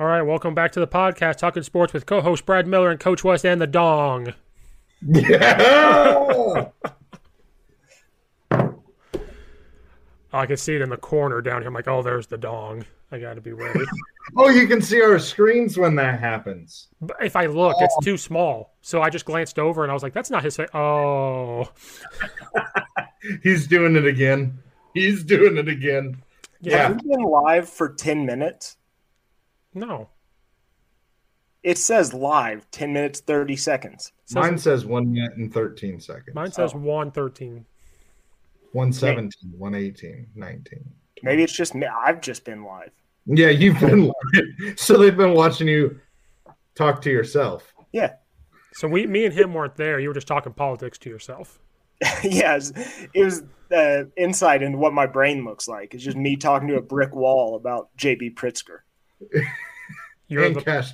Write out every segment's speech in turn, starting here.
All right, welcome back to the podcast, Talking Sports with co-host Brad Miller and Coach West and the Dong. Yeah. I could see it in the corner down here. I'm like, oh, there's the Dong. I got to be ready. oh, you can see our screens when that happens. but if I look, it's too small. So I just glanced over and I was like, that's not his face. Oh, He's doing it again. He's doing it again. Have Yeah. we been live for 10 minutes? no. It says live 10 minutes 30 seconds. Mine says one minute and 13 seconds. Mine says 113. 117, 118, 19. Maybe it's just me. I've just been live. Yeah, you've been. so they've been watching you talk to yourself. Yeah. So we, me and him weren't there. You were just talking politics to yourself. yes. It was uh, insight into what my brain looks like. It's just me talking to a brick wall about JB Pritzker. You're and the, Cash.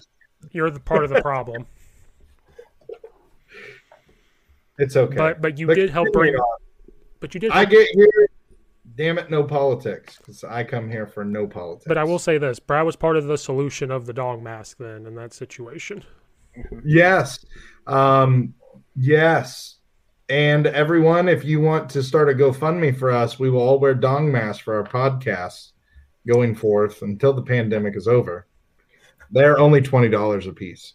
you're the part of the problem. It's okay. But- but you did help bring- continue on. But you did. I get here. Damn it, no politics. Because I come here for no politics. but I will say this: Brad was part of the solution of the Dong mask then in that situation. Yes. Um, yes. And everyone, if you want to start a GoFundMe for us, we will all wear dong masks for our podcast going forth until the pandemic is over. They're only $20 a piece.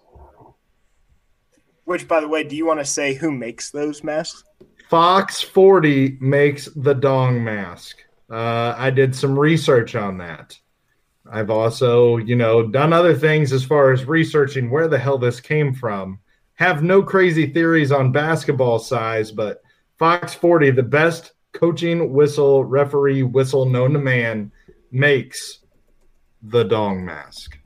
Which, by the way, do you want to say who makes those masks? Fox 40 makes the dong mask. Uh, I did some research on that. I've also, you know, done other things as far as researching where the hell this came from. Have no crazy theories on basketball size, but Fox 40, the best coaching whistle, referee whistle known to man, makes the dong mask.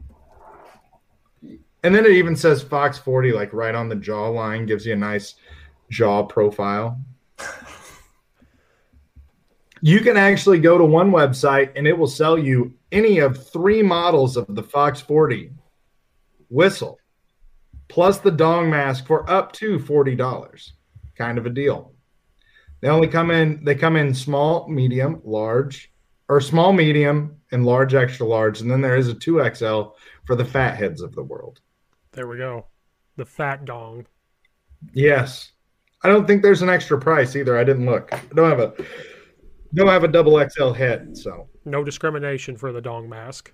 And then it even says Fox 40, like right on the jawline, gives you a nice jaw profile. you can actually go to one website and it will sell you any of three models of the Fox 40 whistle plus the dong mask for up to $40. Kind of a deal. They only come in they come in small, medium, large, or small, medium, and large, extra large, and then there is a 2XL for the fat heads of the world. There we go. The fat dong. Yes. I don't think there's an extra price either. I didn't look. I don't have a don't have a double XL head, so No discrimination for the dong mask.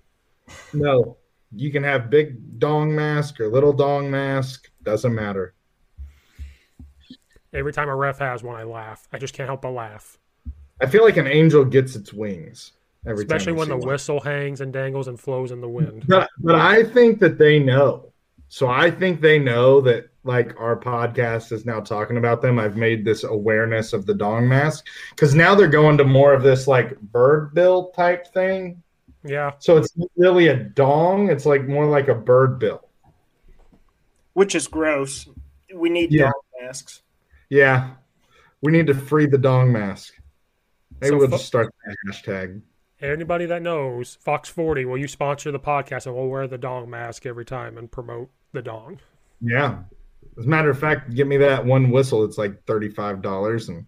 no. You can have big dong mask or little dong mask. Doesn't matter. Every time a ref has one, I laugh. I just can't help but laugh. I feel like an angel gets its wings every time. Especially I when see the one. whistle hangs and dangles and flows in the wind. But, but I think that they know. So I think they know that like our podcast is now talking about them. I've made this awareness of the dong mask because now they're going to more of this like bird bill type thing. Yeah. So it's not really a dong. It's like more like a bird bill. which is gross. We need Yeah. dog masks. Yeah, we need to free the dong mask. Maybe So we'll fu- just start that hashtag. Anybody that knows, Fox 40, will you sponsor the podcast and we'll wear the dong mask every time and promote the dong? Yeah. As a matter of fact, give me that one whistle. It's like thirty-five dollars, and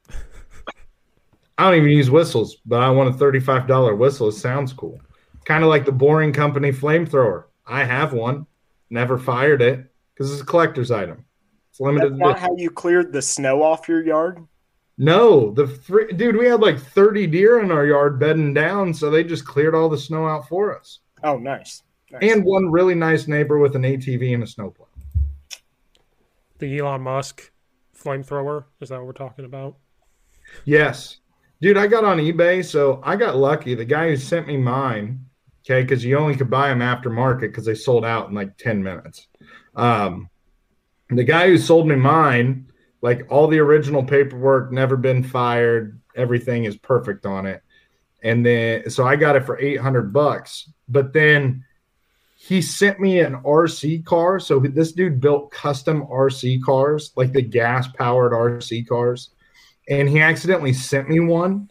I don't even use whistles, but I want a thirty-five dollar whistle. It sounds cool, kind of like the Boring Company flamethrower. I have one, never fired it because it's a collector's item. It's limited. That's not edition. how you cleared the snow off your yard. No, the fr- dude, we had like thirty deer in our yard bedding down, so they just cleared all the snow out for us. Oh, nice. nice. and one really nice neighbor with an ATV and a snowplow. The Elon Musk flamethrower. Is that what we're talking about? Yes, dude, I got on eBay, so I got lucky. The guy who sent me mine, okay, because you only could buy them aftermarket because they sold out in like ten minutes. Um, the guy who sold me mine, like all the original paperwork, never been fired, everything is perfect on it. And then, so I got it for eight hundred bucks. But then he sent me an RC car. So this dude built custom RC cars, like the gas powered RC cars. And he accidentally sent me one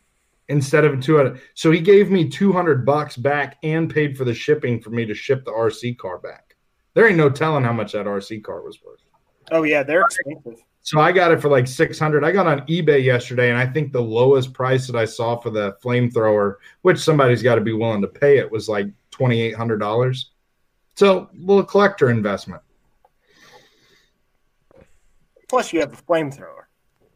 instead of a 200. So he gave me 200 bucks back and paid for the shipping for me to ship the RC car back. There ain't no telling how much that RC car was worth. Oh yeah, they're expensive. So I got it for like 600. I got on eBay yesterday and I think the lowest price that I saw for the flamethrower, which somebody's got to be willing to pay it was like $2800. So, little collector investment. Plus, you have a flamethrower.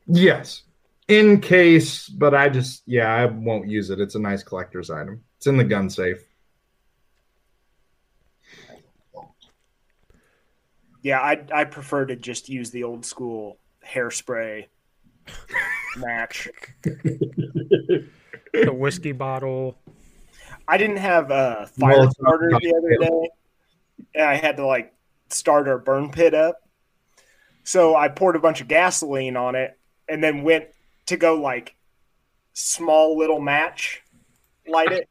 Yes. In case, but I just yeah, I won't use it. It's a nice collector's item. It's in the gun safe. Yeah, I I prefer to just use the old school hairspray match. The whiskey bottle. I didn't have a fire Molotov starter the other cocktail. day, and I had to like start our burn pit up. So I poured a bunch of gasoline on it, and then went to go like small little match, light it,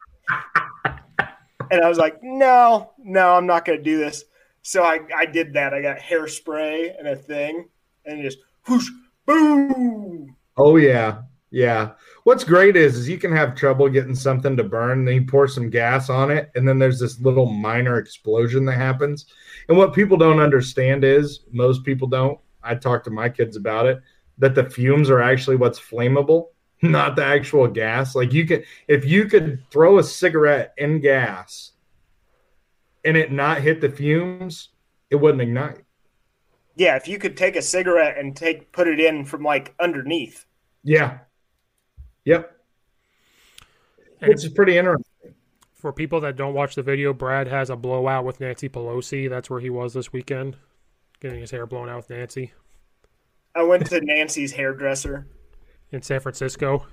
and I was like, no, no, I'm not going to do this. So I I did that. I got hairspray and a thing, and just whoosh, boom. Oh yeah. Yeah. What's great is is you can have trouble getting something to burn, then you pour some gas on it, and then there's this little minor explosion that happens. And what people don't understand is most people don't. I talk to my kids about it, that the fumes are actually what's flammable, not the actual gas. Like you could if you could throw a cigarette in gas and it not hit the fumes, it wouldn't ignite. Yeah, if you could take a cigarette and take put it in from like underneath. Yeah. Yep. Which is pretty interesting. For people that don't watch the video, Brad has a blowout with Nancy Pelosi. That's where he was this weekend, getting his hair blown out with Nancy I went to Nancy's hairdresser. in San Francisco.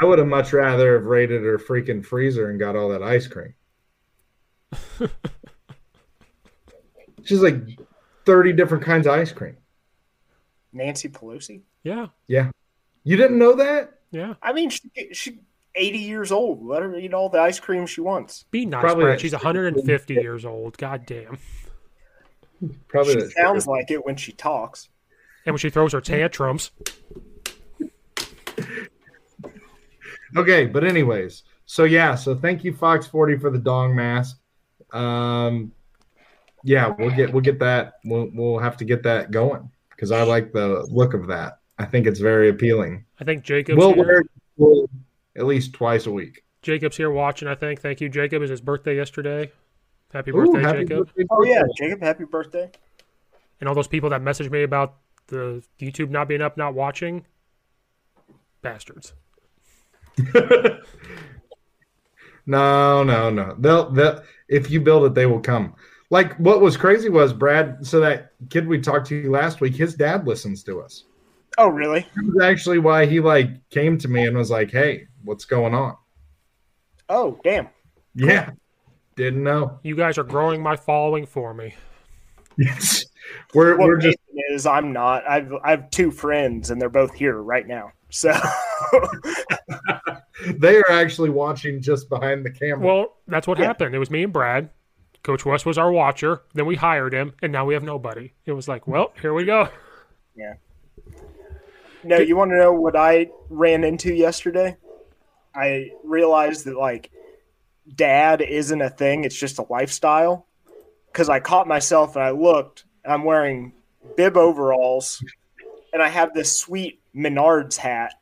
I would have much rather have raided her freaking freezer and got all that ice cream. She's like 30 different kinds of ice cream. Nancy Pelosi. Yeah. Yeah. You didn't know that? Yeah. I mean, she, she 80 years old. Let her eat all the ice cream she wants. Be nice, Probably Brad. that She's stupid 150 years old. God damn. Probably she that's sounds true. like it when she talks. And when she throws her tantrums, Okay, but anyways, so yeah, so thank you Fox 40 for the dong mask. Um yeah, we'll get we'll get that we'll we'll have to get that going because I like the look of that. I think it's very appealing. I think Jacob's we'll here. wear it for at least twice a week. Jacob's here watching. I think. Thank you, Jacob. Is his birthday yesterday? Happy Ooh, birthday, happy Jacob! birthday, Oh yeah, Jacob, happy birthday. And all those people that messaged me about the YouTube not being up, not watching, bastards. No, Oh, no, no. They'll they'll if you build it, they will come. Like what was crazy was Brad. So that kid we talked to last week, his dad listens to us. Oh really? That was actually why he like came to me and was like, "Hey, what's going on?" Oh damn. Yeah, didn't know. You guys are growing my following for me. We're What we're just Nathan is I'm Uh, not. I've I've two friends and they're both here right now. So they are actually watching just behind the camera. Well, that's what happened. It was me and Brad. Coach West was our watcher. Then we hired him, and now we have nobody. It was like, well, here we go. yeah. No, you want to know what I ran into yesterday? I realized that like dad isn't a thing, it's just a lifestyle. Cuz I caught myself and I looked, and I'm wearing bib overalls and I have this sweet Menards hat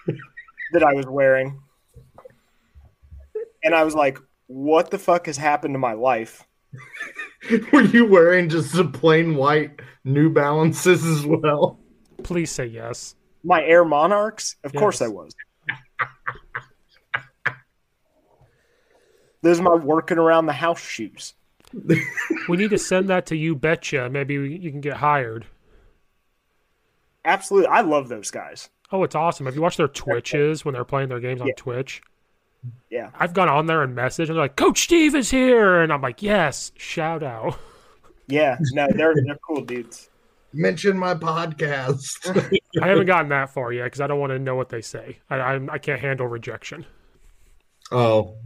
that I was wearing. And I was like, what the fuck has happened to my life? Were you wearing just the plain white New Balances as well? Please say yes. My Air Monarchs? Of course I was. Those are my working around the house shoes. We need to send that to you, betcha. Maybe you can get hired. Absolutely. I love those guys. Oh, it's awesome. Have you watched their Twitches when they're playing their games on Yeah. Twitch? Yeah. I've gone on there and messaged, and they're like, Coach Steve is here. And I'm like, yes, shout out. Yeah. No, they're they're cool dudes. Mention my podcast. I haven't gotten that far yet because I don't want to know what they say. I, I, I can't handle rejection. oh,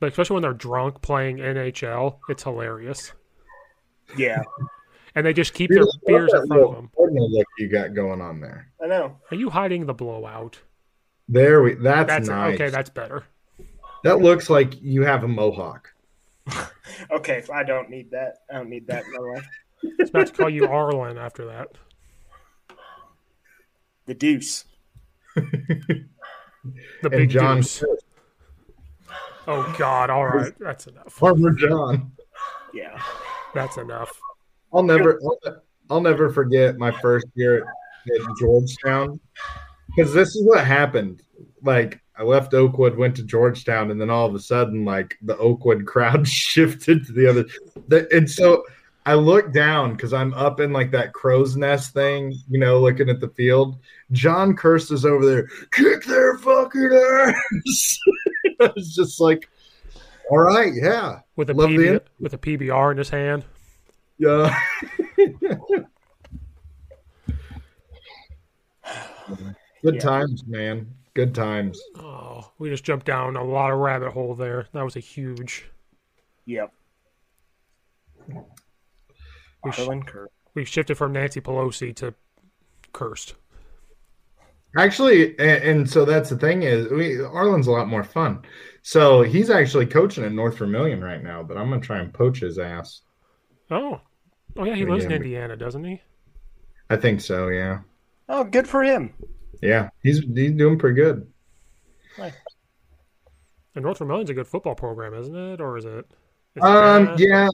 But especially when they're drunk playing NHL, it's hilarious. Yeah. And they just keep their beers in front of them. Look, you got going on there. I know. Are you hiding the blowout? There we. That's, That's nice. okay. That's better. that looks like you have a mohawk. Okay, I don't need that. I don't need that in my life. It's about to call you Arlen after that. The deuce. The and big John, deuce. Oh God! All right, that's enough. Farmer John. Yeah. That's enough. I'll never, I'll, I'll never forget my first year at, at Georgetown because this is what happened. Like I left Oakwood, went to Georgetown, and then all of a sudden, like the Oakwood crowd shifted to the other. The, and so I look down because I'm up in like that crow's nest thing, you know, looking at the field. John Kirst is over there, kick their fucking ass. I was just like, all right, yeah, With a Love the PB, energy. with a PBR in his hand. yeah. Good times, man. Good times. Oh, we just jumped down a lot of rabbit hole there. That was a huge. Yep. We, sh- Harlan Kirk. we shifted from Nancy Pelosi to cursed. Actually, and, and so that's the thing is, we, Arlen's a lot more fun. So he's actually coaching at North Vermillion right now, but I'm gonna try and poach his ass. Oh, oh yeah, he lives in Yeah. Indiana, doesn't he? I think so. Yeah, Oh, good for him. yeah. He's he's doing pretty good. And North Vermillion's a good football program, isn't it? Or is it? is it Um, bad? yeah.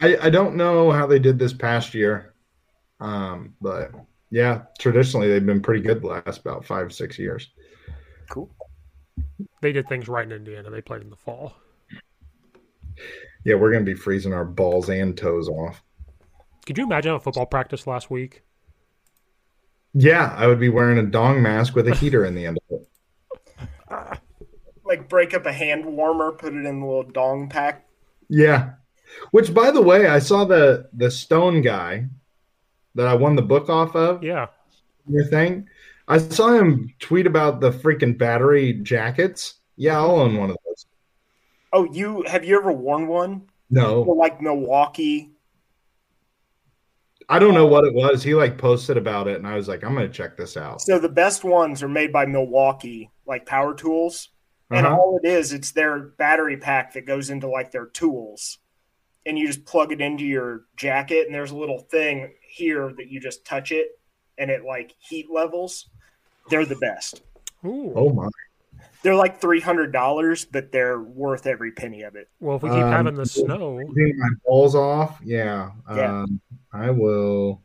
I I don't know how they did this past year, um, but yeah, traditionally they've been pretty good the last about five six years. Cool. They did things right in Indiana. They played in the fall. Yeah, we're gonna be freezing our balls and toes off. Could you imagine a football practice last week? Yeah, I would be wearing a dong mask with a heater in the end of it. Like break up a hand warmer, put it in the little dong pack. Yeah. Which by the way, I saw the the stone guy that I won the book off of, Yeah. your thing. I saw him tweet about the freaking battery jackets. Yeah, I'll own one of those. Oh, you have you ever worn one? No. Or, like Milwaukee. I don't know what it was. He like posted about it, and I was like, I'm going to check this out. So the best ones are made by Milwaukee, like power tools. And Uh-huh. all it is, it's their battery pack that goes into like their tools. And you just plug it into your jacket, and there's a little thing here that you just touch it and it like heat levels. They're the best. Oh my! They're like three hundred dollars, but they're worth every penny of it. Well, if we keep Um, having the snow. Getting my balls off. Yeah. Yeah. Um, I will.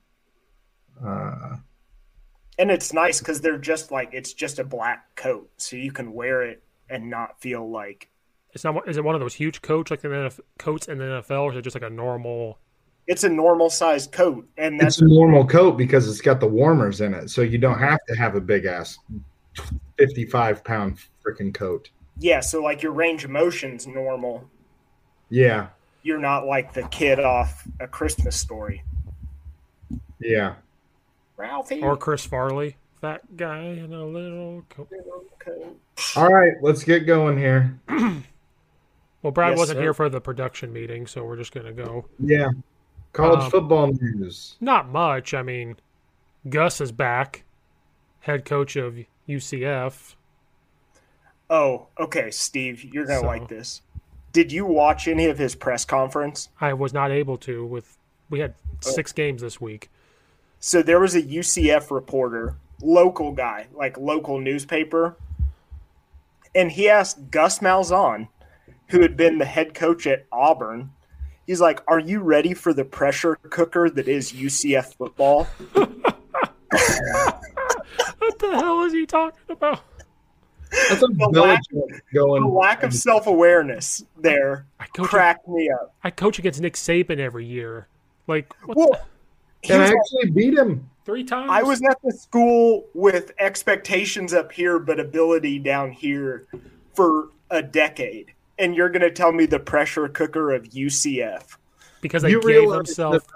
Uh, and it's nice because they're just like it's just a black coat, so you can wear it and not feel like It's not. Is it one of those huge coats like the NF, coats in the NFL, or is it just like a normal? it's a normal sized coat. And that's it's a normal coat because it's got the warmers in it, so you don't have to have a big ass, fifty-five pound freaking coat. yeah, so like your range of motion's normal. Yeah. You're not like the kid off a Christmas story. Yeah. Ralphie Or Chris Farley, fat guy in a little coat. All right, let's get going here. Well, Brad Yes, wasn't sir. here for the production meeting, so we're just gonna go. Yeah. College Um, football news. Not much. I mean, Gus is back, head coach of UCF. Oh, okay, Steve, you're gonna So- like this. Did you watch any of his press conference? Oh. I was not able to. With we had six games this week. So there was a UCF reporter, local guy, like local newspaper, and he asked Gus Malzahn, who had been the head coach at Auburn, he's like, "Are you ready for the pressure cooker that is UCF football?" What the hell is he talking about? That's a lack- Belichick going. The lack of self awareness there cracked me up. I coach against Nick Saban every year. Like what Well, the- he was like- beat him three times. I was at the school with expectations up here, but ability down here for a decade. And you're going to tell me the pressure cooker of UCF. because they You gave realize themselves- that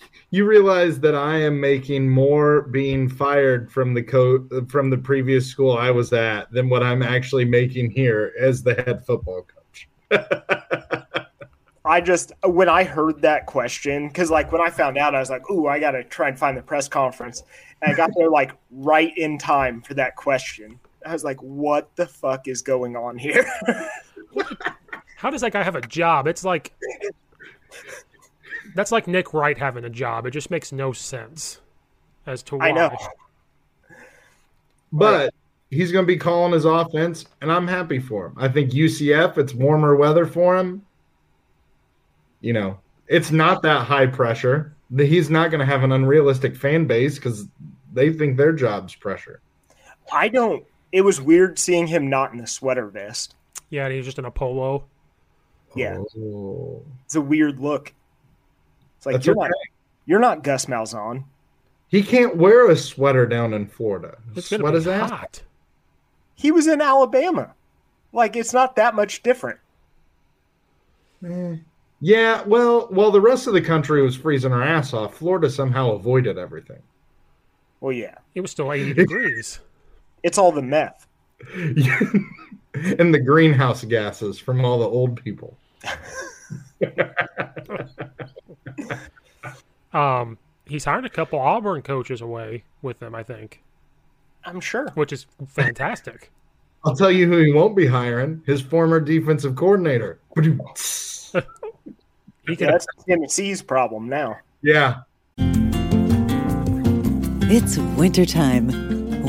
I- you realize that I am making more being fired from the co- from the previous school I was at than what I'm actually making here as the head football coach. I just, when I heard that question, because like when I found out, I was like, ooh, I got to try and find the press conference. And I got there like right in time for that question. I was like, what the fuck is going on here? How does that guy have a job? It's like that's like Nick Wright having a job. It just makes no sense as to why. I know. But he's going to be calling his offense, and I'm happy for him. I think UCF, it's warmer weather for him. You know, it's not that high pressure. The- He's not going to have an unrealistic fan base because they think their job's pressure. I don't, it was weird seeing him not in a sweater vest. Yeah, and he's just in a polo. Yeah. Oh. It's a weird look. It's like That's you're okay. not you're not Gus Malzahn. He can't wear a sweater down in Florida. It's gonna Sweat be his ass. hot. He was in Alabama. Like it's not that much different. Eh. Yeah, well, while the rest of the country was freezing her ass off, Florida somehow avoided everything. Well, yeah. It was still 80 degrees. It's all the meth. and the greenhouse gases from all the old people. Um, he's hired a couple Auburn coaches away with him, I think, I'm sure. which is fantastic. I'll tell you who he won't be hiring his former defensive coordinator. He Yeah, that's Tennessee's problem now. Yeah. It's wintertime.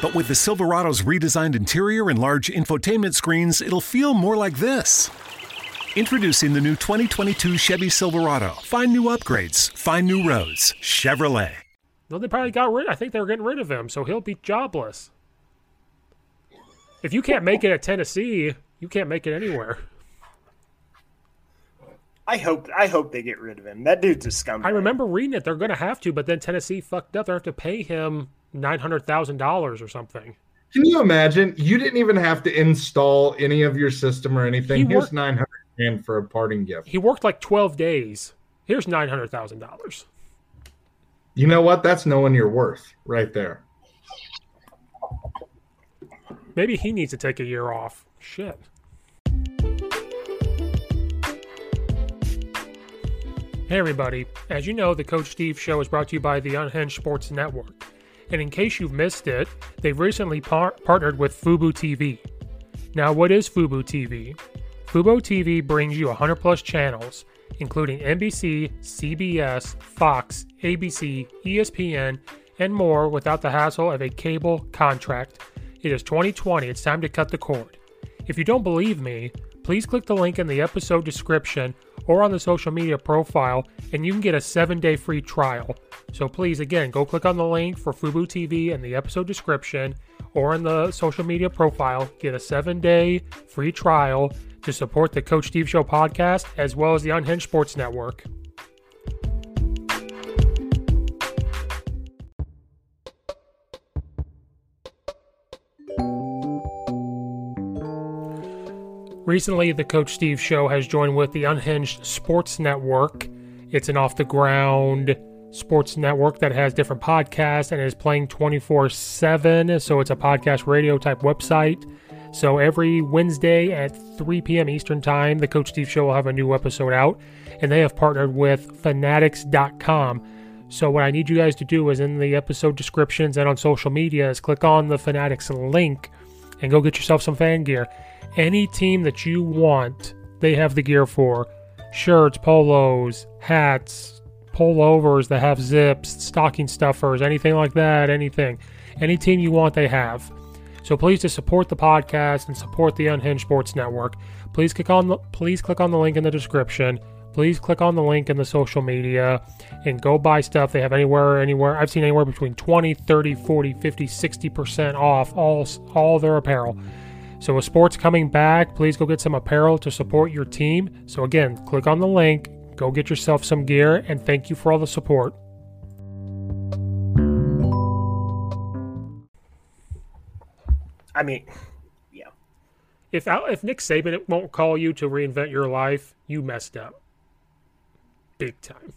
But with the Silverado's redesigned interior and large infotainment screens, it'll feel more like this. Introducing the new 2022 Chevy Silverado. Find new upgrades, find new roads. Chevrolet. No, they probably got rid. I think they were getting rid of him, so he'll be jobless. If you can't make it at Tennessee, you can't make it anywhere. I hope I hope they get rid of him. That dude's a scumbag. I remember reading it. They're going to have to, but then Tennessee fucked up. They have to pay him nine hundred thousand dollars or something. Can you imagine? You didn't even have to install any of your system or anything. He Here's worked- nine hundred grand for a parting gift. He worked like twelve days. Here's nine hundred thousand dollars. You know what? That's knowing your worth right there. Maybe he needs to take a year off. Shit. Hey, everybody. As you know, the Coach Steve Show is brought to you by the Unhinged Sports Network. And in case you've missed it, they've recently par- partnered with Fubu TV. Now, what is Fubu TV? Fubo TV brings you 100 plus channels, including NBC, CBS, Fox, ABC, ESPN, and more E without the hassle of a cable contract. It is 2020, it's time to cut the cord. If you don't believe me, please click the link in the episode description or on the social media profile, and you can get a seven day free trial. So please, again, go click on the link for Fubu TV in the episode description or in the social media profile. Get a seven day free trial to support the Coach Steve Show podcast as well as the Unhinged Sports Network. Recently, the Coach Steve Show has joined with the Unhinged Sports Network. It's an off the ground sports network that has different podcasts and is playing 24 7. So it's a podcast radio type website. So every Wednesday at 3 p.m. Eastern Time, the Coach Steve Show will have a new episode out. And they have partnered with Fanatics.com. So what I need you guys to do is in the episode descriptions and on social media is click on the Fanatics link and go get yourself some fan gear. Any team that you want, they have the gear for. Shirts, polos, hats, pullovers that have zips, stocking stuffers, anything like that, anything. Any team you want, they have. So please to support the podcast and support the Unhinged Sports Network. Please click on the please click on the link in the description. Please click on the link in the social media and go buy stuff. They have anywhere anywhere I've seen anywhere between 20, 30, 40, 50, 60% off all s- all their apparel. So with sports coming back, please go get some apparel to support your team. So again, click on the link, go get yourself some gear and thank you for all the support. I mean, yeah. If Al- if Nick Saban won't call you to reinvent your life, you messed up. Big time.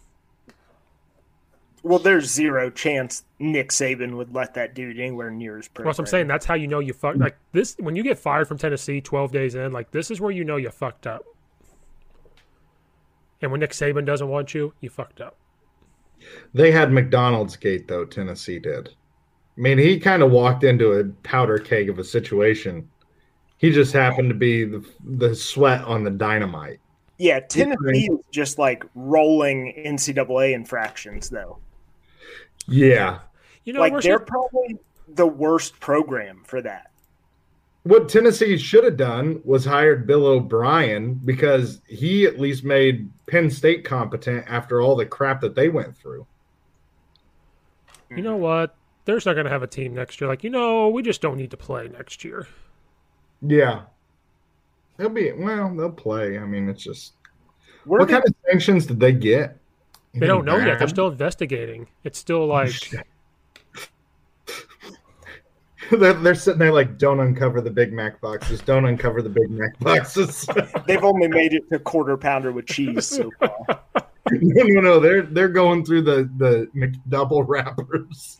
Well, there's zero chance Nick Saban would let that dude anywhere near his Well, program. that's what I'm saying. That's how you know you fucked. Like this, when you get fired from Tennessee 12 days in, like this is where you know you fucked up. And when Nick Saban doesn't want you, you fucked up. They had McDonald's Gate though. Tennessee did. I mean, he kind of walked into a powder keg of a situation. He just happened to be the, the sweat on the dynamite. Yeah, Tennessee is just like rolling NCAA infractions, though. Yeah. You know, like we're they're so- probably the worst program for that. What Tennessee should have done was hired Bill O'Brien because he at least made Penn State competent after all the crap that they went through. You know what? There's not going to have a team next year. Like, you know, we just don't need to play next year. Yeah. They'll be well, they'll play. I mean, it's just Where what did- kind of sanctions did they get? Oh, They don't know yet. Anything They're bad? still investigating. It's still like, they're, they're sitting there like, don't uncover the Big Mac boxes. Don't uncover the Big Mac boxes. They've only made it to quarter pounder with cheese so far. no, no, no. They're they're going through the the McDouble wrappers.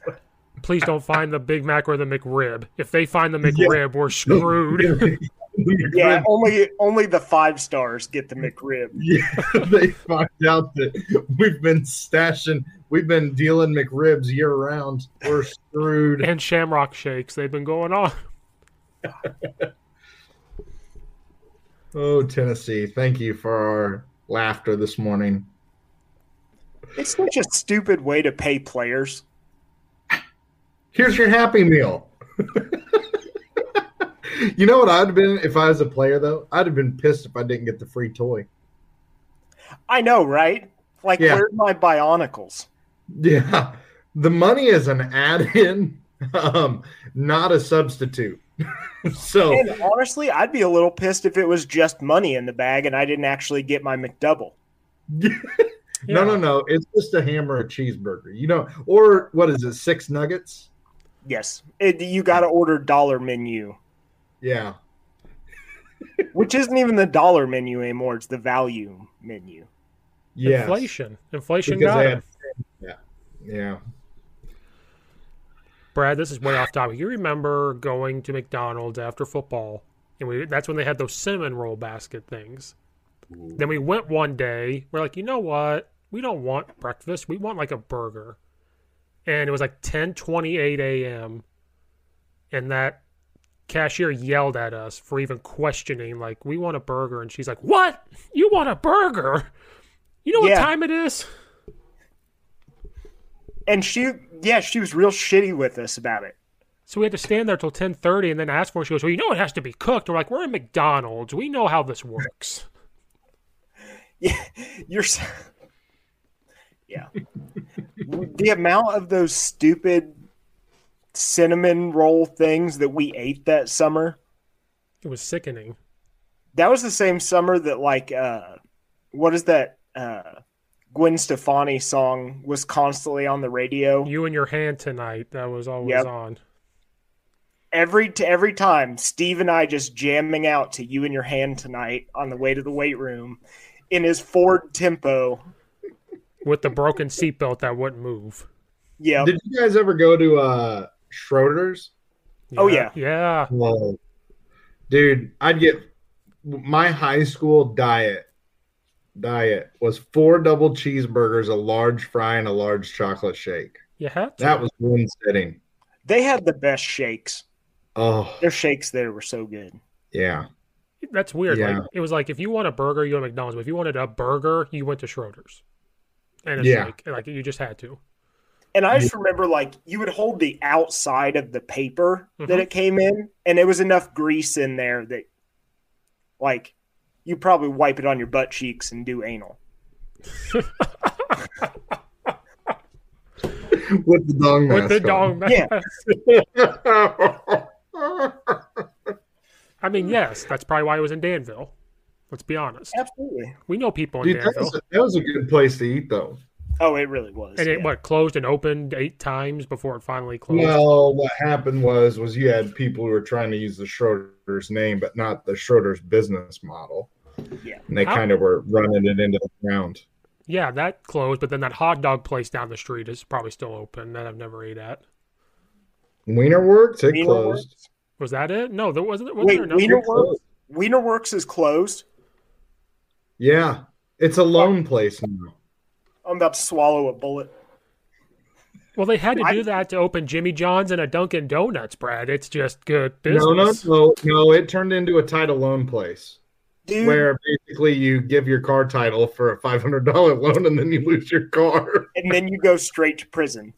please don't find the Big Mac or the McRib. If they find the McRib, we're screwed. Yeah, only only the five stars get the McRib. Yeah, they find out that we've been stashing, we've been dealing McRibs year round. We're screwed. and Shamrock Shakes. They've been going on. Oh, Tennessee, thank you for our laughter this morning. It's such a stupid way to pay players. Here's your Happy Meal. you know what I'd have been if I was a player though? I'd have been pissed if I didn't get the free toy. I know, right? Like, Yeah. where's my Bionicles? Yeah, the money is an add-in, um, not a substitute. so And honestly, I'd be a little pissed if it was just money in the bag and I didn't actually get my McDouble. No, no, no. It's just a hammer, a cheeseburger. You know, or what is it? Six nuggets. Yes, it, you got to order dollar menu, Yeah. which isn't even the dollar menu anymore. It's the value menu. Yes. Inflation. Inflation Because got they him. Yeah. Yeah. Brad, this is way off topic. You remember going to McDonald's after football, and we that's when they had those cinnamon roll basket things. Then we went one day, we're like, you know what? We don't want breakfast. We want like a burger. And it was like 10 28 a.m. And that cashier yelled at us for even questioning, like, we want a burger. And she's like, what? You want a burger? You know what Yeah. time it is? And she, yeah, she was real shitty with us about it. So we had to stand there till ten thirty, and then ask for it. She goes, "Well, you know it has to be cooked." We're like, "We're in McDonald's. We know how this works." You're, s- yeah. the amount of those stupid cinnamon roll things that we ate that summer. it was sickening. That was the same summer that like uh what is that uh Gwen Stefani song was constantly on the radio. You and your hand tonight. That was always Yep. on. Every t- every time Steve and I just jamming out to you in your hand tonight on the way to the weight room in his Ford tempo. with the broken seatbelt that wouldn't move. Yeah. Did you guys ever go to uh Schroeder's? Oh, yeah. Yeah. Whoa. Dude, I'd get my high school diet diet was four double cheeseburgers, a large fry, and a large chocolate shake. You have to. That was one sitting. They had the best shakes. Oh Their shakes there were so good. yeah. That's weird. Yeah. Like it was like if you want a burger, you went to McDonald's. But if you wanted a burger, you went to Schroeder's. And it's Yeah. like like you just had to. And I just remember like you would hold the outside of the paper that Mhm. it came in, and there was enough grease in there that like you probably wipe it on your butt cheeks and do anal. With the dong With mask. the dog on. mask. Yeah. I mean, yes, that's probably why it was in Danville. Let's be honest. Absolutely. We know people in Dude, that Danville. was, a, that was a good place to eat though. Oh, it really was. and it yeah. what closed and opened eight times before it finally closed. Well, what happened was was you had people who were trying to use the Schroeder's name, but not the Schroeder's business model. Yeah. And they How- kind of were running it into the ground. yeah, that closed, but then that hot dog place down the street is probably still open that I've never ate at. Wiener worked, it Wiener closed. Works- Was that it? No, there wasn't. Was Wait, there another- Wiener Works, Wiener Works is closed. Yeah. It's a lone place now. I'm about to swallow a bullet. Well, they had to I- do that to open Jimmy John's and a Dunkin' Donuts, Brad. It's just good business. No, no, no, no. It turned into a title loan place Mm. Dude, where basically you give your car title for a five hundred dollar loan and then you lose your car. and then you go straight to prison.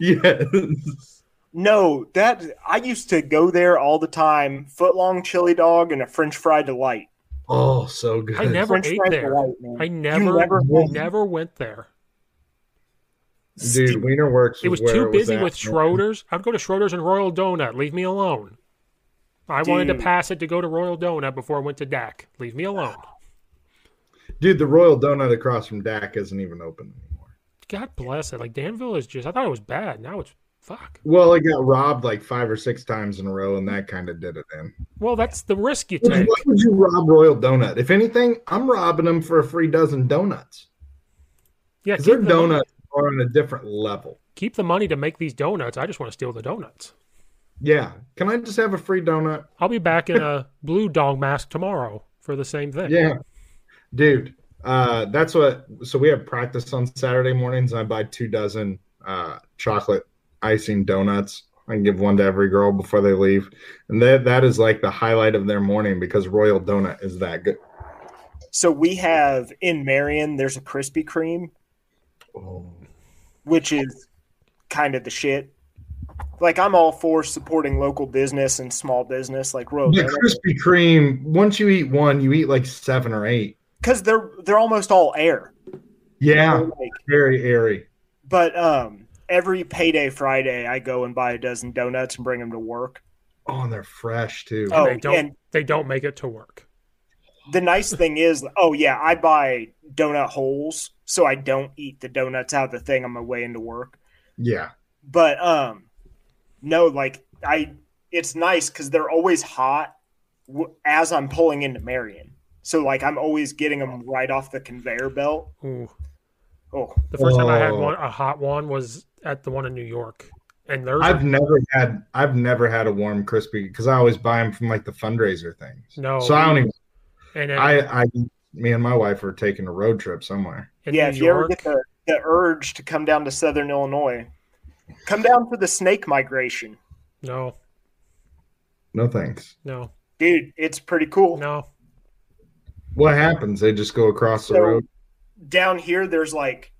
yes. No, that I used to go there all the time. Footlong chili dog and a French fry delight. Oh, so good. I never French ate fries there. are right, man. I You never, never never, had- went there. Dude, Wiener Works. It was where too busy at, with man. Schroeder's. I'd go to Schroeder's and Royal Donut. Leave me alone. I wanted to Dude. pass it to go to Royal Donut before I went to Dak. Leave me alone. Dude, the Royal Donut across from Dak isn't even open anymore. God bless it. Like Danville is just. I thought it was bad. Now it's fuck. Well, it got robbed like five or six times in a row, and that kind of did it in. Well, that's the risk you Why take. would you rob Royal Donut? If anything, I'm robbing them for a free dozen donuts. Yeah, Because their keep the money- donuts are on a different level. Keep the money to make these donuts. I just want to steal the donuts. Yeah. Can I just have a free donut? I'll be back in a blue dog mask tomorrow for the same thing. Yeah. Dude, uh, that's what. So we have practice on Saturday mornings. I buy two dozen uh, chocolate icing donuts. I can give one to every girl before they leave. And that, that is like the highlight of their morning because Royal Donut is that good. So we have in Marion, there's a Krispy Kreme, Oh. which is kind of the shit. Like I'm all for supporting local business and small business, like Royal The Krispy Kreme, once you eat one, you eat like seven or eight. because they're they're almost all air. Yeah. Like, Very airy. but um, every payday Friday, I go and buy a dozen donuts and bring them to work. Oh, and they're fresh too. And Oh, they don't. and- They don't make it to work. the nice thing is, oh yeah, I buy donut holes, so I don't eat the donuts out of the thing on my way into work. Yeah. But um, no, like I, it's nice because they're always hot w- as I'm pulling into Marion. So like I'm always getting them right off the conveyor belt. Ooh. Oh, The Uh-huh. first time I had one, a hot one was at the one in New York, and there's I've never had I've never had a warm crispy because I always buy them from like the fundraiser thing. no. so I don't even. And I I me and my wife were taking a road trip somewhere. yeah, if you ever get the, the urge to come down to Southern Illinois, come down for the snake migration, no, No thanks. no. dude. It's pretty cool. No, What happens? They just go across the So- road. down here there's like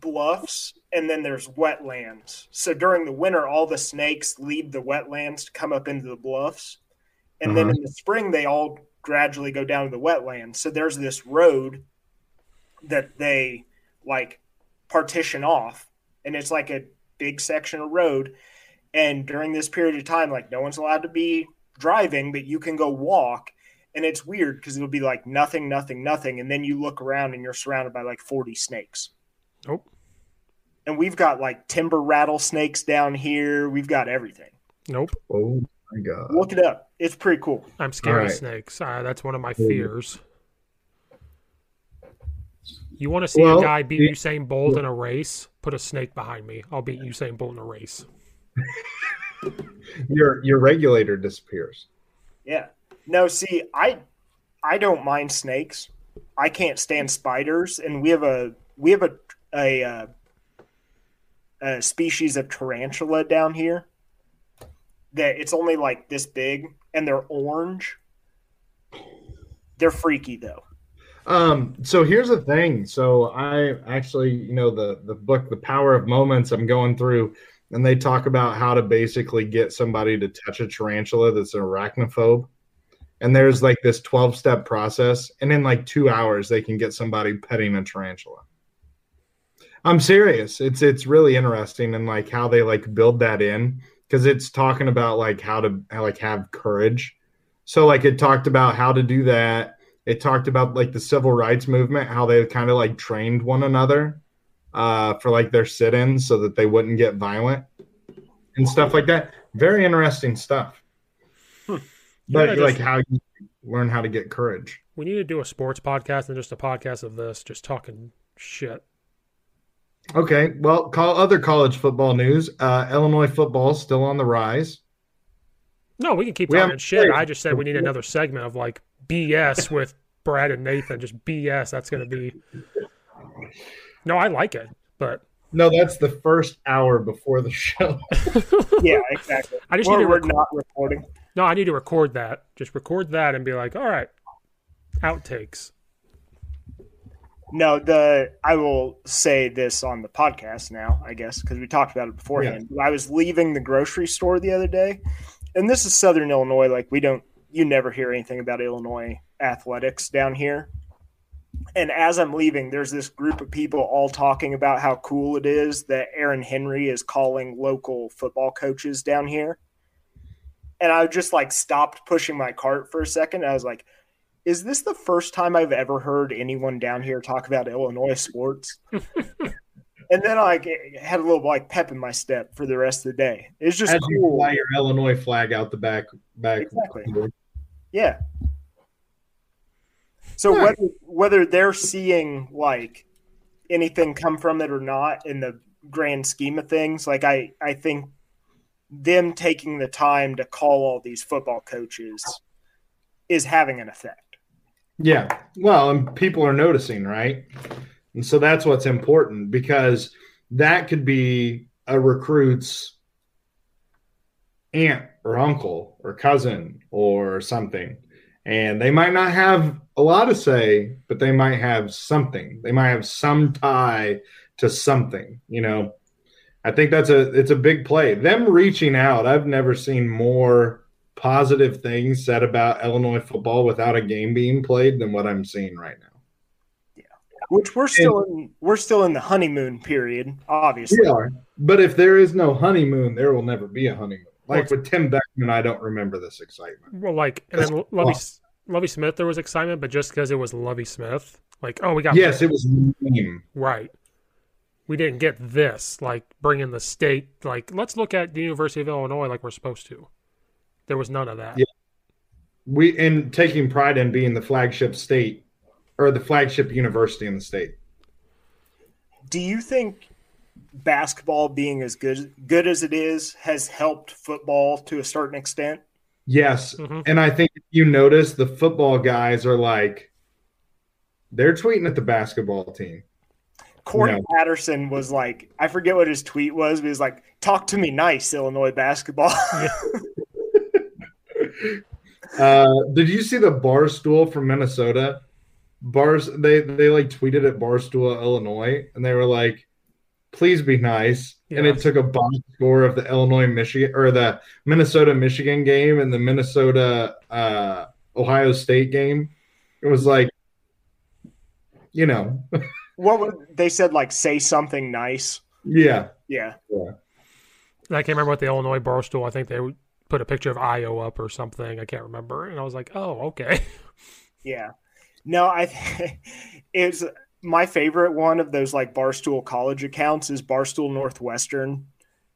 bluffs and then there's wetlands. So during the winter all the snakes leave the wetlands to come up into the bluffs. And then Uh-huh. in the spring they all gradually go down to the wetlands. So there's this road that they like partition off and it's like a big section of road and during this period of time like no one's allowed to be driving but you can go walk and it's weird because it'll be like nothing nothing nothing and then you look around and you're surrounded by like 40 snakes Nope. and we've got like timber rattlesnakes down here we've got everything nope. Oh my god. look it up it's pretty cool I'm scared Alright. of snakes. Uh, that's one of my There you go. fears. You want to see Well, a guy beat it- Usain Bolt in a race? Put a snake behind me. I'll beat Usain Bolt in a race. Your your regulator disappears. yeah no see i i don't mind snakes i can't stand spiders and we have a we have a a, uh a species of tarantula down here that it's only like this big and they're orange they're freaky though Um, so here's the thing. So I actually, you know, the the book, The Power of Moments, I'm going through, and they talk about how to basically get somebody to touch a tarantula that's an arachnophobe. And there's like this 12 step process, and in like two hours, they can get somebody petting a tarantula. I'm serious. It's it's really interesting and like how they like build that in because it's talking about like how to how, like have courage. So like it talked about how to do that. It talked about like the civil rights movement, how they kind of like trained one another uh, for like their sit-ins so that they wouldn't get violent and stuff like that. Very interesting stuff. Yeah, But just- like how you learn how to get courage. We need to do a sports podcast and just a podcast of this, just talking shit. Okay, well, call other college football news. Uh, Illinois football still on the rise. No, we can keep We talking haven't- shit. I just said we need another segment of like BS with Brad and Nathan. Just BS. That's going to be. No, I like it, but No, that's the first hour before the show. yeah exactly I just We're- need to we're record- not recording no, I need to record that. Just record that and be like, all right, outtakes. No, the I will say this on the podcast now, I guess, because we talked about it beforehand. I was leaving the grocery store the other day, and this is Southern Illinois. Like we don't, you never hear anything about Illinois athletics down here. And as I'm leaving, there's this group of people all talking about how cool it is that Aaron Henry is calling local football coaches down here. And I just like stopped pushing my cart for a second. I was like, is this the first time I've ever heard anyone down here talk about Illinois sports? and then I like, had a little like pep in my step for the rest of the day. It's just As you cool. fly your Illinois flag out the back, back. Exactly. Yeah. So whether whether they're seeing like anything come from it or not in the grand scheme of things, like I I think them taking the time to call all these football coaches is having an effect. Yeah. Well, and people are noticing, right? And so that's what's important because that could be a recruit's aunt or uncle or cousin or something. And they might not have a lot to say, but they might have something. They might have some tie to something, you know. I think that's a it's a big play. Them reaching out, I've never seen more positive things said about Illinois football without a game being played than what I'm seeing right now. Which we're still in we're still in the honeymoon period, obviously. We are. But if there is no honeymoon, there will never be a honeymoon. Like Well, with Tim Beckman, I don't remember this excitement. Well, like, and then let me Lovey Smith, there was excitement, but just because it was Lovey Smith, like, oh, we got yes, it was name. right. We didn't get this, like bringing the state, like let's look at the University of Illinois like we're supposed to. There was none of that. Yeah. We and taking pride in being the flagship state or the flagship university in the state. Do you think basketball being as good good as it is has helped football to a certain extent? Yes. Mm-hmm. And I think if you notice the football guys are like they're tweeting at the basketball team. Corey No. Patterson was like, I forget what his tweet was, but he was like, "Talk to me nice, Illinois basketball." Uh, did you see the Barstool from Minnesota? Bars they they like tweeted at Barstool Illinois and they were like, "Please be nice." And it Yeah. took a box score of the Illinois Michigan or the Minnesota Michigan game and the Minnesota uh, Ohio State game. It was like, you know, what would they said? Like, say something nice. yeah, Yeah. yeah. And I can't remember what the Illinois Barstool. I think they put a picture of Io up or something. I can't remember. And I was like, oh, okay. Yeah. No, I th- it's my favorite one of those like Barstool college accounts is Barstool Northwestern.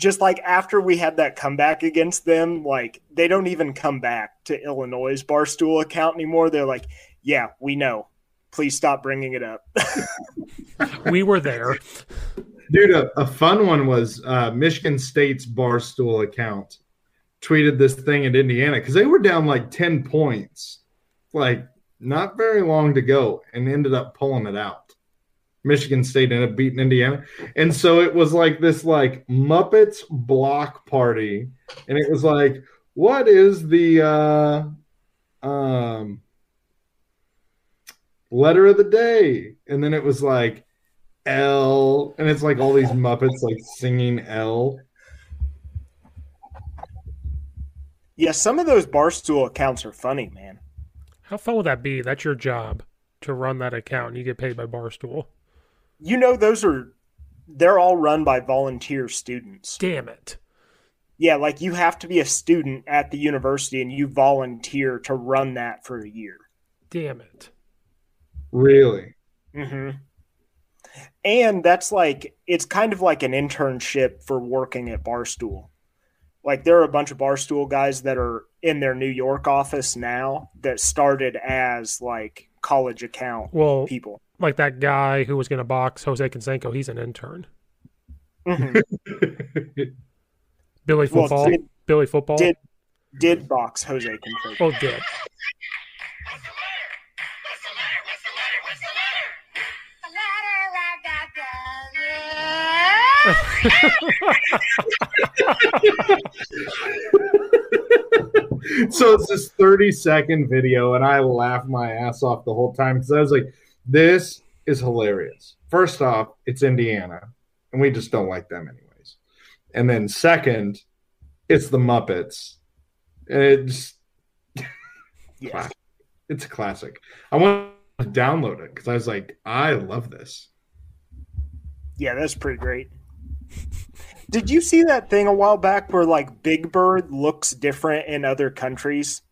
Just like after we had that comeback against them, like they don't even come back to Illinois' Barstool account anymore. They're like, yeah, we know. Please stop bringing it up. we were there. Dude, a, a fun one was uh, Michigan State's Barstool account tweeted this thing at Indiana because they were down like 10 points, like not very long to go, and ended up pulling it out. Michigan State ended up beating Indiana. And so it was like this like Muppets block party. And it was like, what is the uh um letter of the day? And then it was like L and it's like all these Muppets like singing L. yeah, some of those Barstool accounts are funny, man. How fun would that be? That's your job to run that account and you get paid by Barstool. You know, those are they're all run by volunteer students. Damn it. Yeah, like you have to be a student at the university and you volunteer to run that for a year. Damn it. Really? hmm And that's like it's kind of like an internship for working at Barstool. Like there are a bunch of Barstool guys that are in their New York office now that started as like college account Well, people. like that guy who was going to box Jose Canseco, he's an intern. Mhm. Billy Mm-hmm. Well, football. did- Billy football. Did did box Jose Canseco? oh, did. so it's this 30 second video and i laughed my ass off the whole time because i was like this is hilarious first off it's indiana and we just don't like them anyways and then second it's the muppets and it's yeah. it's a classic i want to download it because i was like i love this Yeah, that's pretty great. Did you see that thing a while back where like Big Bird looks different in other countries?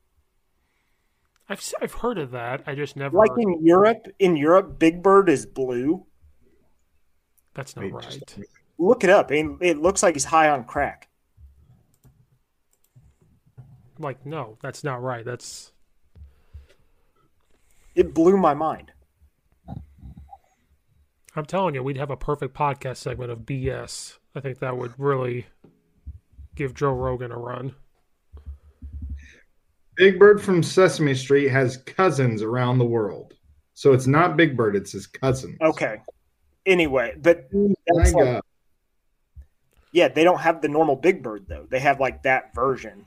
I've, s- I've heard of that. I just never. Like in Europe, in Europe, Big Bird is blue. That's not right. Look it up. It, it looks like he's high on crack. like, no, that's not right. That's It blew my mind. I'm telling you, we'd have a perfect podcast segment of BS. I think that would really give Joe Rogan a run. Big Bird from Sesame Street has cousins around the world. So it's not Big Bird, it's his cousin. Okay. Anyway, but that's my like, God. yeah, they don't have the normal Big Bird though. They have like that version.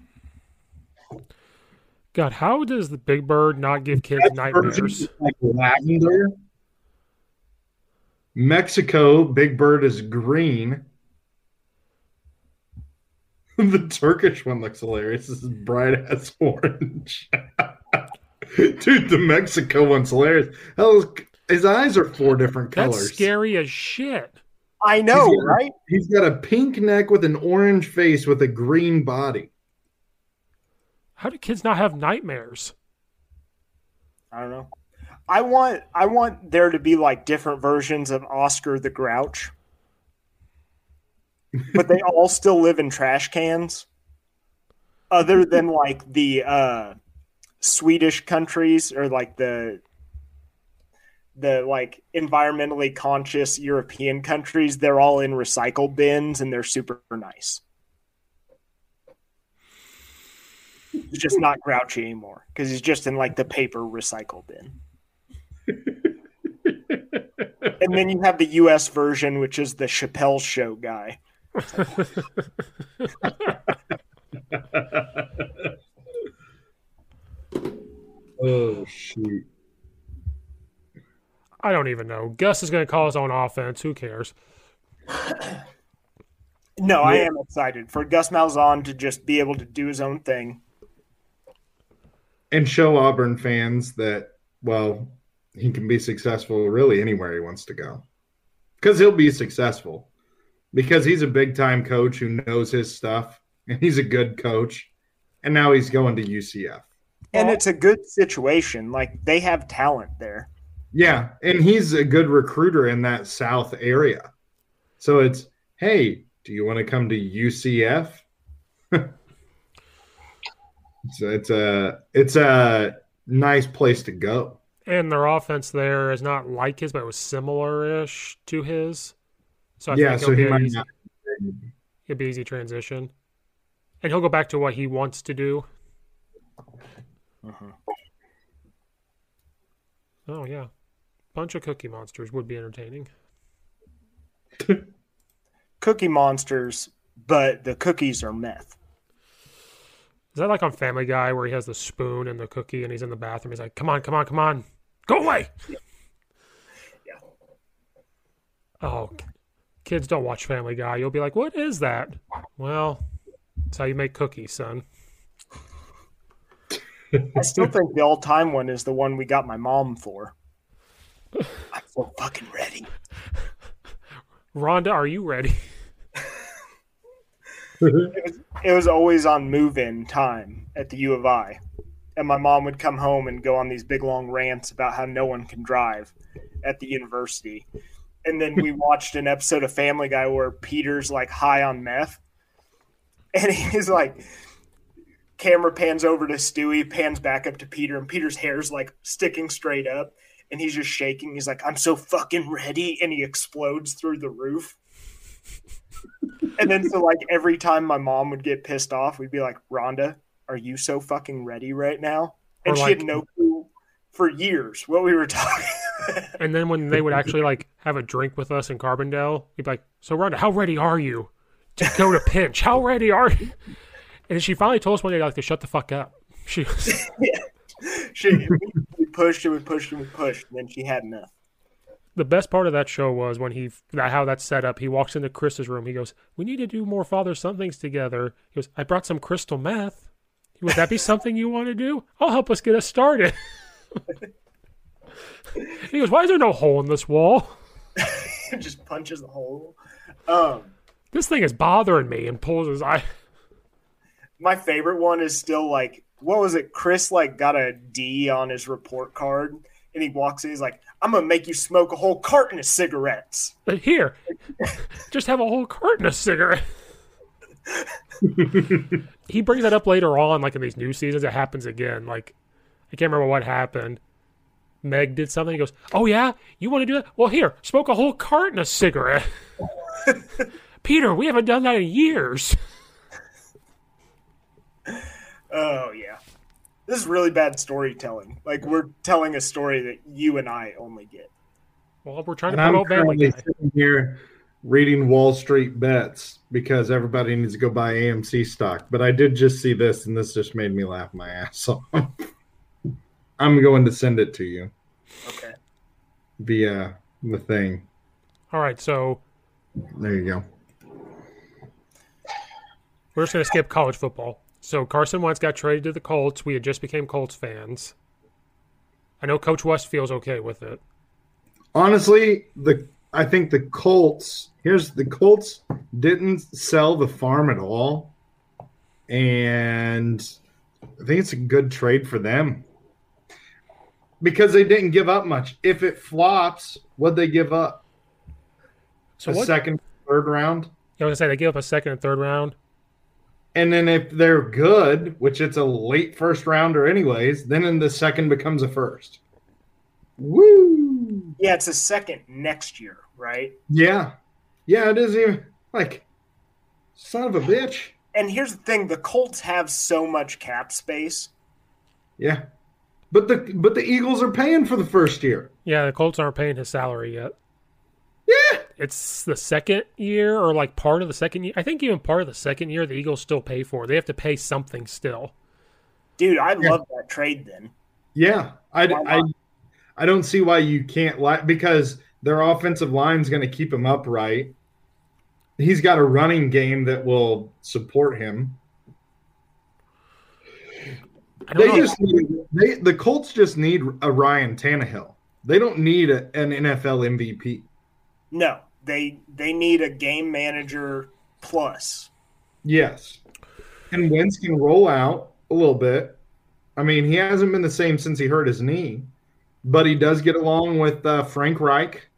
God, how does the Big Bird not give kids nightmares? Like lavender. Mexico, Big Bird is green. the Turkish one looks hilarious. This is bright ass orange. Dude, the Mexico one's hilarious. Hell, his, his eyes are four different That's colors. scary as shit. I know, He's got a- right? He's got a pink neck with an orange face with a green body. How do kids not have nightmares? I don't know. I want I want there to be like different versions of Oscar the Grouch. But they all still live in trash cans. Other than like the uh Swedish countries or like the the like environmentally conscious European countries, they're all in recycle bins and they're super nice. He's just not grouchy anymore because he's just in like the paper recycle bin. and then you have the U.S. version, which is the Chappelle Show guy. Oh shoot. I don't even know. Gus is going to call his own offense. Who cares? No, I Yeah. am excited for Gus Malzahn to just be able to do his own thing. And show Auburn fans that, well, he can be successful really anywhere he wants to go. Because he'll be successful. Because he's a big time coach who knows his stuff and he's a good coach. And now he's going to UCF. And it's a good situation. Like they have talent there. Yeah, and he's a good recruiter in that South area. So it's, hey, do you want to come to UCF? so it's a it's a nice place to go. And their offense there is not like his, but it was similar ish to his. So I yeah, think so it'll he be might an easy, not. it'll be easy transition. And he'll go back to what he wants to do. Oh, yeah. Bunch of cookie monsters would be entertaining. Cookie monsters, but the cookies are meth. Is that like on Family Guy where he has the spoon and the cookie and he's in the bathroom? He's like, come on, come on, come on. Go away. Oh, k- kids don't watch Family Guy. You'll be like, what is that? Well, it's how you make cookies, son. I still think the all-time one is the one we got my mom for. I'm so fucking ready. Rhonda, are you ready? it, was, it was always on move-in time at the U of I, and my mom would come home and go on these big long rants about how no one can drive at the university. And then we watched an episode of Family Guy where Peter's like high on meth, and he's like, camera pans over to Stewie, pans back up to Peter, and Peter's hair's like sticking straight up. And he's just shaking. He's like, I'm so fucking ready. And he explodes through the roof. And then so like every time my mom would get pissed off, we'd be like, Rhonda, are you so fucking ready right now? Or And she like- had no clue for years what we were talking. And then when they would actually like have a drink with us in Carbondale, he'd be like, "So Rhonda, how ready are you to go to pinch? How ready are?" you? And she finally told us one day, like, to shut the fuck up. She was, She we pushed and we pushed and we pushed, and then she had enough. the best part of that show was when he that how that's set up. He walks into Chris's room. He goes, "We need to do more father son things together." He goes, "I brought some crystal meth. Would that be something you want to do? I'll help us get us started." he goes, "Why is there no hole in this wall? It just punches the hole. Um, This thing is bothering me." And pulls his eye. my favorite one is still like, what was it? Chris like got a D on his report card, and he walks in. He's like, "I'm gonna make you smoke a whole carton of cigarettes." But here, just have a whole carton of cigarettes. he brings that up later on, like in these new seasons. It happens again. Like I can't remember what happened. Meg did something. He goes, "Oh yeah, you want to do that? Well, here, smoke a whole carton of cigarette." Peter, we haven't done that in years. Oh yeah. This is really bad storytelling. Like we're telling a story that you and I only get. Well, we're trying And to promote I'm Family currently Guy. sitting here reading Wall Street bets because everybody needs to go buy AMC stock. But I did just see this, and this just made me laugh my ass off. I'm going to send it to you. Okay. Via the thing. All right, so There you go. We're just going to skip college football. So Carson Wentz got traded to the Colts. We had just became Colts fans. I know Coach West feels okay with it. Honestly, the I think the Colts here's the Colts didn't sell the farm at all, and I think it's a good trade for them because they didn't give up much. If it flops, what would they give up? So a what- second, third I round, was going to say they gave up a second and third round. and then if they're good, which it's a late first rounder anyways, then in the second becomes a first. Woo! Yeah, it's a second next year, right? Yeah. Yeah, it isn't even like son of a bitch. And here's the thing, the Colts have so much cap space. Yeah. But the but the Eagles are paying for the first year. Yeah, the Colts aren't paying his salary yet. Yeah. It's the second year or like part of the second year. I think even part of the second year the Eagles still pay for. it. They have to pay something still. Dude, I love that trade then. Yeah. I I, I don't see why you can't like because their offensive line's going to keep him upright. He's got a running game that will support him. They just need, they, the Colts just need a Ryan Tannehill. They don't need a, an NFL MVP. No, they they need a game manager plus. Yes. And Wentz can roll out a little bit. I mean, he hasn't been the same since he hurt his knee, but he does get along with uh, Frank Reich.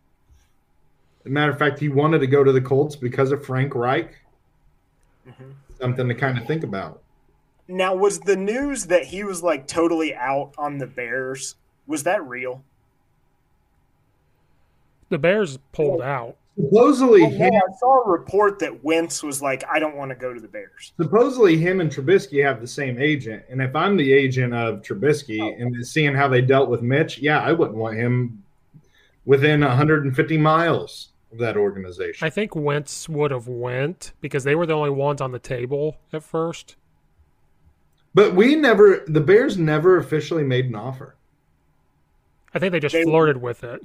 As a matter of fact, he wanted to go to the Colts because of Frank Reich. Something to kind of think about. Now, was the news that he was like totally out on the Bears? Was that real? The Bears pulled out. Supposedly, Well, him, Oh, yeah, I saw a report that Wentz was like, "I don't want to go to the Bears." supposedly him and Trubisky have the same agent. And if I'm the agent of Trubisky and seeing how they dealt with Mitch, yeah, I wouldn't want him within 150 miles of that organization. I think Wentz would have went because they were the only ones on the table at first. But we never, the Bears never officially made an offer. I think they just flirted with it.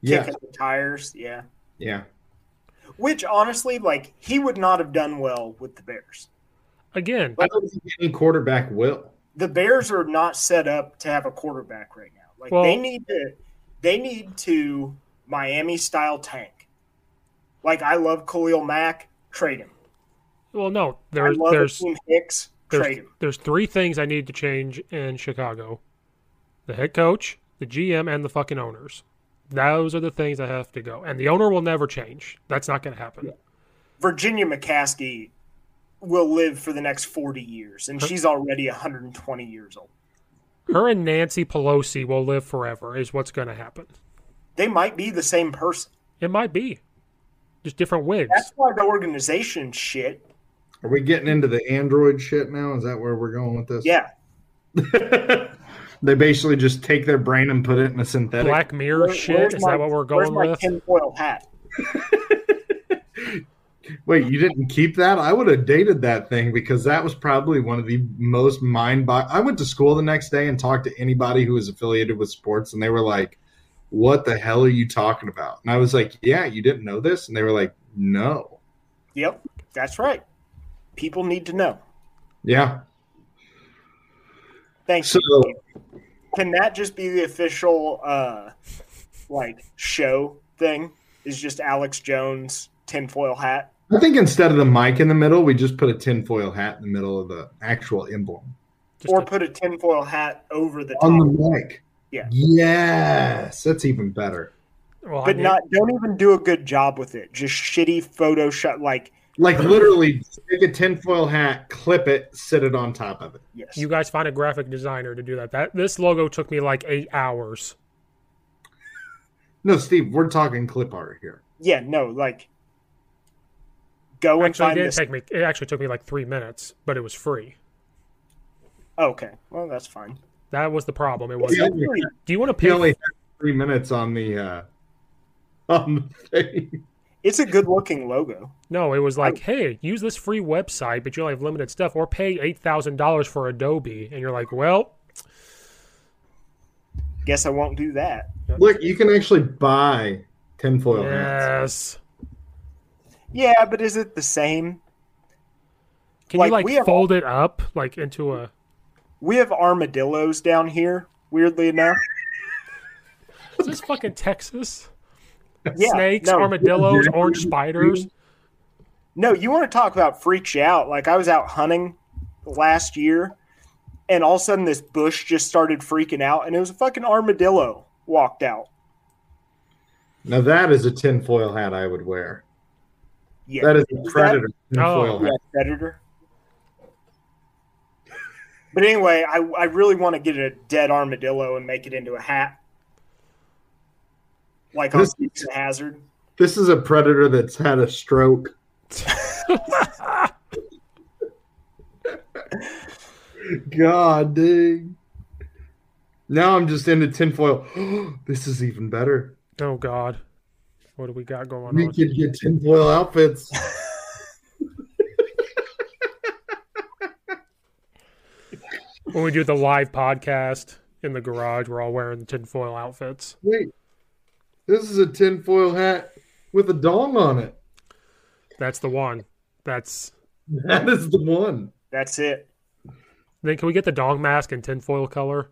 Yeah. Kicking the tires, yeah. Yeah. Which honestly, like, he would not have done well with the Bears. Again, I don't think any quarterback will. The Bears are not set up to have a quarterback right now. Like, Well- they need to, they need to Miami style tank. Like, I love Khalil Mack, trade him. Well, no, I there's love there's Akeem Hicks, trade there's, him. there's three things I need to change in Chicago: the head coach, the GM, and the fucking owners. Those are the things I have to go, and the owner will never change. That's not going to happen. Virginia McCaskey will live for the next 40 years, and she's already 120 years old. Her and Nancy Pelosi will live forever. Is what's going to happen. They might be the same person. It might be just different wigs. That's why the organization shit. Are we getting into the Android shit now? Is that where we're going with this? Yeah. They basically just take their brain and put it in a synthetic. Black Mirror shit. Is that what we're where's going my with? tinfoil hat? Wait, you didn't keep that? I would have dated that thing because that was probably one of the most mind bog. I went to school the next day and talked to anybody who was affiliated with sports, and they were like, What the hell are you talking about? And I was like, Yeah, you didn't know this? And they were like, No. Yep, that's right. People need to know. Yeah. Thanks. So Can that just be the official, uh, like, show thing? Is just Alex Jones tinfoil hat? I think instead of the mic in the middle, we just put a tinfoil hat in the middle of the actual emblem or put a tinfoil hat over the top. on the mic. Yeah. Yes, that's even better. Well, I but need- not don't even do a good job with it. Just shitty Photoshop, like Like literally, take a tinfoil hat, clip it, sit it on top of it. Yes. You guys find a graphic designer to do that. That this logo took me like eight hours. No, Steve, we're talking clip art here. Yeah, no, like go and actually, it find didn't this. take me. It actually took me like three minutes, but it was free. Oh, Okay, well that's fine. That was the problem. It was. Yeah. Do you want to He pay? only had three minutes on the uh on the thing. It's a good looking logo. No, it was like, hey, use this free website, but you only have limited stuff, or pay eight thousand dollars for Adobe, and you're like, well, Guess I won't do that. Look, you can actually buy tinfoil hats. Yeah, but is it the same? can Like, you like we have- fold it up like into a? We have armadillos down here, weirdly enough. Is this fucking Texas? Yeah, Snakes, no. armadillos, orange spiders. No, you want to talk about freaks you out. Like I was out hunting last year and all of a sudden this bush just started freaking out and it was a fucking armadillo walked out. Now that is a tinfoil hat I would wear. Yeah. That is a predator tinfoil Yeah, hat. predator. But anyway, I, I really want to get a dead armadillo and make it into a hat. Like on This- Dukes of Hazard. This is a predator that's had a stroke. God dang. Now I'm just into tinfoil. this is even better. Oh God, what do we got going We Oh, on? could get tinfoil outfits. When we do the live podcast in the garage, we're all wearing tinfoil outfits. Wait, this is a tinfoil hat with a dong on it. That's the one. That's That is the one. That's it. Then can we get the dog mask in tinfoil color?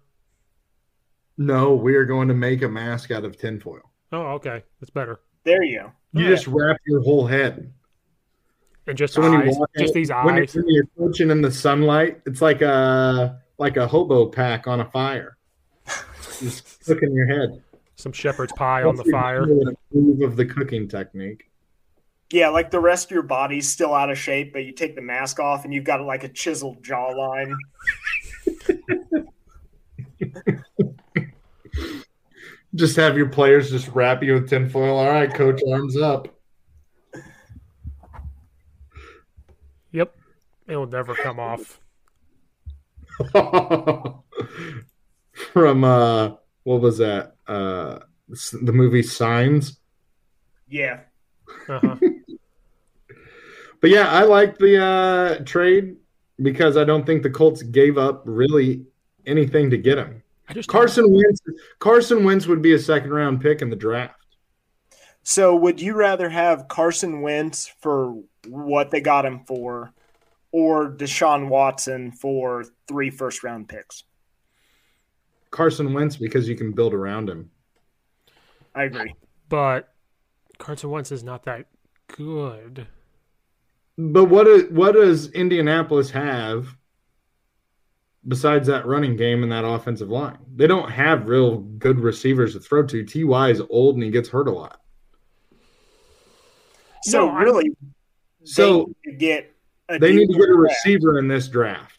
No, we are going to make a mask out of tinfoil. Oh, okay, that's better. There you go. You just wrap your whole head. And just So when you eyes, walk just out- these when you- eyes. when you're approaching in the sunlight, it's like a like a hobo pack on a fire. Just cooking your head. Some shepherd's pie on the fire. Move of the cooking technique. Yeah, like the rest of your body's still out of shape, but you take the mask off and you've got like a chiseled jawline. Just have your players just wrap you with tinfoil. All right, coach, arms up. Yep, it'll never come off. From uh, what was that? Uh, s- the movie Signs. Yeah. Uh-huh. But yeah, I like the uh, trade because I don't think the Colts gave up really anything to get him. I just Carson Wentz. Carson Wentz would be a second round pick in the draft. So, would you rather have Carson Wentz for what they got him for, or Deshaun Watson for three first round picks? Carson Wentz because you can build around him. I agree. But Carson Wentz is not that good. But what is, what does Indianapolis have besides that running game and that offensive line? They don't have real good receivers to throw to. Ty is old and he gets hurt a lot. So, No, I'm- really, So they need to get a they need to get a receiver. receiver in this draft.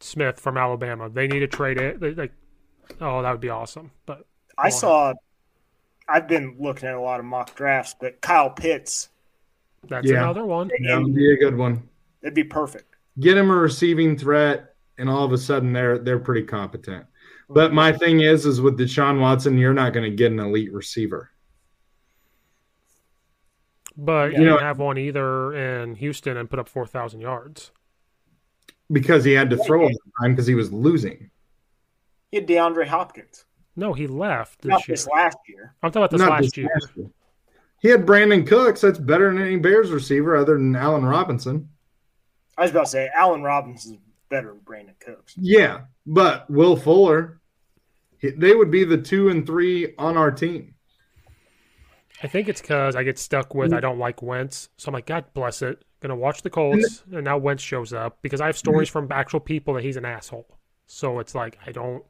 Smith from Alabama. They need to trade it. They, like, oh, that would be awesome. But I saw I've been looking at a lot of mock drafts, but Kyle Pitts. That's another one. That would be a good one. That'd be perfect. Get him a receiving threat, and all of a sudden they're they're pretty competent. But my thing is, is with Deshaun Watson, you're not going to get an elite receiver. But Yeah. you You know- didn't have one either in Houston and put up 4,000 yards. because he had to throw all the time because he was losing. You had DeAndre Hopkins. No, he left Not this year. this last year. I'm talking about this Not last this year. last year. He had Brandon Cooks. That's better than any Bears receiver other than Allen Robinson. I was about to say Allen Robinson's better than Brandon Cooks. Yeah, but Will Fuller, he- they would be the two and three on our team. I think it's because I get stuck with I don't like Wentz, so I'm like, God bless it. Gonna watch the Colts, and now Wentz shows up because I have stories from actual people that he's an asshole. So it's like I don't.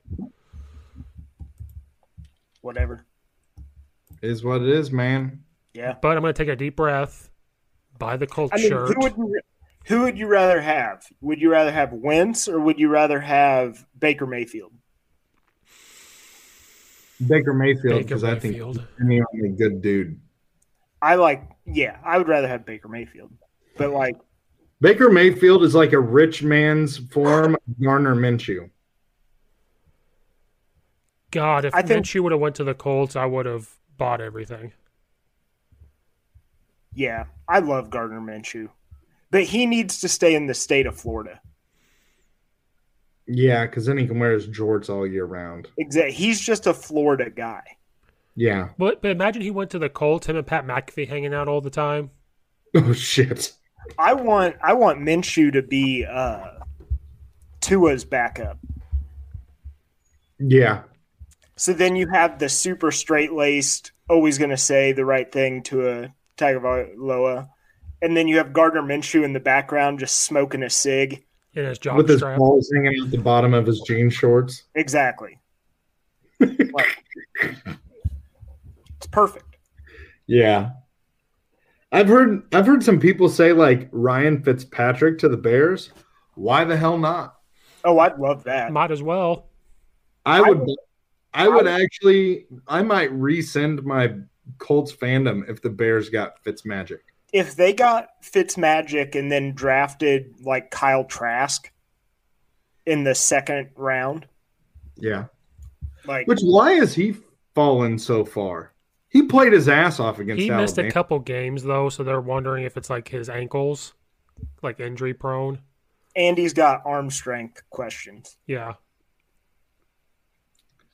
Whatever. Is what it is, man. Yeah. But I'm gonna take a deep breath, buy the Colts I mean, shirt. who would you, who would you rather have? Would you rather have Wentz or would you rather have Baker Mayfield? Baker Mayfield, Baker because I think he's Mayfield. the only good dude. I like, yeah, I would rather have Baker Mayfield, but like, Baker Mayfield is like a rich man's form of Garner Minshew. God, if I think- Minshew would have went to the Colts, I would have bought everything. yeah, I love Gardner Minshew, but he needs to stay in the state of Florida. Yeah, because then he can wear his jorts all year round. Exactly. He's just a Florida guy. Yeah. But but imagine he went to the Colts, him and Pat McAfee hanging out all the time. Oh shit. I want, I want Minshew to be uh, Tua's backup. Yeah. So then you have the super straight laced, always going to say the right thing to a Tagovailoa, and then you have Gardner Minshew in the background just smoking a cig. In his job With his strap. balls hanging at the bottom of his jean shorts. Exactly. Like, it's perfect. Yeah. I've heard I've heard some people say like Ryan Fitzpatrick to the Bears. Why the hell not? Oh, I'd love that. Might as well. I would I would actually I might resend my Colts fandom if the Bears got Fitzmagic. If they got Fitzmagic and then drafted like Kyle Trask in the second round, Yeah. like Which why has he fallen so far? He played his ass off against He Alabama. missed a couple games though, so they're wondering if it's like his ankles, like injury prone. Andy's got arm strength questions, Yeah.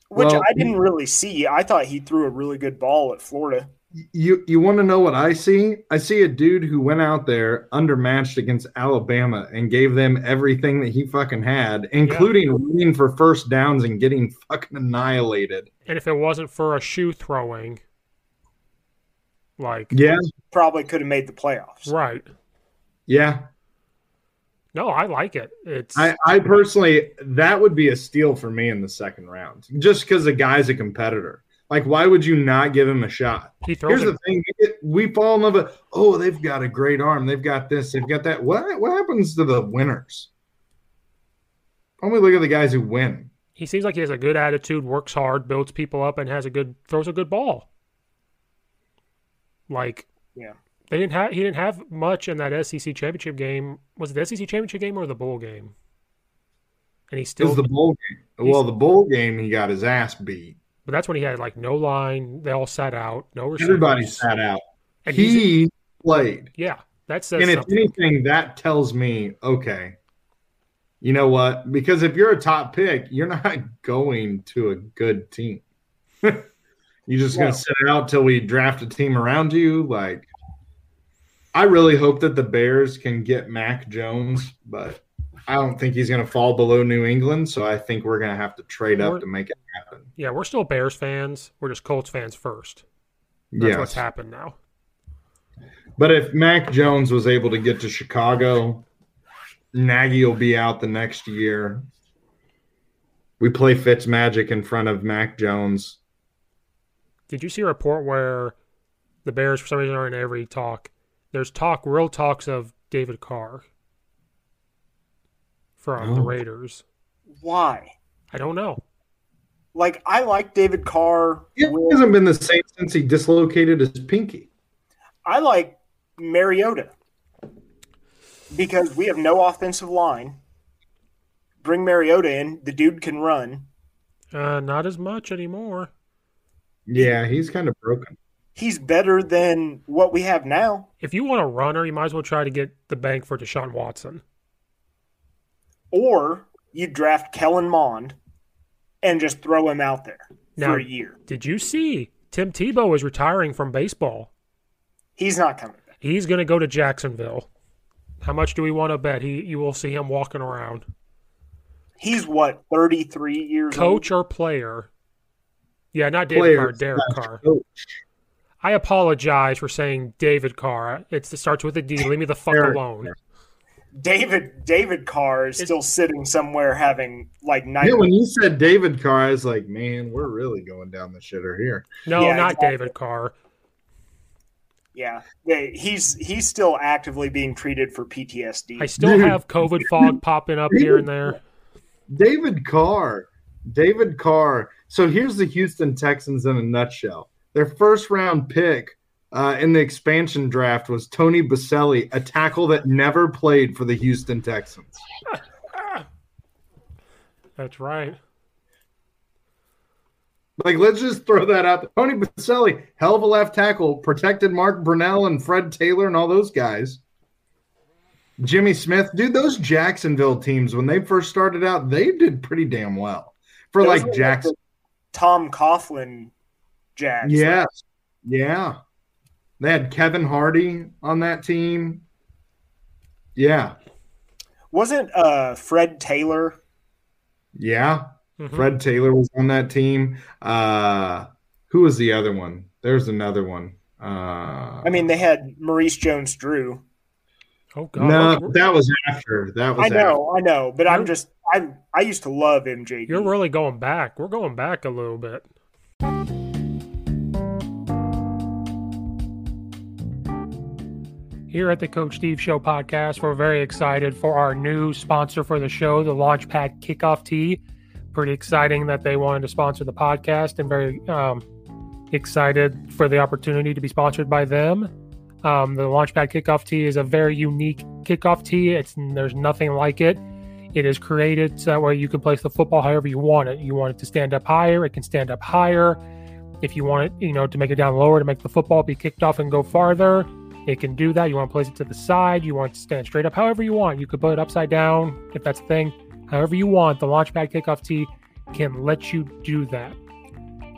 which Well- I didn't really see. I thought he threw a really good ball at Florida. you you want to know what I see? I see a dude who went out there undermatched against Alabama and gave them everything that he fucking had, including running for first downs and getting fucking annihilated. And if it wasn't for a shoe throwing, like Yeah, Probably could have made the playoffs. right? yeah. No, I like it. It's I, I personally that would be a steal for me in the second round, just because the guy's a competitor. Like, why would you not give him a shot? he throws Here's it. the thing: we get- we fall in love with, oh, they've got a great arm, they've got this, they've got that. What what happens to the winners? Only look at the guys who win. he seems like he has a good attitude, works hard, builds people up, and has a good throws a good ball. Like Yeah. they didn't have he didn't have much in that SEC championship game. Was it the SEC championship game or the bowl game? And he It still was the bowl game. he's- Well, the bowl game, he got his ass beat. But that's when he had like no line. They all sat out. No receivers. Everybody sat out. And he's- He played, yeah, that says and if something. anything, that tells me, okay, you know what? Because if you're a top pick, you're not going to a good team. You're just No. gonna sit it out till we draft a team around you. Like, I really hope that the Bears can get Mac Jones, but I don't think he's gonna fall below New England. So I think we're gonna have to trade up We're- to make it happen. yeah, we're still Bears fans. We're just Colts fans first. That's Yes. what's happened now. But if Mac Jones was able to get to Chicago, Nagy will be out the next year. We play Fitz Magic in front of Mac Jones. Did you see a report where the Bears, for some reason, are in every talk? There's talk, real talks of David Carr from the Oh. Raiders. Why? I don't know. Like I like David Carr. Yeah, it hasn't been the same since he dislocated his pinky. I like Mariota because we have no offensive line. Bring Mariota in. The dude can run. Uh, not as much anymore. Yeah, he's kind of broken. He's better than what we have now. If you want a runner, you might as well try to get the bank for Deshaun Watson. Or you draft Kellen Mond and just throw him out there now, for a year. Did you see Tim Tebow is retiring from baseball? He's not coming back. He's going to go to Jacksonville. How much do we want to bet he you will see him walking around? He's what, 33 years Coach old? or player? Yeah, not David Players, Carr, Derek Carr. Coach. I apologize for saying David Carr. It's, it starts with a D. Leave me the fuck Derek. alone. David David Carr is it's, still sitting somewhere having like night. Yeah, when you said David Carr, I was like, man, we're really going down the shitter here. No, yeah, not exactly. David Carr. Yeah, he's he's still actively being treated for PTSD. I still Dude. have COVID fog popping up David, here and there. David Carr, David Carr. So here's the Houston Texans in a nutshell. Their first round pick uh, in the expansion draft was Tony Baselli, a tackle that never played for the Houston Texans. That's right. Like, let's just throw that out. Tony Baselli, hell of a left tackle, protected Mark Brunell and Fred Taylor and all those guys. Jimmy Smith, dude, those Jacksonville teams when they first started out, they did pretty damn well for those like Jackson. Like Tom Coughlin, Jags. Yes, yeah. They had Kevin Hardy on that team. Yeah. Wasn't uh Fred Taylor? Yeah. Mm-hmm. Fred Taylor was on that team. Uh who was the other one? There's another one. Uh I mean they had Maurice Jones Drew. Oh god. No, that was after. That was I know, after. I know, but I'm just I I used to love MJ. You're really going back. We're going back a little bit. here at the Coach Steve Show podcast. We're very excited for our new sponsor for the show, the Launchpad Kickoff Tea. Pretty exciting that they wanted to sponsor the podcast, and very um, excited for the opportunity to be sponsored by them. Um, the Launchpad Kickoff Tea is a very unique kickoff tea. It's there's nothing like it. It is created so that way you can place the football however you want it. You want it to stand up higher, it can stand up higher. If you want it, you know, to make it down lower to make the football be kicked off and go farther, it can do that. You want to place it to the side. You want to stand straight up, however you want. You could put it upside down if that's the thing. However you want, the Launchpad Kickoff Tee can let you do that.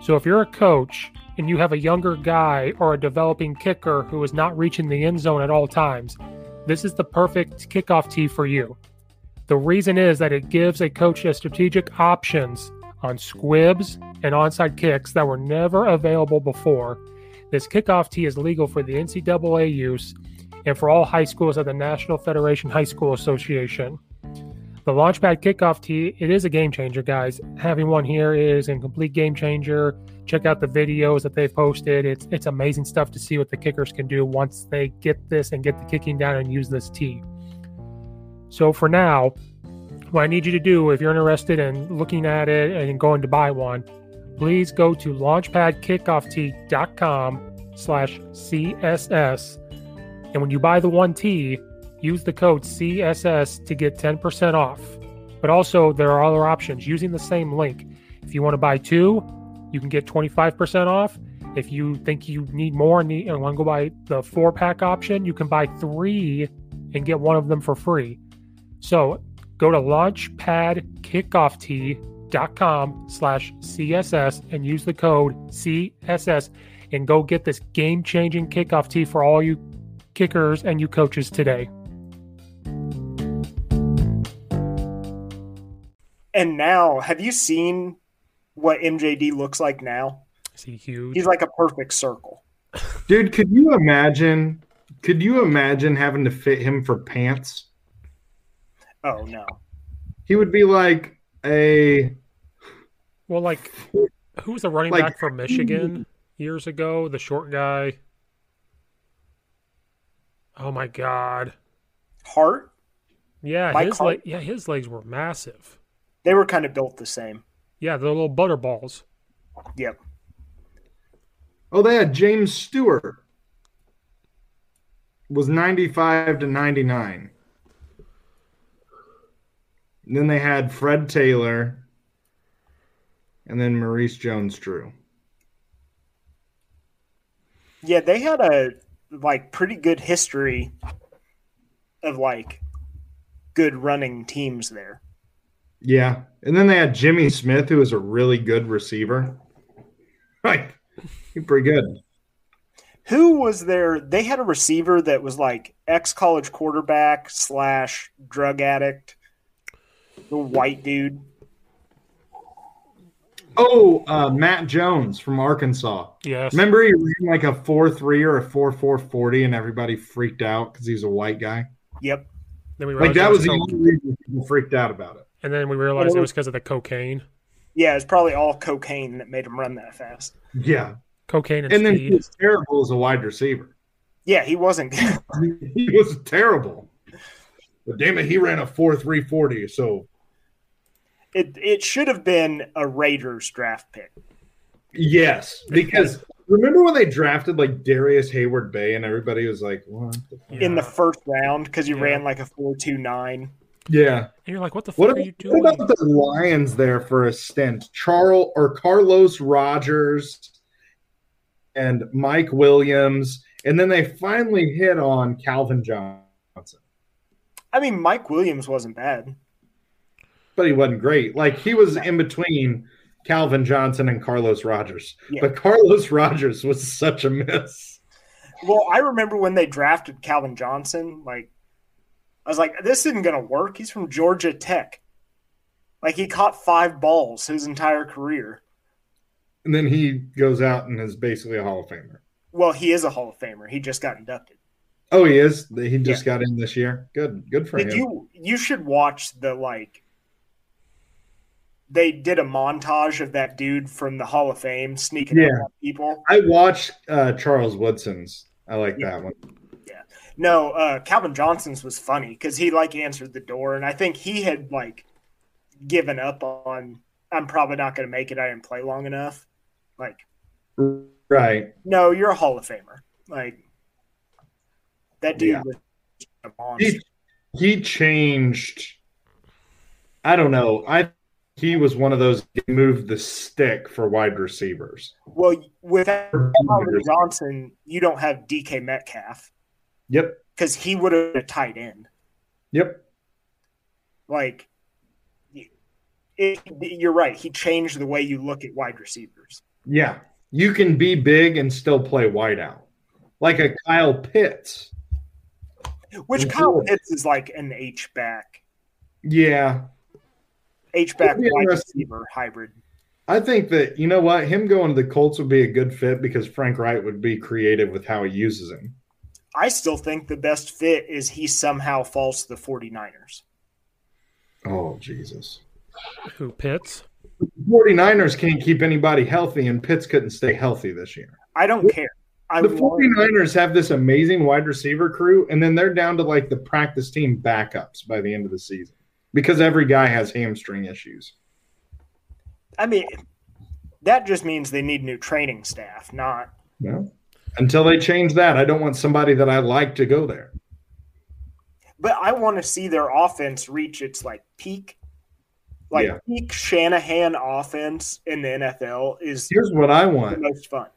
So if you're a coach and you have a younger guy or a developing kicker who is not reaching the end zone at all times, this is the perfect kickoff tee for you. The reason is that it gives a coach a strategic options on squibs and onside kicks that were never available before. This kickoff tee is legal for the NCAA use and for all high schools at the National Federation High School Association. The Launchpad kickoff tee, it is a game changer, guys. Having one here is a complete game changer. Check out the videos that they've posted. It's it's amazing stuff to see what the kickers can do once they get this and get the kicking down and use this tee. So for now, what I need you to do if you're interested in looking at it and going to buy one, please go to launchpadkickofftea.com slash css and when you buy the one t use the code css to get 10% off but also there are other options using the same link if you want to buy two you can get 25% off if you think you need more and, need, and want to go buy the four pack option you can buy three and get one of them for free so go to launchpadkickofftea.com dot com slash css and use the code css and go get this game-changing kickoff tee for all you kickers and you coaches today and now have you seen what mjd looks like now is he huge he's like a perfect circle dude could you imagine could you imagine having to fit him for pants oh no he would be like a well like who was the running like, back from mm. michigan years ago the short guy oh my god hart yeah Mike his hart? Le- yeah his legs were massive they were kind of built the same Yeah, the little butter balls. Yep. Oh, they had James Stewart. Was 95 to 99. And then they had Fred Taylor and then Maurice Jones Drew. Yeah, they had a like pretty good history of like good running teams there. Yeah. And then they had Jimmy Smith, who is a really good receiver. Right. He's pretty good. Who was there? They had a receiver that was like ex college quarterback slash drug addict, the white dude. Oh, uh, Matt Jones from Arkansas. Yes. Remember he ran like a 4 3 or a 4 4 40 and everybody freaked out because he's a white guy? Yep. Then we Like realized that it was the coke. only reason people freaked out about it. And then we realized it was because of the cocaine. Yeah, it's probably all cocaine that made him run that fast. Yeah. Cocaine and, And then he speed. was terrible as a wide receiver. Yeah, he wasn't. he was terrible. But damn it, he ran a 4 3 40. So, It it should have been a Raiders draft pick. yes. Because remember when they drafted like Darius Hayward Bay and everybody was like, what? the fuck? in the first round because you ran like a four two nine. Yeah. And you're like, what the fuck What are about, you doing? what about the Lions there for a stint? Charles or Carlos Rogers and Mike Williams. And then they finally hit on Calvin Johnson, I mean, Mike Williams wasn't bad. but he wasn't great. Like he was in between Calvin Johnson and Carlos Rogers. Yeah. But Carlos Rogers was such a miss. Well, I remember when they drafted Calvin Johnson. Like, I was like, this isn't going to work. He's from Georgia Tech. Like, he caught five balls his entire career. And then he goes out and is basically a Hall of Famer. Well, he is a Hall of Famer. He just got inducted. Oh, he is. He just got in this year. Good. Good for Did him. you? You should watch the like. They did a montage of that dude from the Hall of Fame sneaking Yeah. out on people. I watched uh, Charles Woodson's. I like that one. No, uh, Calvin Johnson's was funny because he like answered the door, and I think he had like given up on. I'm probably not going to make it. I didn't play long enough. Like, Right. no, you're a Hall of Famer. Like that dude Yeah. was a monster. He, he changed. I don't know. I he was one of those he moved the stick for wide receivers. Well, without Calvin Johnson, you don't have DK Metcalf Yep. because he would have been a tight end. Yep. Like, it, you're right. He changed the way you look at wide receivers. Yeah. You can be big and still play wide out. Like a Kyle Pitts. Which Kyle Pitts is like an H back, Yeah. H back It'd be wide interesting. receiver hybrid. I think that you know what, him going to the Colts would be a good fit because Frank Wright would be creative with how he uses him. I still think the best fit is he somehow falls to the 49ers. Oh Jesus. Who pits? 49ers can't keep anybody healthy and Pitts couldn't stay healthy this year. I don't care. I the want- 49ers have this amazing wide receiver crew, and then they're down to like the practice team backups by the end of the season because every guy has hamstring issues. I mean, that just means they need new training staff, not Yeah. Until they change that, I don't want somebody that I like to go there. but I want to see their offense reach its like peak, like Yeah. peak Shanahan offense in the NFL is Here's what I the want most fun.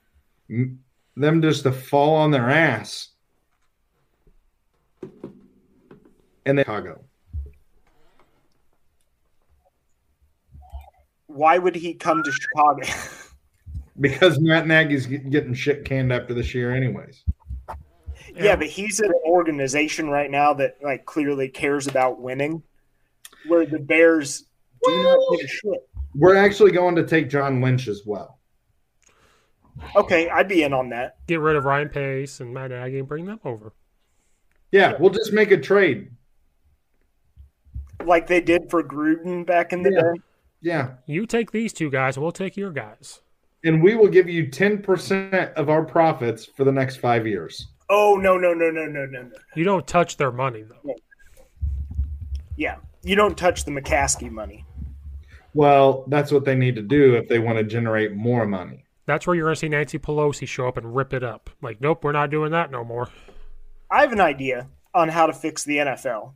M- them just to fall on their ass. And then Chicago. Why would he come to Chicago? Because Matt Nagy's get- getting shit canned after this year, anyways. yeah. but he's at an organization right now that like clearly cares about winning, where the Bears do not give a shit. We're actually going to take John Lynch as well. Okay, I'd be in on that. Get rid of Ryan Pace and Matt Nagy and bring them over. Yeah, we'll just make a trade. Like they did for Gruden back in the Yeah. day. Yeah. You take these two guys, and we'll take your guys. and we will give you 10% of our profits for the next five years. Oh no no no no no no no. You don't touch their money though. Yeah, you don't touch the McCaskey money. Well, that's what they need to do if they want to generate more money. That's where you're going to see Nancy Pelosi show up and rip it up. Like, nope, we're not doing that no more. I have an idea on how to fix the NFL.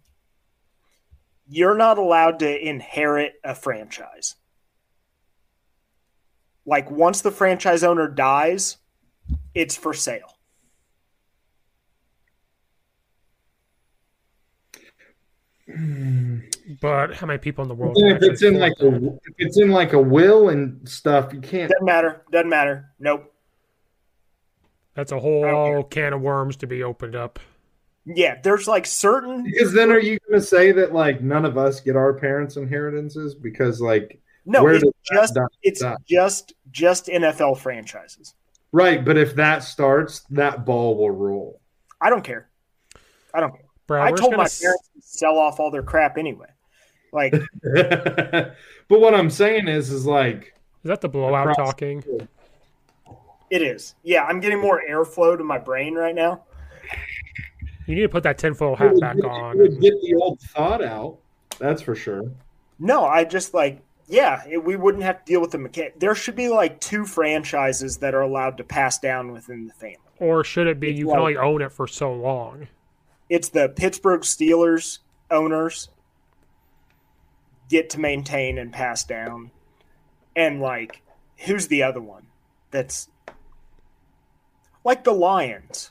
You're not allowed to inherit a franchise. Like, once the franchise owner dies, it's for sale. But how many people in the world? Well, can if it's actually in like a afford if it's in like a will and stuff, you can't. Doesn't matter. Doesn't matter. Nope. That's a whole can of worms to be opened up. Yeah, there's like certain. Because then, are you going to say that like none of us get our parents' inheritances? Because like No, where it's does that just dot it's stop? just just NFL franchises. right. But if that starts, that ball will roll. I don't care. I don't care. Bro, I we're just told gonna my s- parents to sell off all their crap anyway. Like but what I'm saying is, is like is that the blowout across- talking? it is. Yeah, I'm getting more airflow to my brain right now. You need to put that tinfoil You hat would back get- on. you would get the old thought out. That's for sure. No, I just like yeah, it, we wouldn't have to deal with the mechanic. There should be like two franchises that are allowed to pass down within the family. Or should it be you can only like- own it for so long? It's the Pittsburgh Steelers owners get to maintain and pass down, and like who's the other one? That's like the Lions.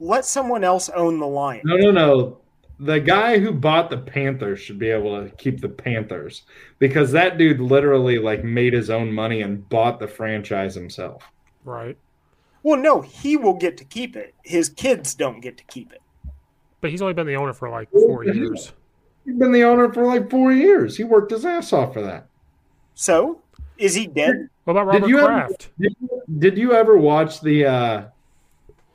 Let someone else own the Lions. No, no, no. The guy who bought the Panthers should be able to keep the Panthers because that dude literally like made his own money and bought the franchise himself. Right. Well, no, he will get to keep it. His kids don't get to keep it. But he's only been the owner for like four years. He's been the owner for like four years. He worked his ass off for that. So, is he dead? What about did you ever did you, did you ever watch the uh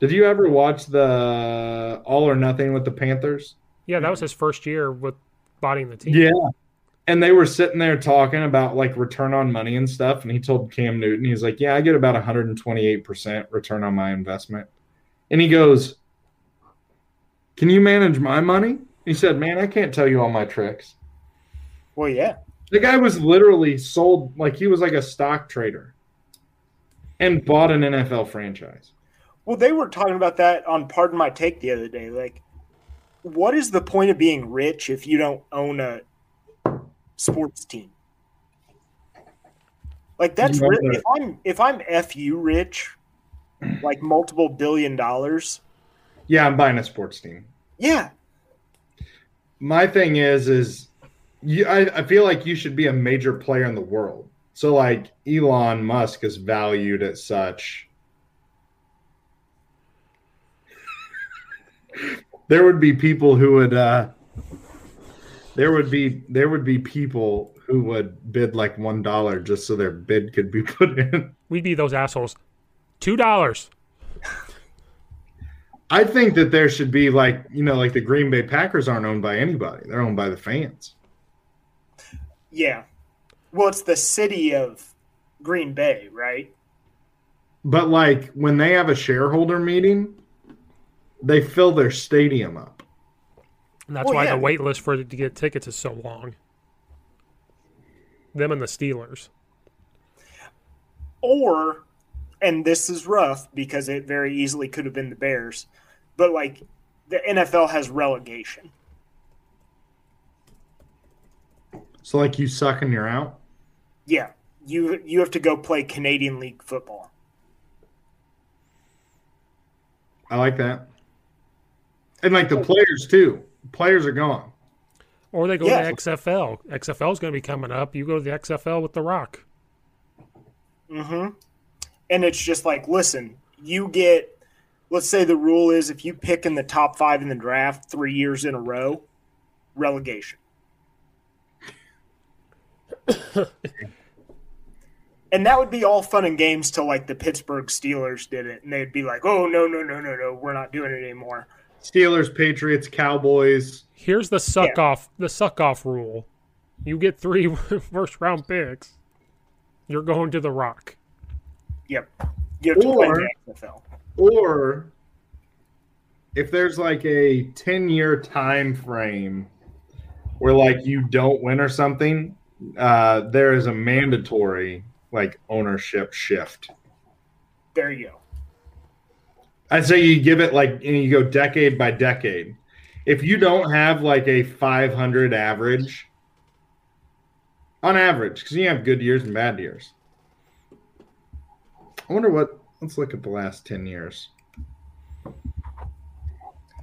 did you ever watch the All or Nothing with the Panthers? Yeah, that was his first year with botting the team. Yeah. And they were sitting there talking about like return on money and stuff. And he told Cam Newton, he's like, Yeah, I get about 128% return on my investment. And he goes, Can you manage my money? He said, Man, I can't tell you all my tricks. Well, yeah. The guy was literally sold, like he was like a stock trader and bought an NFL franchise. Well, they were talking about that on Pardon My Take the other day. Like, what is the point of being rich if you don't own a sports team? Like that's You know ri- that- if I'm if I'm fu rich, like multiple billion dollars. Yeah, I'm buying a sports team. Yeah, my thing is is you I, I feel like you should be a major player in the world so like elon musk is valued at such there would be people who would uh there would be there would be people who would bid like one dollar just so their bid could be put in We'd be those assholes. Two dollars. i think that there should be like you know like the green bay packers aren't owned by anybody they're owned by the fans yeah. Well, it's the city of Green Bay, right? But like when they have a shareholder meeting, they fill their stadium up. And that's Well, why yeah. the wait list for to get tickets is so long. Them and the Steelers. Or, and this is rough because it very easily could have been the Bears, but like the NFL has relegation. So like you suck and you're out. Yeah, you you have to go play Canadian League football. I like that. And like Oh. the players too. Players are gone. Or they go yeah. to XFL. XFL is going to be coming up. You go to the XFL with The Rock. Mm-hmm. And it's just like, listen, you get. Let's say the rule is if you pick in the top five in the draft three years in a row, relegation. and that would be all fun and games till like the Pittsburgh Steelers did it, and they'd be like, "Oh no, no, no, no, no, we're not doing it anymore." Steelers, Patriots, Cowboys. Here's the suck yeah. off the suck off rule. You get three first round picks. You're going to the Rock. Yep. You have to or, play the NFL. Or if there's like a ten year time frame where like you don't win or something, uh, there is a mandatory like ownership shift. There you go. I'd say you give it like and you go decade by decade. If you don't have like a 500 average on average, because you have good years and bad years. I wonder what. Let's look at the last 10 years.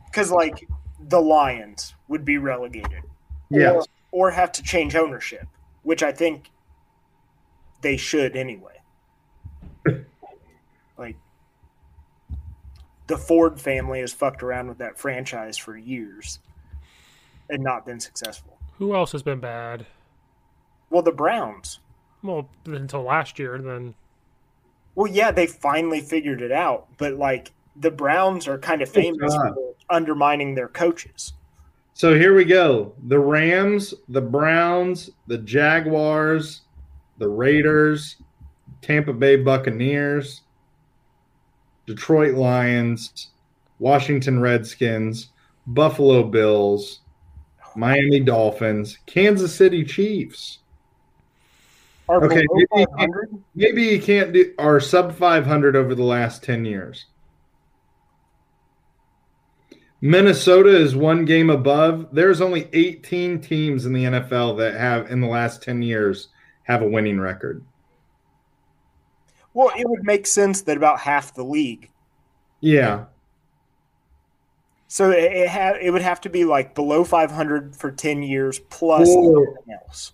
Because like the Lions would be relegated, yeah, or, or have to change ownership, which I think they should anyway. like the Ford family has fucked around with that franchise for years and not been successful. Who else has been bad? Well, the Browns. Well, until last year, then. Well, yeah, they finally figured it out, but like the Browns are kind of famous for undermining their coaches. So here we go: the Rams, the Browns, the Jaguars, the Raiders, Tampa Bay Buccaneers, Detroit Lions, Washington Redskins, Buffalo Bills, Miami Dolphins, Kansas City Chiefs. Are okay, maybe you, maybe you, can't, do are sub 500 over the last 10 years. Minnesota is one game above. There's only 18 teams in the NFL that have in the last 10 years have a winning record. Well, it would make sense that about half the league. Yeah. So it it, ha- it would have to be like below 500 for 10 years plus everything else.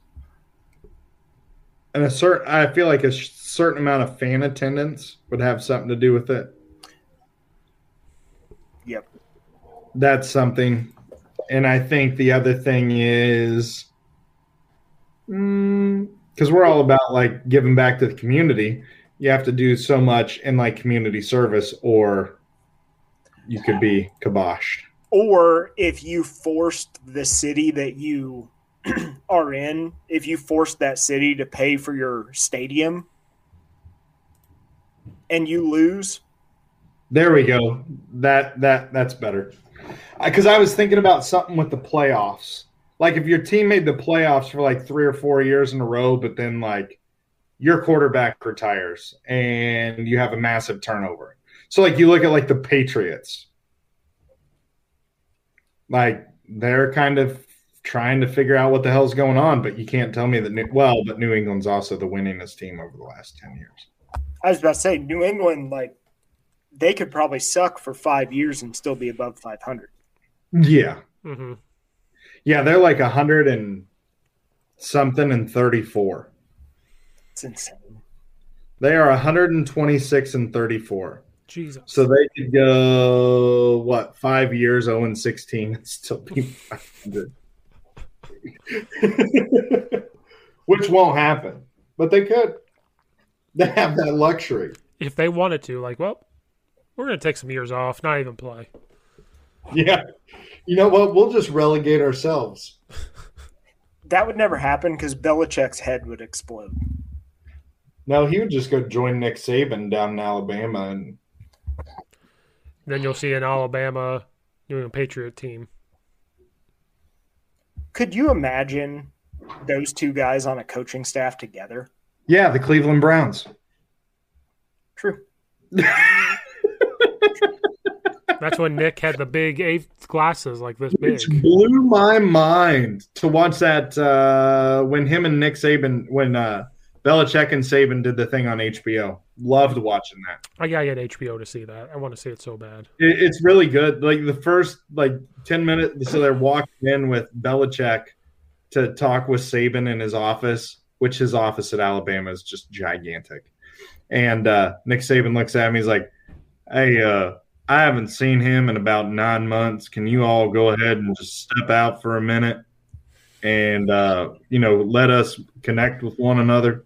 And a certain I feel like a sh- certain amount of fan attendance would have something to do with it. Yep. That's something. And I think the other thing is because we're all about like giving back to the community you have to do so much in like community service or you could be kiboshed or if you forced the city that you are in if you forced that city to pay for your stadium and you lose there we go that that that's better because I, I was thinking about something with the playoffs like if your team made the playoffs for like three or four years in a row, but then like your quarterback retires and you have a massive turnover. So like you look at like the Patriots, like they're kind of trying to figure out what the hell's going on, but you can't tell me that. New, well, but New England's also the winningest team over the last ten years. I was about to say New England, like they could probably suck for five years and still be above five hundred. Yeah. Mm-hmm. Yeah, they're like a hundred and something and thirty-four. It's insane. They are 126 and 34. Jesus. So they could go what five years, 0 and 16, and still be 500. Which won't happen, but they could. They have that luxury. If they wanted to, like, well, we're going to take some years off, not even play. Yeah you know what? We'll just relegate ourselves. that would never happen because Belichick's head would explode. No, he would just go join Nick Saban down in Alabama, and then you'll see an Alabama New England Patriot team. Could you imagine those two guys on a coaching staff together? Yeah, the Cleveland Browns. True. That's when Nick had the big eighth glasses, like this big. It blew my mind to watch that uh, when him and Nick Saban, when uh, Belichick and Saban did the thing on HBO. Loved watching that. I gotta get HBO to see that. I want to see it so bad. It, it's really good. Like the first like ten minutes, so they're walking in with Belichick to talk with Saban in his office, which his office at Alabama is just gigantic. And uh, Nick Saban looks at him. He's like, "Hey, uh, I haven't seen him in about nine months. Can you all go ahead and just step out for a minute and uh, you know let us connect with one another?"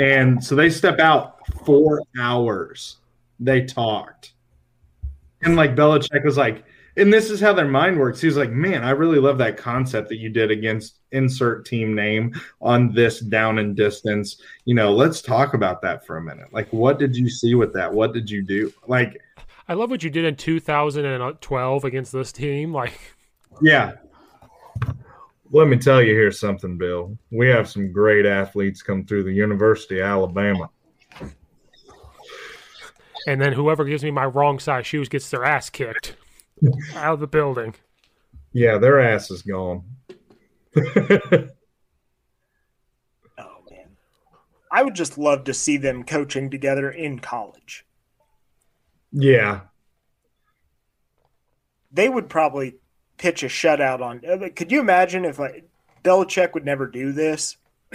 And so they step out four hours. They talked, and like Belichick was like, and this is how their mind works. He was like, "Man, I really love that concept that you did against insert team name on this down and distance. You know, let's talk about that for a minute. Like, what did you see with that? What did you do? Like, I love what you did in 2012 against this team. Like, yeah. Let me tell you here something, Bill. We have some great athletes come through the University of Alabama. and then whoever gives me my wrong size shoes gets their ass kicked out of the building. Yeah, their ass is gone. Oh man, I would just love to see them coaching together in college. yeah. They would probably pitch a shutout on. I mean, Could you imagine if like Belichick would never do this,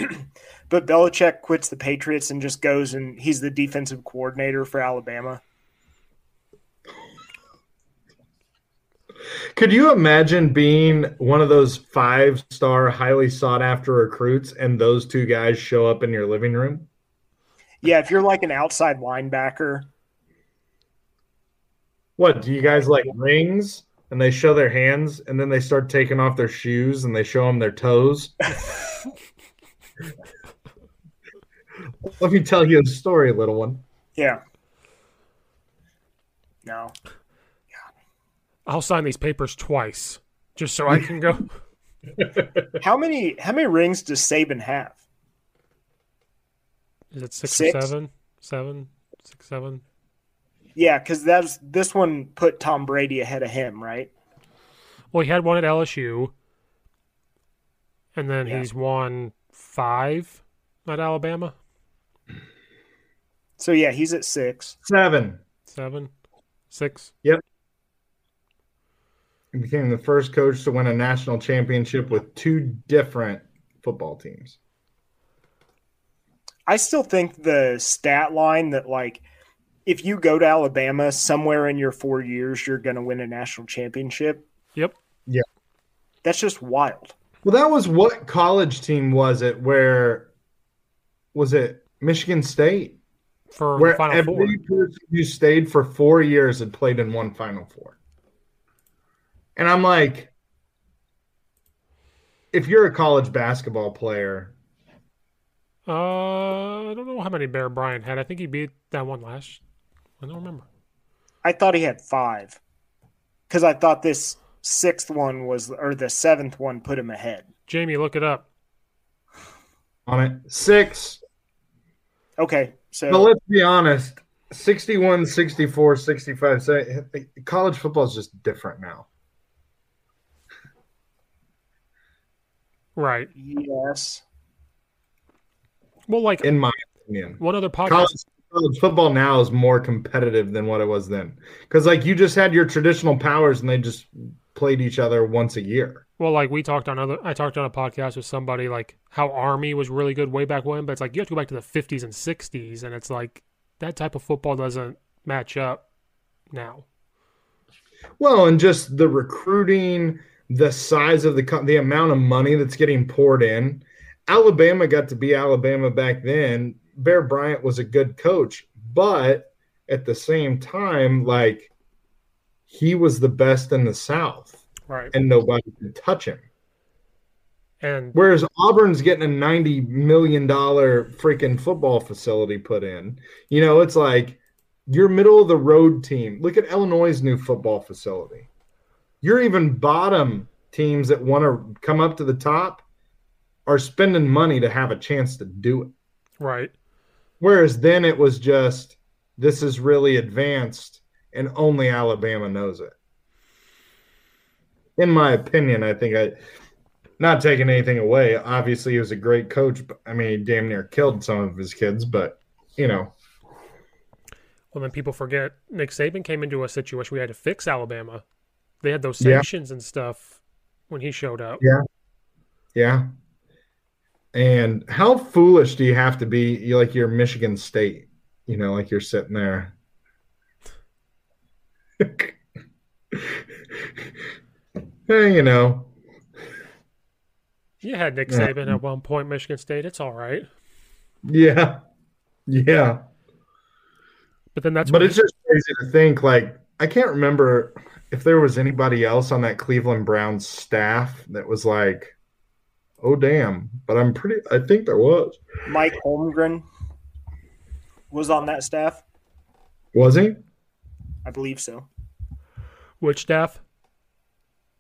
but Belichick quits the Patriots and just goes and he's the defensive coordinator for Alabama. Could you imagine being one of those five star, highly sought after recruits and those two guys show up in your living room? Yeah, if you're like an outside linebacker, What do you guys like rings? And they show their hands and then they start taking off their shoes and they show them their toes. Let me tell you a story, little one. yeah. No, I'll sign these papers twice just so I can go. how many how many rings does Saban have? Is it six, or Six? seven? Seven? Six, seven? Yeah, because that's this one put Tom Brady ahead of him, right? Well, he had one at LSU, and then he's won five at Alabama. So yeah, he's at six. Seven. Seven, six. Yep. He became the first coach to win a national championship with two different football teams. I still think the stat line that like if you go to Alabama somewhere in your four years, you're going to win a national championship. Yep. Yeah. That's just wild. Well, that was what college team was it? Where was it? Michigan State, For where the Final Four. every person who stayed for four years had played in one Final Four. And I'm like, if you're a college basketball player, Uh, I don't know how many Bear Bryant had. I think he beat that one last. I don't remember. I thought he had five because I thought this sixth one was or the seventh one put him ahead. Jamie, look it up. on it six. Okay, so But let's be honest 61, 64, 65. So eh, college football is just different now. Right. yes, Well, like in my opinion. one other podcast. College, college football now is more competitive than what it was then, because like you just had your traditional powers and they just played each other once a year. Well, like we talked on other, I talked on a podcast with somebody like how Army was really good way back when, but it's like you have to go back to the 50s and 60s, and it's like that type of football doesn't match up now. Well, and just the recruiting, the size of the co- the amount of money that's getting poured in. Alabama got to be Alabama back then. Bear Bryant was a good coach, but at the same time, like he was the best in the South, Right. and nobody could touch him. And Whereas Auburn's getting a ninety million dollar freaking football facility put in. You know, it's like your middle of the road team. Look at Illinois' new football facility. Your even bottom teams that want to come up to the top are spending money to have a chance to do it. right. Whereas then it was just this is really advanced and only Alabama knows it. In my opinion, I think I not taking anything away. Obviously, he was a great coach. But, I mean, he damn near killed some of his kids, but you know, Well, then people forget Nick Saban came into a situation we had to fix Alabama. They had those sanctions and stuff when he showed up. yeah, yeah. And how foolish do you have to be? You like you're Michigan State, you know, like you're sitting there. hey, eh, you know, You had Nick Yeah. Saban at one point, Michigan State. It's all right, yeah, yeah. but then that's but when it's just crazy to think like I can't remember if there was anybody else on that Cleveland Browns staff that was like, "Oh damn!" But I'm pretty. I think there was. Mike Holmgren was on that staff. Was he? I believe so. which staff?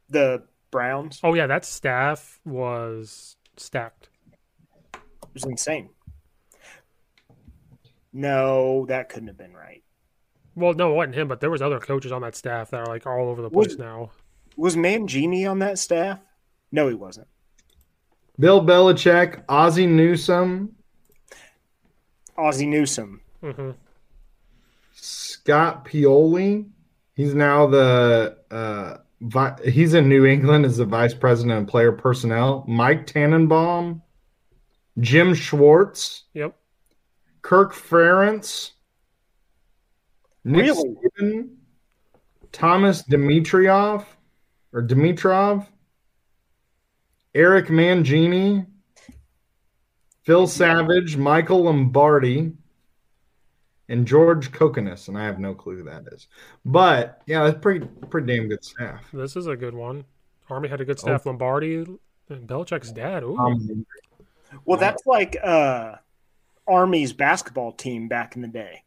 The Browns Oh yeah, that staff was stacked. was insane. No, that couldn't have been right. Well, no, it wasn't him, but there was other coaches on that staff that are like all over the place Was- now. Was Mangini on that staff? No, he wasn't. Bill Belichick, Ozzie Newsome, Ozzie Newsome. Mm-hmm. Scott Pioli. He's now the uh, vi- he's in New England as the vice president of player personnel. Mike Tannenbaum, Jim Schwartz, Yep. Kirk Ferentz, Nick Really? Saban, Thomas Dimitrov or Dimitrov, Eric Mangini, Phil Savage, Michael Lombardi, and George Kokonis, and I have no clue who that is. But yeah, that's pretty pretty damn good staff. This is a good one. Army had a good staff. Lombardi and Belichick's dad. Ooh. Um, Well, that's like uh, Army's basketball team back in the day.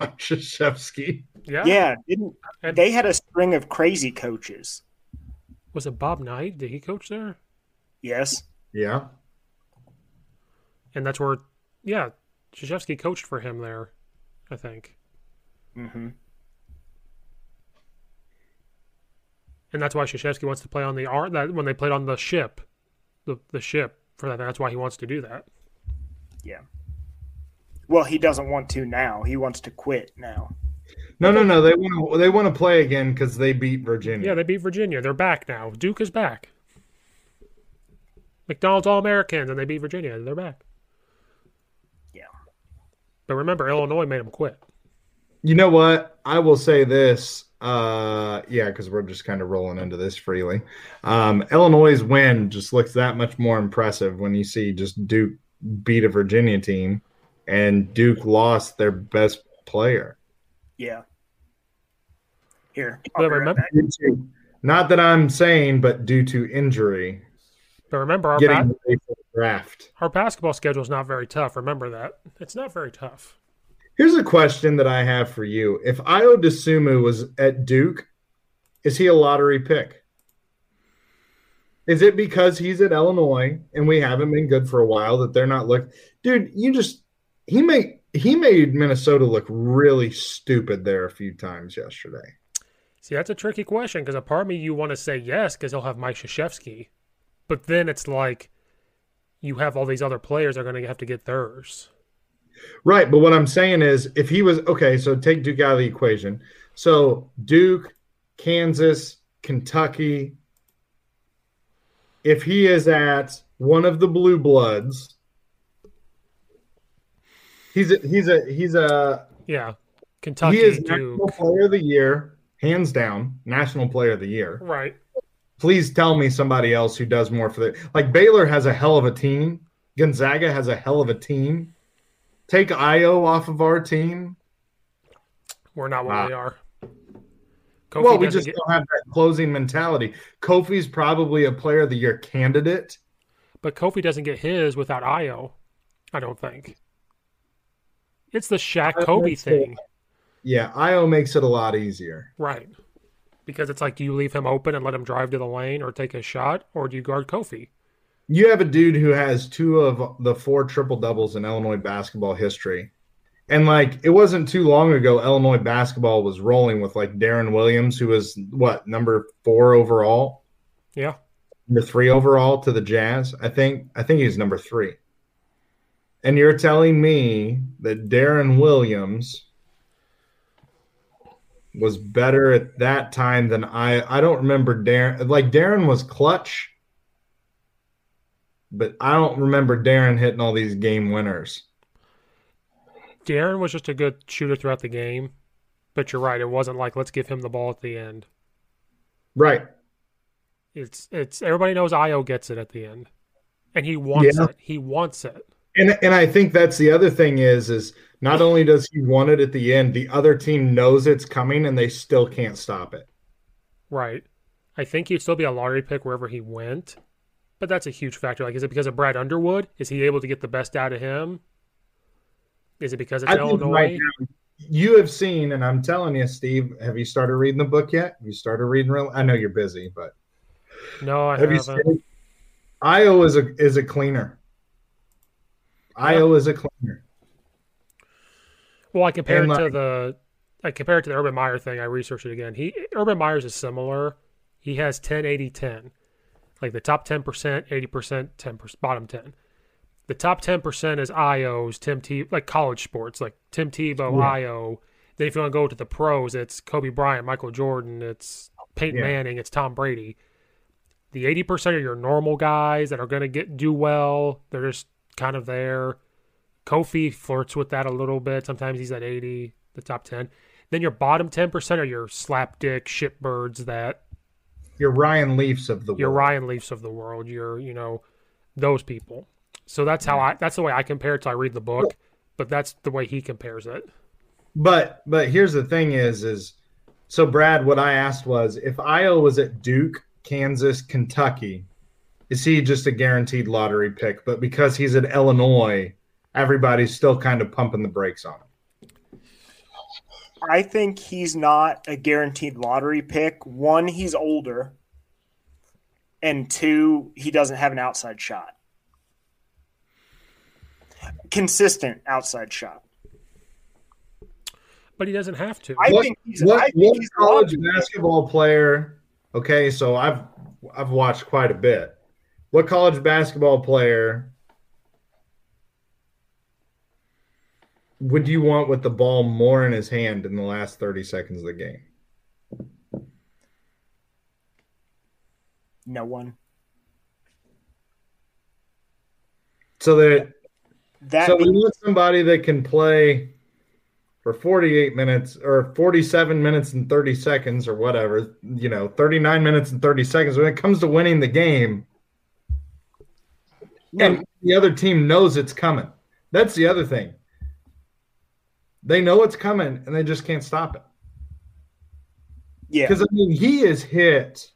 Krzyzewski. yeah. Yeah, didn't they had a string of crazy coaches? Was it Bob Knight? Did he coach there? Yes, Yeah. And that's where, yeah, Krzyzewski coached for him there, I think. Mm-hmm. And that's why Krzyzewski wants to play on the art that when they played on the ship, the the ship for that. That's why he wants to do that. yeah. Well, he doesn't want to now. He wants to quit now. No, no, no. They want to they want to play again because they beat Virginia. Yeah, they beat Virginia. They're back now. Duke is back. McDonald's All Americans, and they beat Virginia. They're back. Yeah. But remember, Illinois made them quit. You know what? I will say this. Uh, yeah, because we're just kind of rolling into this freely. Um, Illinois' win just looks that much more impressive when you see just Duke beat a Virginia team, and Duke lost their best player. Yeah. Here, I'll But be right remember, back. Due to- Not that I'm saying, but due to injury, but remember our getting ba- away from the draft. our basketball schedule is not very tough. Remember that it's not very tough. Here's a question that I have for you: If Io DeSumo was at Duke, is he a lottery pick? Is it because he's at Illinois and we haven't been good for a while that they're not look? Dude, you just he made he made Minnesota look really stupid there a few times yesterday. See, that's a tricky question because a part of me you want to say yes because he'll have Mike Krzyzewski, but then it's like you have all these other players that are going to have to get theirs. Right, but what I'm saying is if he was okay, so take Duke out of the equation. So Duke, Kansas, Kentucky. If he is at one of the blue bloods, he's a, he's a he's a Yeah, Kentucky, he is national Duke, player of the year, hands down, national player of the year. right? Please tell me somebody else who does more for the like Baylor has a hell of a team. Gonzaga has a hell of a team. Take Io off of our team. We're not where Nah. we are. Kofi Ah. well, we doesn't just get- don't have that closing mentality. Kofi's probably a player of the year candidate. But Kofi doesn't get his without Io, I don't think. It's the Shaq Kobe that's it. thing, Yeah, Io makes it a lot easier. right? Because it's like, do you leave him open and let him drive to the lane or take a shot, or do you guard Kofi? You have a dude who has two of the four triple doubles in Illinois basketball history, And like it wasn't too long ago, Illinois basketball was rolling with like Darren Williams, who was what number four overall, Yeah. number three overall to the Jazz. I think I think he's number three. And you're telling me that Darren Williams was better at that time than I I don't remember Darren like Darren was clutch, but I don't remember Darren hitting all these game winners. Darren was just a good shooter throughout the game, but you're right. It wasn't like let's give him the ball at the end. Right. It's it's everybody knows Io gets it at the end, and he wants Yeah. it. He wants it. And and I think that's the other thing is is not only does he want it at the end, the other team knows it's coming and they still can't stop it. Right. I think he'd still be a lottery pick wherever he went, but that's a huge factor. Like, is it because of Brad Underwood? Is he able to get the best out of him? Is it because it's I think Illinois? right now you have seen, and I'm telling you, Steve, have you started reading the book yet? Have you started reading real I know you're busy, but no, I have you haven't. seen Io is a is a cleaner. Io is a cleaner. Well, I compare And, it to like- the I compare it to the Urban Meyer thing. I researched it again. He Urban Myers is similar. He has 10 80 10. Like the top 10%, 80%, 10% bottom 10. The top 10% is IOs, Tim T like college sports, like Tim Tebow, Yeah. IO. Then if you want to go to the pros, it's Kobe Bryant, Michael Jordan, it's Peyton Yeah. Manning, it's Tom Brady. The 80% are your normal guys that are going to get do well. They're just kind of there. Kofi flirts with that a little bit. Sometimes he's at 80, the top 10. Then your bottom 10% are your slapdick shitbirds that You're Ryan Leafs of the your world. Ryan Leafs of the world, your, you know, those people. So that's how I, that's the way I compare it. So I read the book, but that's the way he compares it. But but here's the thing is is so Brad, what I asked was if Io was at Duke, Kansas, Kentucky, is he just a guaranteed lottery pick? But because he's at Illinois, everybody's still kind of pumping the brakes on him. I think he's not a guaranteed lottery pick. One, he's older. And two, he doesn't have an outside shot. Consistent outside shot. But he doesn't have to. I what, think he's- what, I think what he's a college lottery basketball player? Okay, so I've I've watched quite a bit. What college basketball player would you want with the ball more in his hand in the last thirty seconds of the game? No one. So that That so be- we want somebody that can play for 48 minutes or 47 minutes and 30 seconds or whatever, you know, 39 minutes and 30 seconds when it comes to winning the game. And the other team knows it's coming. That's the other thing. They know it's coming and they just can't stop it. Yeah. Because I mean, he has hit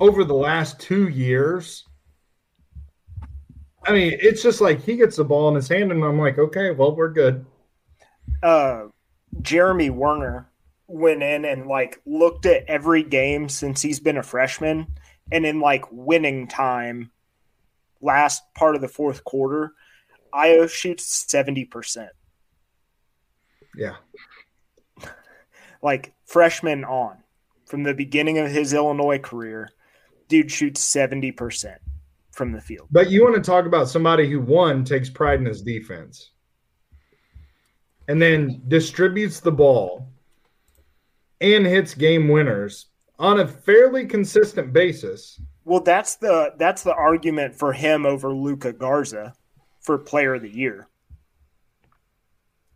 over the last two years. I mean, it's just like he gets the ball in his hand, and I'm like, okay, well, we're good. uh, Jeremy Werner went in and like looked at every game since he's been a freshman, and in like winning time, last part of the fourth quarter, Io shoots seventy percent, Yeah. like freshman on, from the beginning of his Illinois career, dude shoots seventy percent from the field. But you want to talk about somebody who one takes pride in his defense and then distributes the ball and hits game winners on a fairly consistent basis. Well, that's the that's the argument for him over Luca Garza for player of the year.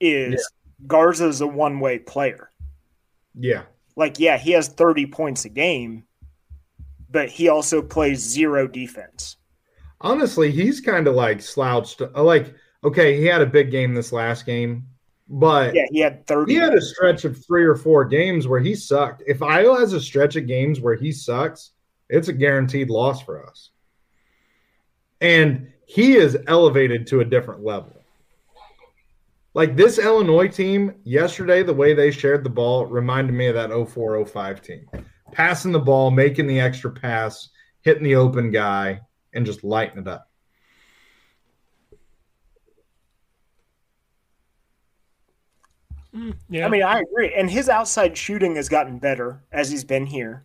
Is Garza's a one way player. Yeah. Like, yeah, he has 30 points a game, but he also plays zero defense. honestly, he's kind of like slouched. uh, Like, okay, he had a big game this last game, but Yeah, he had 30. he had a stretch of three or four games where he sucked. If Iowa has a stretch of games where he sucks, it's a guaranteed loss for us. And he is elevated to a different level. Like this Illinois team yesterday, the way they shared the ball reminded me of that 0405 team. Passing the ball, making the extra pass, hitting the open guy, and just lighting it up. yeah. I mean, I agree. And his outside shooting has gotten better as he's been here.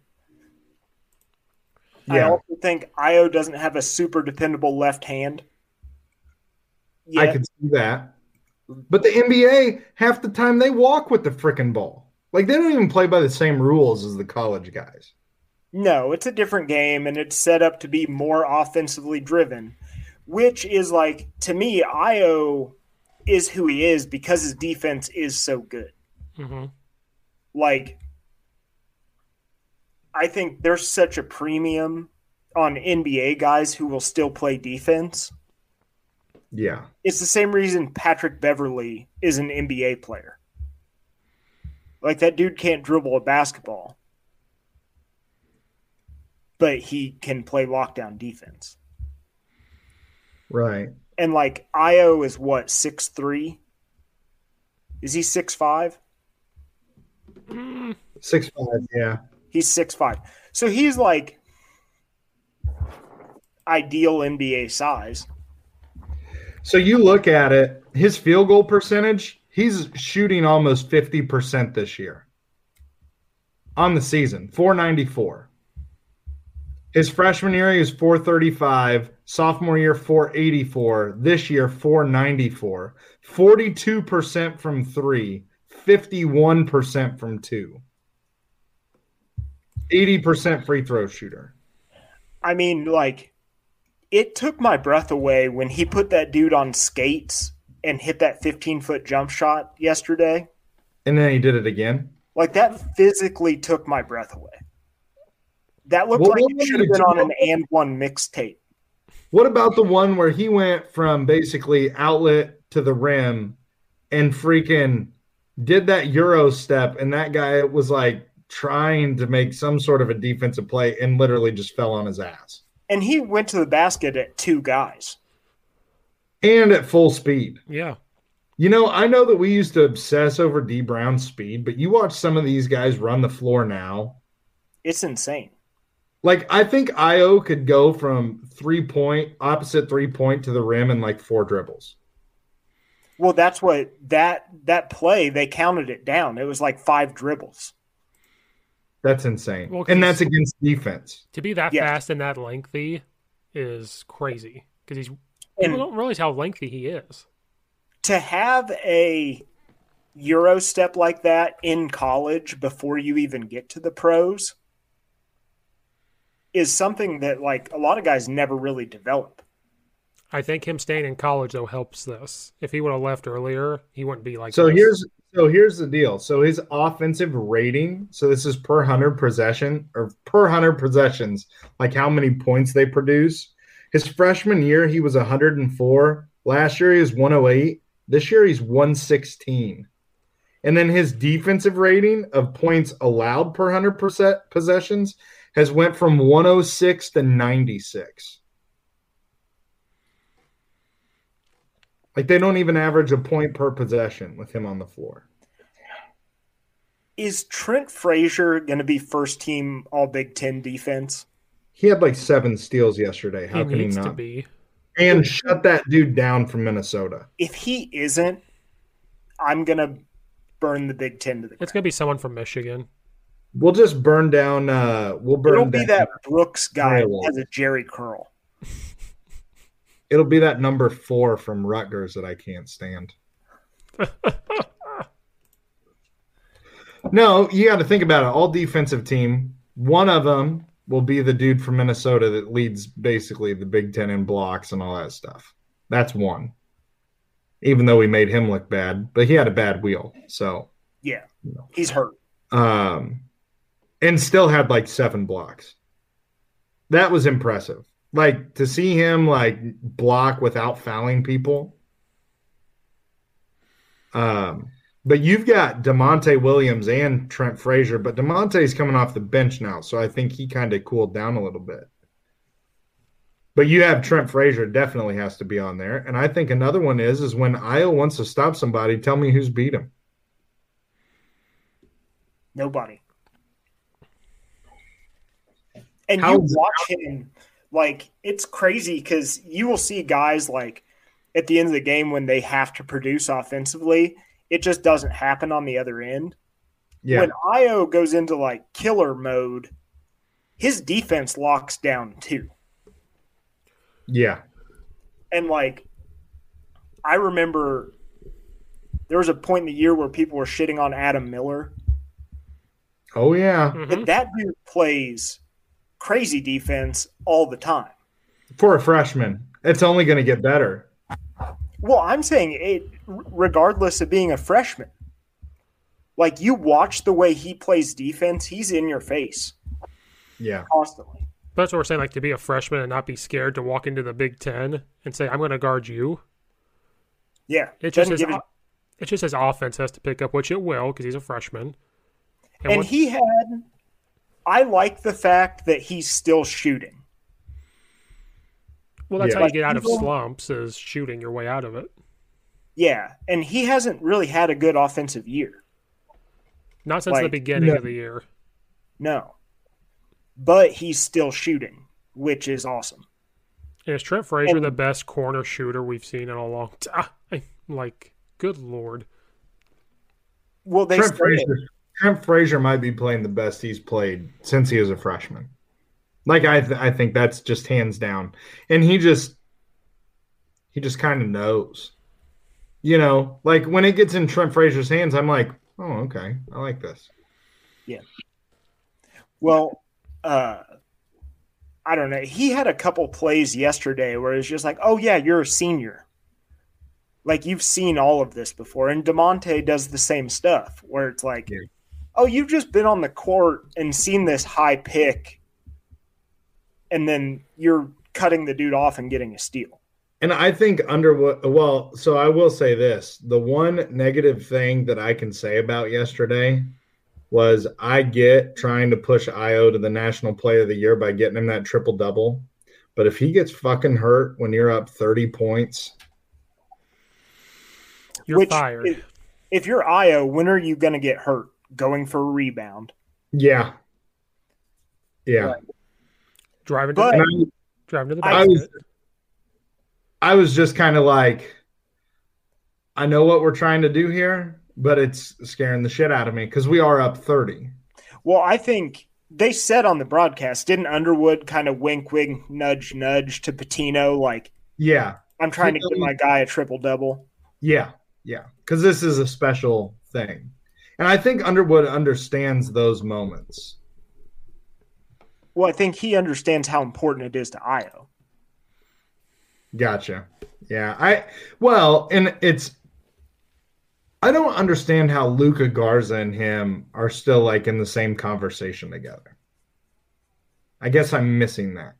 I Yeah. also think Io doesn't have a super dependable left hand. I Yeah. can see that. But the NBA, half the time they walk with the frickin' ball. Like they don't even play by the same rules as the college guys. No, it's a different game and it's set up to be more offensively driven, which is like, to me, Io is who he is because his defense is so good. Mm-hmm. Like, I think there's such a premium on NBA guys who will still play defense. Yeah. It's the same reason Patrick Beverly is an NBA player. Like that dude can't dribble a basketball, but he can play lockdown defense. Right. And like Io is what six three? Is he six five? Six five, yeah. He's six five. So he's like ideal NBA size. So you look at it, his field goal percentage, he's shooting almost 50% this year on the season, 494. His freshman year, he was 435. Sophomore year, 484. This year, 494. 42% from three, 51% from two. 80% free throw shooter. I mean, like, it took my breath away when he put that dude on skates and hit that 15 foot jump shot yesterday. And then he did it again. Like, that physically took my breath away. That looked Well, like what it was should it have been on an about- and one mixtape. What about the one where he went from basically outlet to the rim and freaking did that Euro step? And that guy was like trying to make some sort of a defensive play and literally just fell on his ass And he went to the basket at two guys. and at full speed. Yeah. You know, I know that we used to obsess over D Brown's speed, but you watch some of these guys run the floor now. It's insane. Like, I think IO could go from three point, opposite three point to the rim in like four dribbles. Well, that's what that that play they counted it down. It was like five dribbles. That's insane. Well, 'cause- and that's against defense. To be that Yeah. fast and that lengthy is crazy because he's And- people don't realize how lengthy he is. to have a euro step like that in college before you even get to the pros is something that like a lot of guys never really develop I think him staying in college though helps this. If he would have left earlier, he wouldn't be like. So this. here's so here's the deal. So his offensive rating, so this is per 100 possession or per 100 possessions, like how many points they produce. His freshman year he was 104, last year he was 108, this year he's 116. And then his defensive rating of points allowed per 100 percent possessions has went from 106 to 96. Like they don't even average a point per possession with him on the floor. is trent frazier going to be first team all big ten defense He had like seven steals yesterday. How he can he needs to not? be. And shut that dude down from Minnesota. if he isn't i'm going to burn the big ten to the It's gonna be someone from Michigan. We'll just burn down. Uh, we'll burn. it'll be down- that brooks guy Iowa. that has a jerry curl It'll be that number four from Rutgers that I can't stand. no, you got to think about it. All defensive team. One of them will be the dude from Minnesota that leads basically the Big Ten in blocks and all that stuff. That's one. Even though we made him look bad, but he had a bad wheel, so yeah he's hurt um, and still had like seven blocks. That was impressive. Like to see him like block without fouling people. Um, but you've got Demonte Williams and Trent Frazier, but Demonte's coming off the bench now, so I think he kind of cooled down a little bit. But you have Trent Frazier definitely has to be on there, and I think another one is is when Io wants to stop somebody, tell me who's beat him. Nobody. And How- you watch him, like, it's crazy because you will see guys like at the end of the game when they have to produce offensively, it just doesn't happen on the other end. Yeah. When Io goes into like killer mode, his defense locks down too. Yeah. And like I remember there was a point in the year where people were shitting on Adam Miller. Oh yeah. And that dude plays crazy defense all the time. For a freshman, it's only going to get better. Well, I'm saying it regardless of being a freshman. Like you watch the way he plays defense, he's in your face Yeah. constantly. That's what we're saying. Like to be a freshman and not be scared to walk into the Big Ten and say, "I'm going to guard you." Yeah. It just doesn't his, give a- o- it just his offense has to pick up, which it will because he's a freshman. and what- he had I like the fact that he's still shooting. well, that's Yeah. how you get out of People- slumps is shooting your way out of it. Yeah, and he hasn't really had a good offensive year. Not since the Like, beginning no. of the year. No. But he's still shooting, which is awesome. And is Trent Frazier the best corner shooter we've seen in a long time? Like, good lord. Well, they Trent said it. Frazier, Trent Frazier might be playing the best he's played since he was a freshman. Like I, th- I think that's just hands down, and he just, he just kind of knows. You know, like when it gets in Trent Frazier's hands, I'm like, oh, okay, I like this. Yeah. Well, uh I don't know. He had a couple plays yesterday where it's just like, "Oh yeah, you're a senior." Like you've seen all of this before, and Demonte does the same stuff where it's like, "Oh, you've just been on the court and seen this high pick, and then you're cutting the dude off and getting a steal." And I think Underwood, well, so I will say this the one negative thing that I can say about yesterday was I get trying to push Io to the National Player of the Year by getting him that triple double. But if he gets fucking hurt when you're up 30 points, You're Which, fired. If, if you're Io, when are you going to get hurt? Going for a rebound. yeah. Yeah. Driving to But the, driving to the I basket. was, I was just kind of like, I know what we're trying to do here, but it's scaring the shit out of me because we are up 30. Well, I think they said on the broadcast, didn't Underwood kind of wink, wink, nudge, nudge to Patino, like, Yeah. I'm trying to give my guy a triple double? Yeah, yeah, because this is a special thing, and I think Underwood understands those moments. Well, I think he understands how important it is to Io. Gotcha. Yeah, I well, and it's I don't understand how Luca Garza and him are still like in the same conversation together. I guess I'm missing that.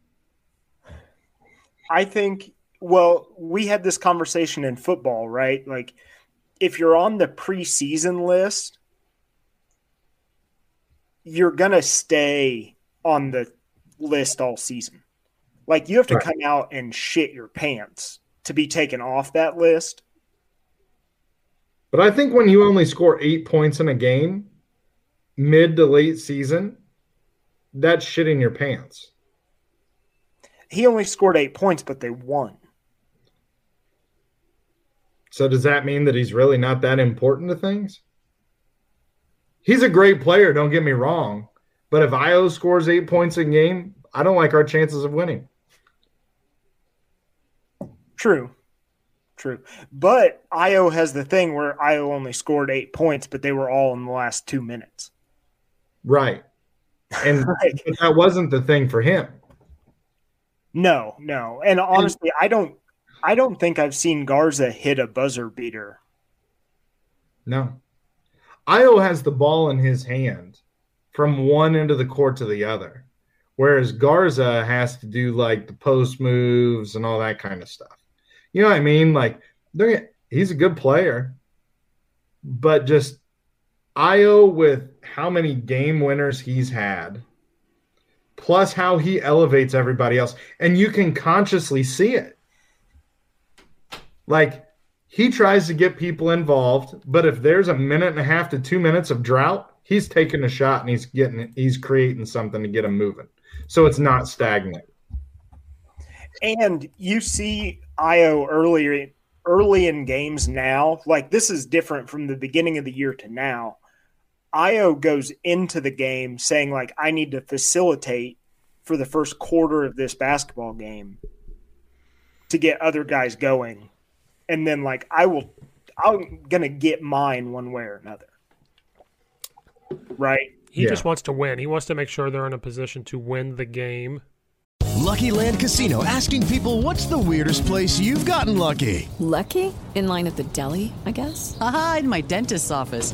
I think, well, we had this conversation in football, right? Like, if you're on the preseason list, you're going to stay on the list all season. Like, you have to Right. come out and shit your pants to be taken off that list. But I think when you only score eight points in a game, mid to late season, that's shit in your pants. He only scored eight points, but they won. So does that mean that he's really not that important to things? He's a great player, don't get me wrong. But if Io scores eight points a game, I don't like our chances of winning. True. True. But Io has the thing where Io only scored eight points, but they were all in the last two minutes. Right. And but that wasn't the thing for him. No, no. And honestly, I don't I don't think I've seen Garza hit a buzzer beater. No. Io has the ball in his hand from one end of the court to the other. Whereas Garza has to do like the post moves and all that kind of stuff. You know what I mean? Like they're- he's a good player, but just Io with how many game winners he's had, plus how he elevates everybody else, and you can consciously see it. Like he tries to get people involved, but if there's a minute and a half to two minutes of drought, he's taking a shot and he's getting he's creating something to get him moving. So it's not stagnant. And you see Io earlier early in games now, like this is different from the beginning of the year to now. Io goes into the game saying like I need to facilitate for the first quarter of this basketball game to get other guys going. And then like I will I'm going to get mine one way or another. Right? He yeah. just wants to win. He wants to make sure they're in a position to win the game. Lucky Land Casino asking people what's the weirdest place you've gotten lucky? Lucky? In line at the deli, I guess? Aha, in my dentist's office.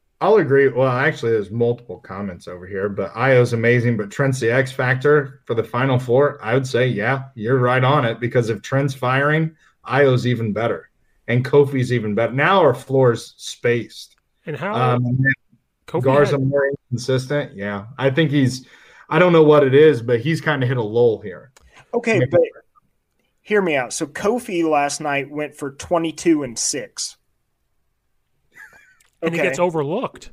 I'll agree. Well, actually, there's multiple comments over here, but Io's amazing. But Trent's the X factor for the final four. I would say, yeah, you're right on it because if Trent's firing, Io's even better, and Kofi's even better. Now our floor's spaced. And how um, Kofi Garza had... more inconsistent. Yeah, I think he's. I don't know what it is, but he's kind of hit a lull here. Okay, Maybe. but hear me out. So Kofi last night went for 22 and six and okay. he gets overlooked.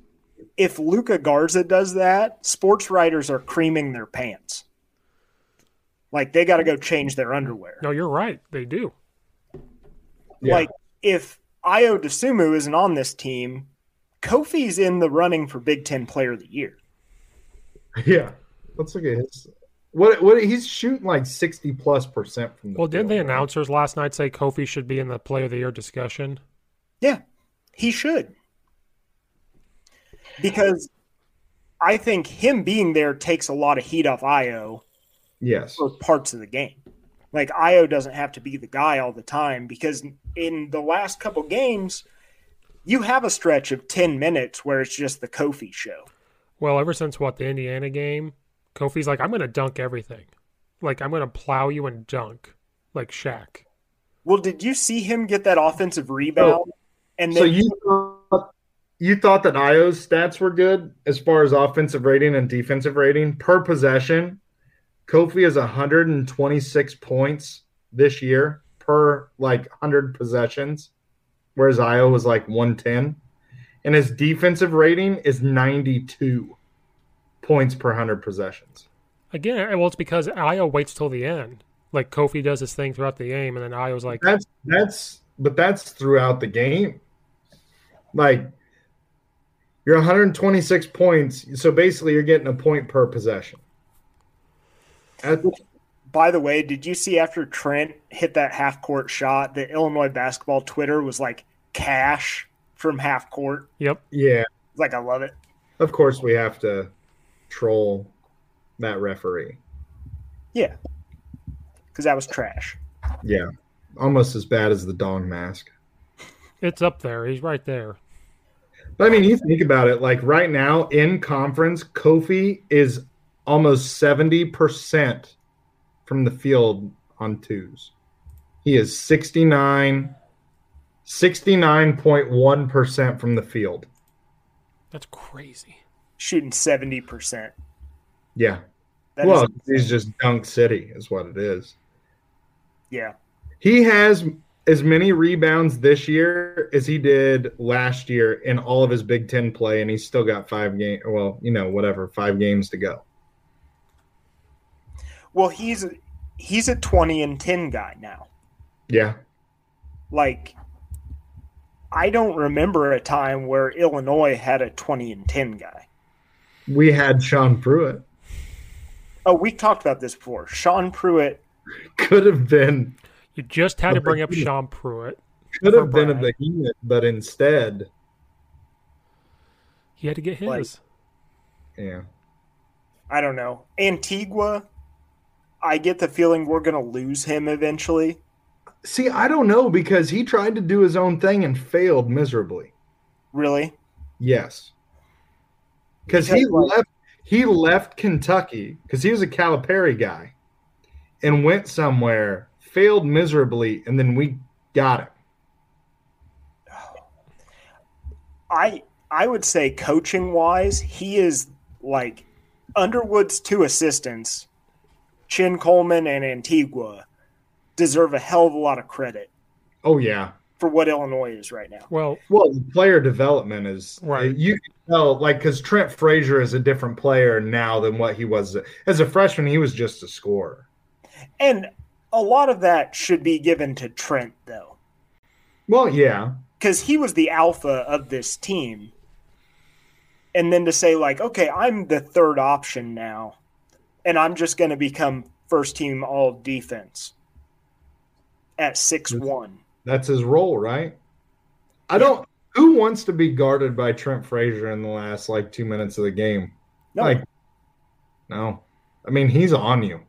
If Luca Garza does that, sports writers are creaming their pants. Like they got to go change their underwear. No, you're right. They do. Yeah. Like if Io DeSumo isn't on this team, Kofi's in the running for Big Ten Player of the Year. Yeah, let's look at his. What what he's shooting like sixty plus percent from. well, didn't the announcers last night say Kofi should be in the Player of the Year discussion? Yeah, he should because I think him being there takes a lot of heat off Io. Yes. For parts of the game. Like Io doesn't have to be the guy all the time because in the last couple games you have a stretch of 10 minutes where it's just the Kofi show. Well, ever since what the Indiana game, Kofi's like I'm going to dunk everything. Like I'm going to plow you and dunk like Shaq. Well, did you see him get that offensive rebound oh. and then so you you thought that Io's stats were good as far as offensive rating and defensive rating per possession. Kofi is 126 points this year per like 100 possessions, whereas Io was like 110. And his defensive rating is 92 points per 100 possessions. Again, eh, well, it's because Io waits till the end. Like Kofi does his thing throughout the game, and then Io's like, that's that's but that's throughout the game. Like you're 126 points. So basically, you're getting a point per possession. That's- By the way, did you see after Trent hit that half court shot, the Illinois basketball Twitter was like cash from half court? Yep. Yeah. Like, I love it. Of course, we have to troll that referee. Yeah. Because that was trash. Yeah. Almost as bad as the dong mask. It's up there. He's right there. But I mean, you think about it. Like right now in conference, Kofi is almost seventy percent from the field on twos. He is 69 69.1 percent from the field. That's crazy. Shooting seventy percent. Yeah. That well, he's just dunk city, is what it is. Yeah. He has as many rebounds this year as he did last year in all of his Big Ten play, and he's still got five game. Well, you know, whatever, five games to go. Well, he's he's a twenty and ten guy now. Yeah. Like, I don't remember a time where Illinois had a twenty and ten guy. We had Sean Pruitt. Oh, we talked about this before. Sean Pruitt could have been you just had to bring up Sean Pruitt. Could have been a behemoth, but instead he had to get his. Like, yeah. I don't know. Antigua, I get the feeling we're going to lose him eventually. See, I don't know because he tried to do his own thing and failed miserably. Really? Yes. Cuz he left he left Kentucky cuz he was a Calipari guy and went somewhere, failed miserably and then we got him. I I would say coaching wise, he is like Underwood's two assistants, Chin Coleman and Antigua, deserve a hell of a lot of credit. Oh yeah. For what Illinois is right now. Well, well, player development is right. You can tell, like, because Trent Frazier is a different player now than what he was as a freshman. He was just a scorer, and a lot of that should be given to Trent, though. Well, yeah, because he was the alpha of this team. And then to say, like, okay, I'm the third option now, and I'm just going to become first team all defense at 6 1. That's his role, right? I yeah. don't. Who wants to be guarded by Trent Frazier in the last like two minutes of the game? No. Like, no. I mean, he's on you.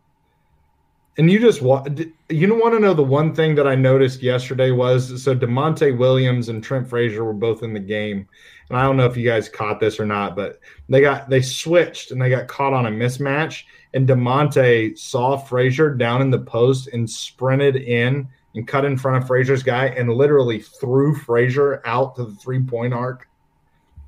And you just want you don't want to know the one thing that I noticed yesterday was so Demonte Williams and Trent Frazier were both in the game, and I don't know if you guys caught this or not, but they got they switched and they got caught on a mismatch, and Demonte saw Frazier down in the post and sprinted in and cut in front of Frazier's guy and literally threw Frazier out to the three point arc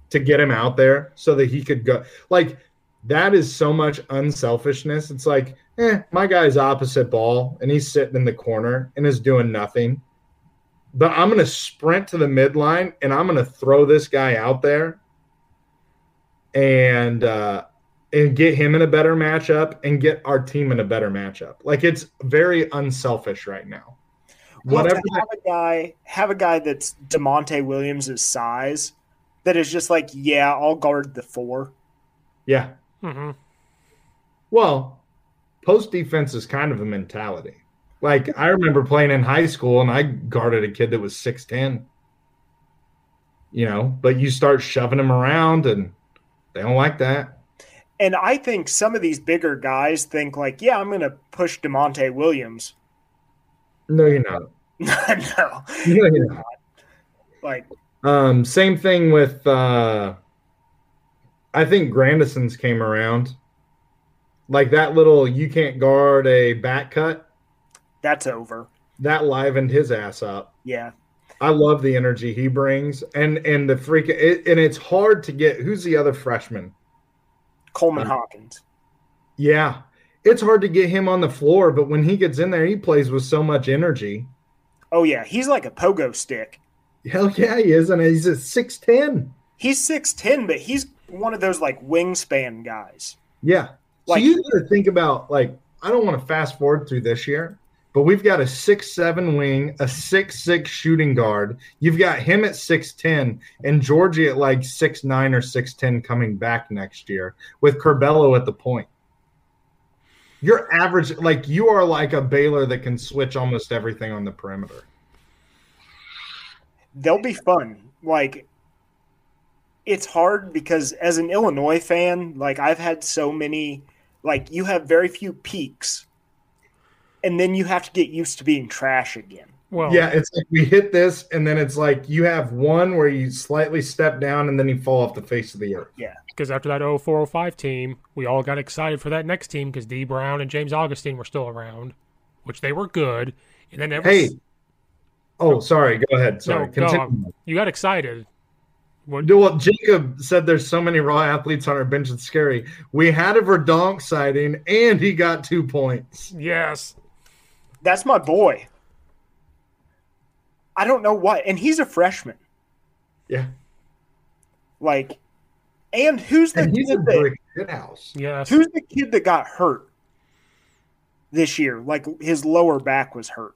to get him out there so that he could go like that is so much unselfishness. It's like, eh, my guy's opposite ball and he's sitting in the corner and is doing nothing. But I'm going to sprint to the midline and I'm going to throw this guy out there and, uh, and get him in a better matchup and get our team in a better matchup. Like it's very unselfish right now. Well, Whatever have that- a guy have a guy that's Demonte Williams' size that is just like, yeah, I'll guard the four. Yeah. Mm-hmm. Well, post defense is kind of a mentality. Like I remember playing in high school and I guarded a kid that was 6'10. You know, but you start shoving them around and they don't like that. And I think some of these bigger guys think like, yeah, I'm going to push DeMonte Williams. No, you're not. no. No, you're not. Like um same thing with uh I think Grandison's came around. Like that little you can't guard a back cut. That's over. That livened his ass up. Yeah. I love the energy he brings and and the freak it, and it's hard to get who's the other freshman? Coleman uh, Hawkins. Yeah. It's hard to get him on the floor, but when he gets in there he plays with so much energy. Oh yeah, he's like a pogo stick. Hell yeah, he is and he's a 6'10. He's 6'10 but he's one of those like wingspan guys. Yeah. Like, so you got to think about like I don't want to fast forward through this year, but we've got a six seven wing, a six six shooting guard. You've got him at six ten, and Georgie at like six nine or six ten coming back next year with Curbelo at the point. Your average, like you are like a Baylor that can switch almost everything on the perimeter. They'll be fun. Like it's hard because as an Illinois fan, like I've had so many, like you have very few peaks, and then you have to get used to being trash again. Well, yeah, it's like we hit this, and then it's like you have one where you slightly step down, and then you fall off the face of the earth. Yeah, because after that 0405 team, we all got excited for that next team because D Brown and James Augustine were still around, which they were good, and then every... hey, oh, oh sorry, go ahead, sorry, no, no, you got excited. What? Well, Jacob said there's so many raw athletes on our bench. It's scary. We had a Verdonk sighting, and he got two points. Yes, that's my boy. I don't know why, and he's a freshman. Yeah. like, and who's the and he's kid a that, good house? Yes. Who's the kid that got hurt this year? Like his lower back was hurt.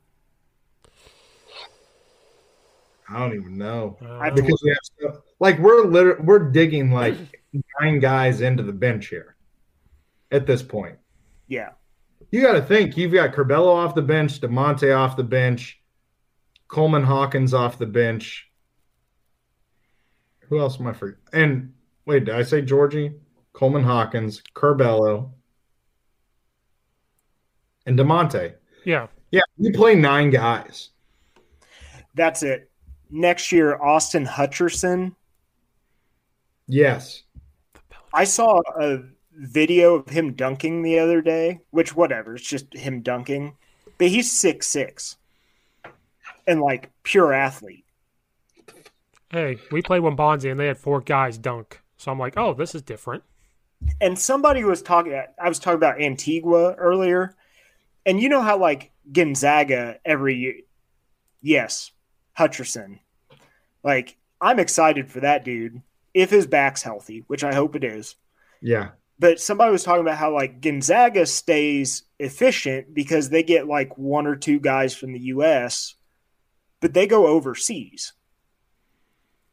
I don't even know uh, because we have stuff, like we're liter- we're digging like nine guys into the bench here at this point. Yeah, you got to think you've got Corbello off the bench, Demonte off the bench, Coleman Hawkins off the bench. Who else am I forgetting? And wait, did I say Georgie? Coleman Hawkins, Curbelo, and DeMonte. Yeah. Yeah, you play nine guys. That's it. Next year, Austin Hutcherson. Yes. I saw a video of him dunking the other day, which whatever, it's just him dunking. But he's six six. And like pure athlete. Hey, we played one Bonzi and they had four guys dunk. So I'm like, oh, this is different. And somebody was talking I was talking about Antigua earlier. And you know how like Gonzaga every year Yes, Hutcherson. Like, I'm excited for that dude. If his back's healthy, which I hope it is. Yeah. But somebody was talking about how like Gonzaga stays efficient because they get like one or two guys from the US, but they go overseas.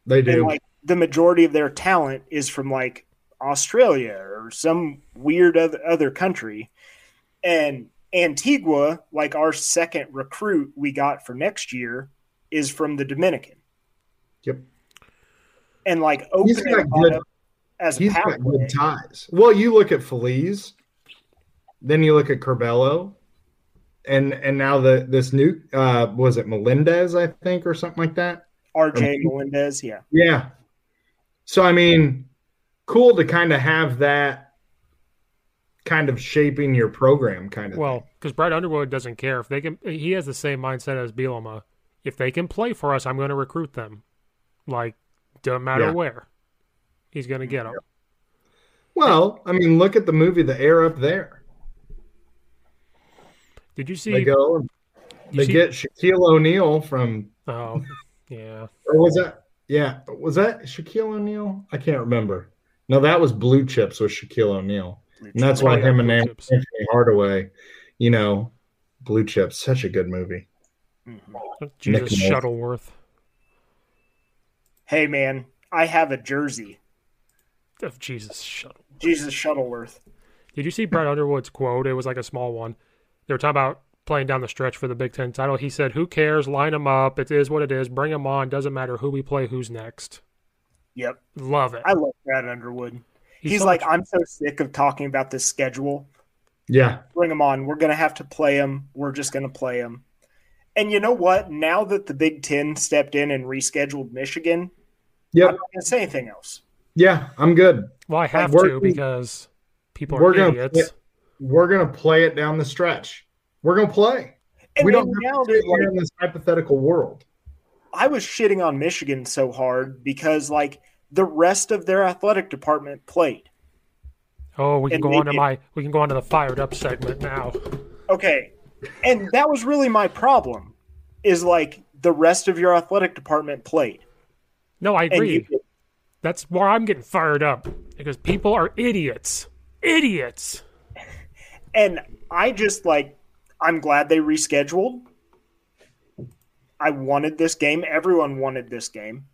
They do. And, like the majority of their talent is from like Australia or some weird other country. And Antigua, like our second recruit we got for next year, is from the Dominican. Yep. And like opening up good- as He's a got pathway. good ties. Well, you look at Feliz, then you look at Curbelo, and and now the this new uh was it Melendez, I think, or something like that. RJ Melendez, yeah. Yeah. So I mean, cool to kind of have that kind of shaping your program kind of Well, because Brad Underwood doesn't care if they can. He has the same mindset as Bielema. If they can play for us, I'm going to recruit them. Like, doesn't matter Yeah. where. He's going to get them. Well, I mean, look at the movie The Air Up There. Did you see? They go and You they see- get Shaquille O'Neal from Oh, yeah. or was that yeah, was that Shaquille O'Neal? I can't remember. No, that was Blue Chips with Shaquille O'Neal. And that's why Oh, yeah, him and Blue Am- Chips. Anthony Hardaway, you know, Blue Chips, such a good movie. Oh, Jesus Nick Nurse. Shuttleworth. Hey man, I have a jersey. Of Oh, Jesus Shuttleworth. Jesus Shuttleworth. Did you see Brad Underwood's quote? It was like a small one. They were talking about playing down the stretch for the Big Ten title. He said, "Who cares? Line them up. It is what it is. Bring them on. Doesn't matter who we play. Who's next." Yep. Love it. I love Brad Underwood. He's He's, so like, I'm so sick of talking about this schedule. Yeah. Bring him on. We're going to have to play him. We're just going to play him. And you know what? Now that the Big Ten stepped in and rescheduled Michigan, Yep. I'm not going to say anything else. Yeah, I'm good. Well, I have we're- to because people are We're gonna idiots. play, we're gonna play it down the stretch. We're gonna play. And we then don't now have to they're sit here like- in this hypothetical world. I was shitting on Michigan so hard because, like, the rest of their athletic department played. Oh, we can And go they on to did. my we can go on to the fired up segment now. Okay. And that was really my problem is like the rest of your athletic department played. No, I And you agree. That's why I'm getting fired up because people are idiots. Idiots. And I just like, I'm glad they rescheduled. I wanted this game. Everyone wanted this game.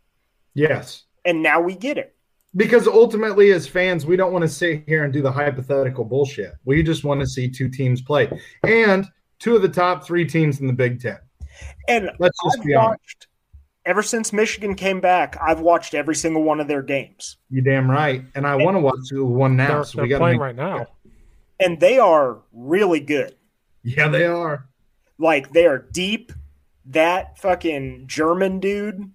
Yes. And now we get it. Because ultimately, as fans, we don't want to sit here and do the hypothetical bullshit. We just want to see two teams play. And two of the top three teams in the Big Ten. And Let's just I've be honest. watched, ever since Michigan came back, I've watched every single one of their games. You damn right. And I want to watch the one now. They're, so they're we gotta playing make- right now. And they are really good. Yeah, they are. Like, they are deep. That fucking German dude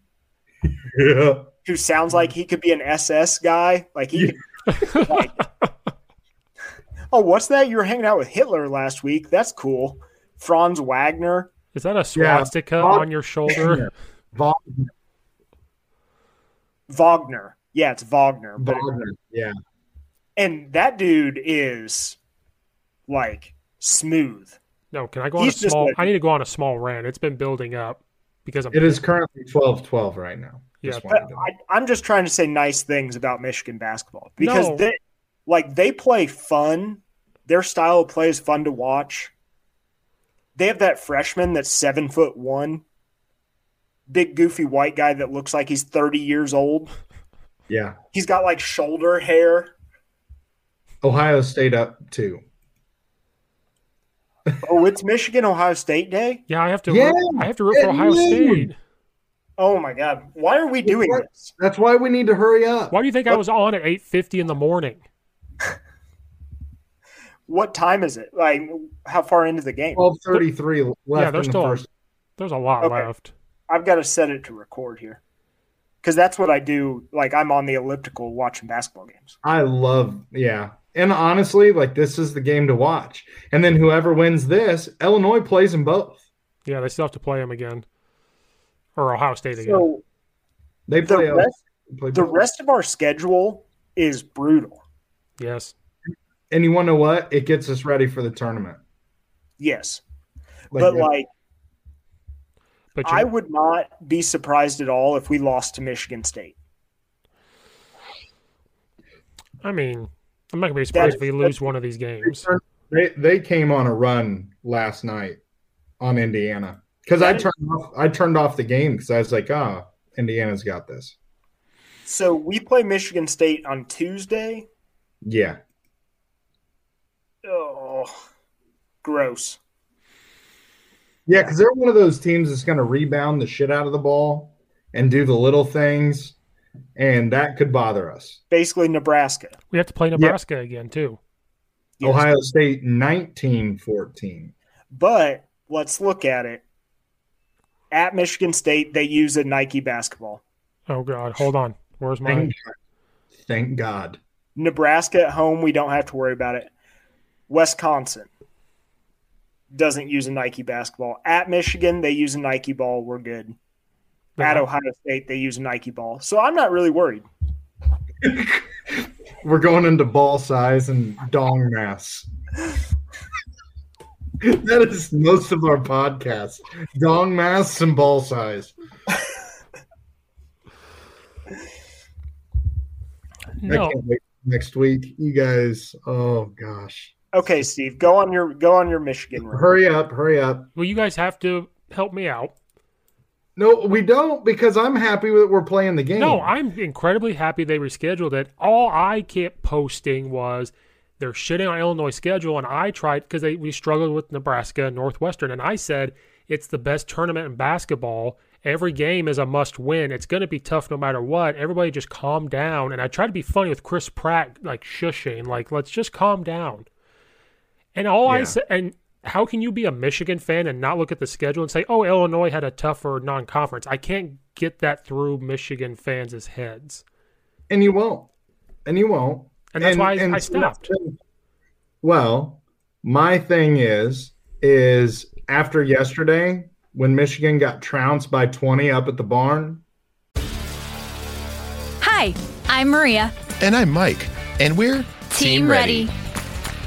Yeah. who sounds like he could be an SS guy. Like he, could, like, oh, what's that? You were hanging out with Hitler last week. That's cool. Franz Wagner. Is that a swastika Bob- on your shoulder? Wagner. Wagner. Yeah, it's Wagner. But Wagner. Yeah. and that dude is like smooth. No, can I go on a He's just small? like- I need to go on a small rant. It's been building up because I'm It is currently 12 12 right now. Yeah, Just But wanted to- I, I'm just trying to say nice things about Michigan basketball because No. they like they play fun. Their style of play is fun to watch. They have that freshman that's seven foot one, big goofy white guy that looks like he's 30 years old. yeah. He's got like shoulder hair. Ohio State up two. Oh, it's Michigan Ohio State Day. Yeah, I have to. Yeah, root, I have to root for at Ohio noon. State. Oh my God, why are we doing What? this? That's why we need to hurry up. Why do you think I was on at eight fifty in the morning? what time is it? Like, how far into the game? Twelve thirty-three left. Yeah, there's in the still first. there's a lot Okay. left. I've got to set it to record here because that's what I do. Like, I'm on the elliptical watching basketball games. I love, yeah. And honestly, like this is the game to watch. And then whoever wins this, Illinois plays them both. Yeah, they still have to play them again, or Ohio State again. So They play. the rest, play the both. rest of our schedule is brutal. yes. And you want to know what? It gets us ready for the tournament. Yes. Like, but, yeah. like, But you, I would not be surprised at all if we lost to Michigan State. I mean, I'm not gonna be surprised if we lose one of these games. They they came on a run last night on Indiana because I That is- turned off, I turned off the game because I was like, ah, Indiana's got this. So we play Michigan State on Tuesday. Yeah, Oh, gross. yeah, because they're one of those teams that's going to rebound the shit out of the ball and do the little things, and that could bother us. Basically, Nebraska. We have to play Nebraska again too. Ohio State 19-14. But let's look at it. At Michigan State, they use a Nike basketball. Oh God, hold on. Where's Thank mine? God. Thank God. Nebraska at home, we don't have to worry about it. Wisconsin doesn't use a Nike basketball. At Michigan, they use a Nike ball. We're good. At Ohio State, they use a Nike ball. So I'm not really worried. We're going into ball size and dong mass. that is most of our podcast. Dong mass and ball size. I No. can't wait for next week. You guys, oh gosh. Okay, Steve, go on your go on your Michigan run. Hurry up, hurry up. Well, you guys have to help me out. No, we don't because I'm happy that we're playing the game. No, I'm incredibly happy they rescheduled it. All I kept posting was they're shitting on Illinois schedule, and I tried because we struggled with Nebraska and Northwestern, and I said it's the best tournament in basketball. Every game is a must win. It's going to be tough no matter what. Everybody just calm down. And I tried to be funny with Chris Pratt, like shushing, like let's just calm down. And all I Yeah. said, and how can you be a Michigan fan and not look at the schedule and say, oh, Illinois had a tougher non conference? I can't get that through Michigan fans' heads. and you won't. And you won't. And that's why I- I stopped. Well, my thing is, is after yesterday when Michigan got trounced by 20 up at the barn, Hi, I'm Maria. And I'm Mike, and we're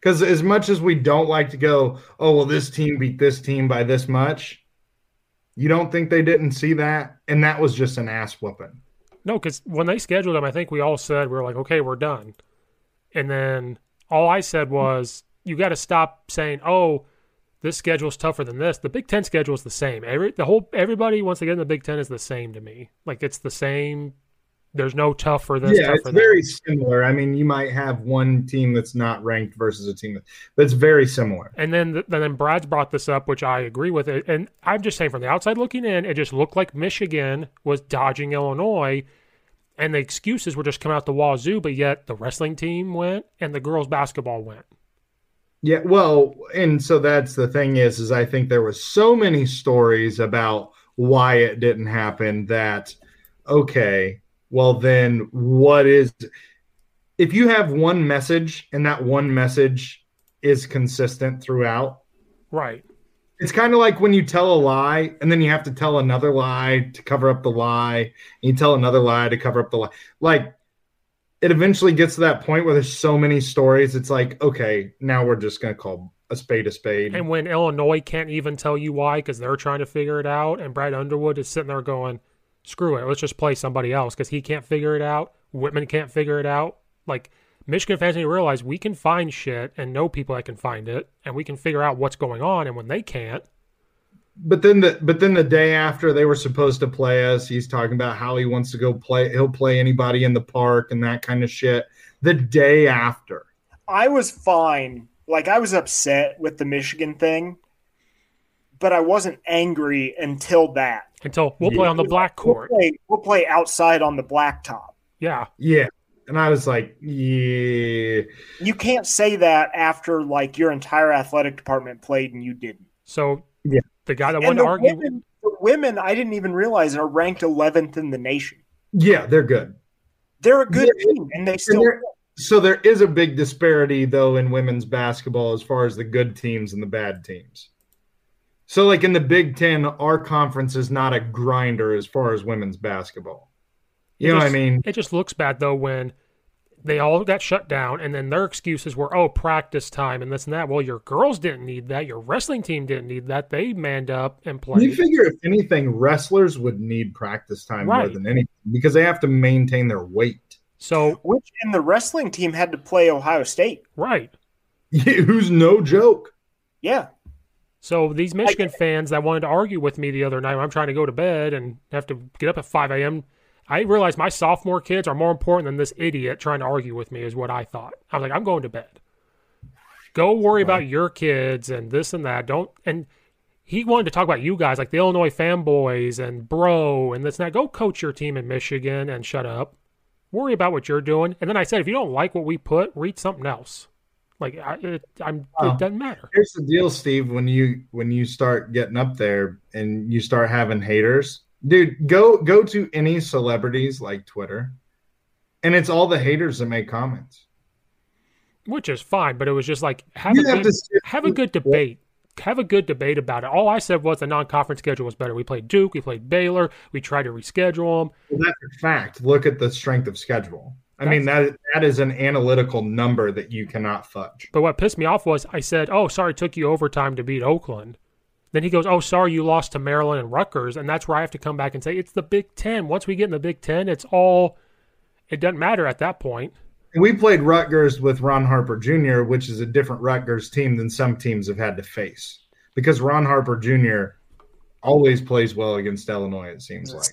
Because as much as we don't like to go, oh, well, this team beat this team by this much, you don't think they didn't see that? And that was just an ass whooping. No, because when they scheduled them, I think we all said, we were like, okay, we're done. And then all I said was, you got to stop saying, oh, this schedule's tougher than this. The Big Ten schedule is the same. Every the whole everybody once they get in the Big Ten is the same to me. Like it's the same. There's no tougher this, yeah, tougher it's that. very similar. I mean, you might have one team that's not ranked versus a team that- that's very similar. And then th- then Brad's brought this up, which I agree with. It. And I'm just saying, from the outside looking in, it just looked like Michigan was dodging Illinois, and the excuses were just coming out the wazoo. But yet the wrestling team went, and the girls basketball went. Yeah, well, and so that's the thing is, is I think there was so many stories about why it didn't happen that okay, well then what is if you have one message and that one message is consistent throughout, Right. it's kind of like when you tell a lie and then you have to tell another lie to cover up the lie, and you tell another lie to cover up the lie. Like it eventually gets to that point where there's so many stories, it's like, okay, now we're just gonna call a spade a spade. And when Illinois can't even tell you why because they're trying to figure it out, and Brad Underwood is sitting there going, "Screw it, let's just play somebody else" because he can't figure it out. Whitman can't figure it out. Like Michigan fans need to realize we can find shit and know people that can find it, and we can figure out what's going on. And when they can't, But then the but then the day after they were supposed to play us, he's talking about how he wants to go play. He'll play anybody in the park and that kind of shit. The day after, I was fine. Like I was upset with the Michigan thing, but I wasn't angry until that. until we'll play on the black court. We'll play, we'll play outside on the blacktop. Yeah. yeah. And I was like, yeah. You can't say that after like your entire athletic department played and you didn't. So yeah. the guy that And wanted the to argue, women, the women, I didn't even realize are ranked 11th in the nation. Yeah, they're good. They're a good team, and they still. there- So there is a big disparity though in women's basketball as far as the good teams and the bad teams. So like in the Big 10, our conference is not a grinder as far as women's basketball. You it know what I just- mean? It just looks bad though when they all got shut down, and then their excuses were, "Oh, practice time and this and that." Well, your girls didn't need that. Your wrestling team didn't need that. They manned up and You played. figure if anything, wrestlers would need practice time more Right. than anything because they have to maintain their weight. So Which in the wrestling team had to play Ohio State. Right. who's no joke. Yeah. So these Michigan fans that wanted to argue with me the other night, when I'm trying to go to bed and have to get up at 5 a.m. I realized my sophomore kids are more important than this idiot trying to argue with me, is what I thought. I was like, I'm going to bed. Go worry about your kids and this and that. Don't and he wanted to talk about you guys, like the Illinois fanboys and bro and this and that. Go coach your team in Michigan and shut up. Worry about what you're doing. And then I said, if you don't like what we put, read something else. Like I, it, I'm, Wow. it doesn't matter. Here's the deal, Steve. When you when you start getting up there and you start having haters, dude, go go to any celebrities like Twitter, and it's all the haters that make comments. which is fine, but it was just like have You a have good, to- have a good debate. Have a good debate about it. All I said was the non-conference schedule was better. We played Duke, we played Baylor, we tried to reschedule them. Well, that's a fact. Look at the strength of schedule. I mean that that is an analytical number that you cannot fudge. But what pissed me off was I said, "Oh, sorry, it took you overtime to beat Oakland." Then he goes, "Oh, sorry, you lost to Maryland and Rutgers," and that's where I have to come back and say it's the Big Ten. Once we get in the Big Ten, it's all. It doesn't matter at that point. We played Rutgers with Ron Harper Jr., which is a different Rutgers team than some teams have had to face because Ron Harper Jr. always plays well against Illinois. It seems like.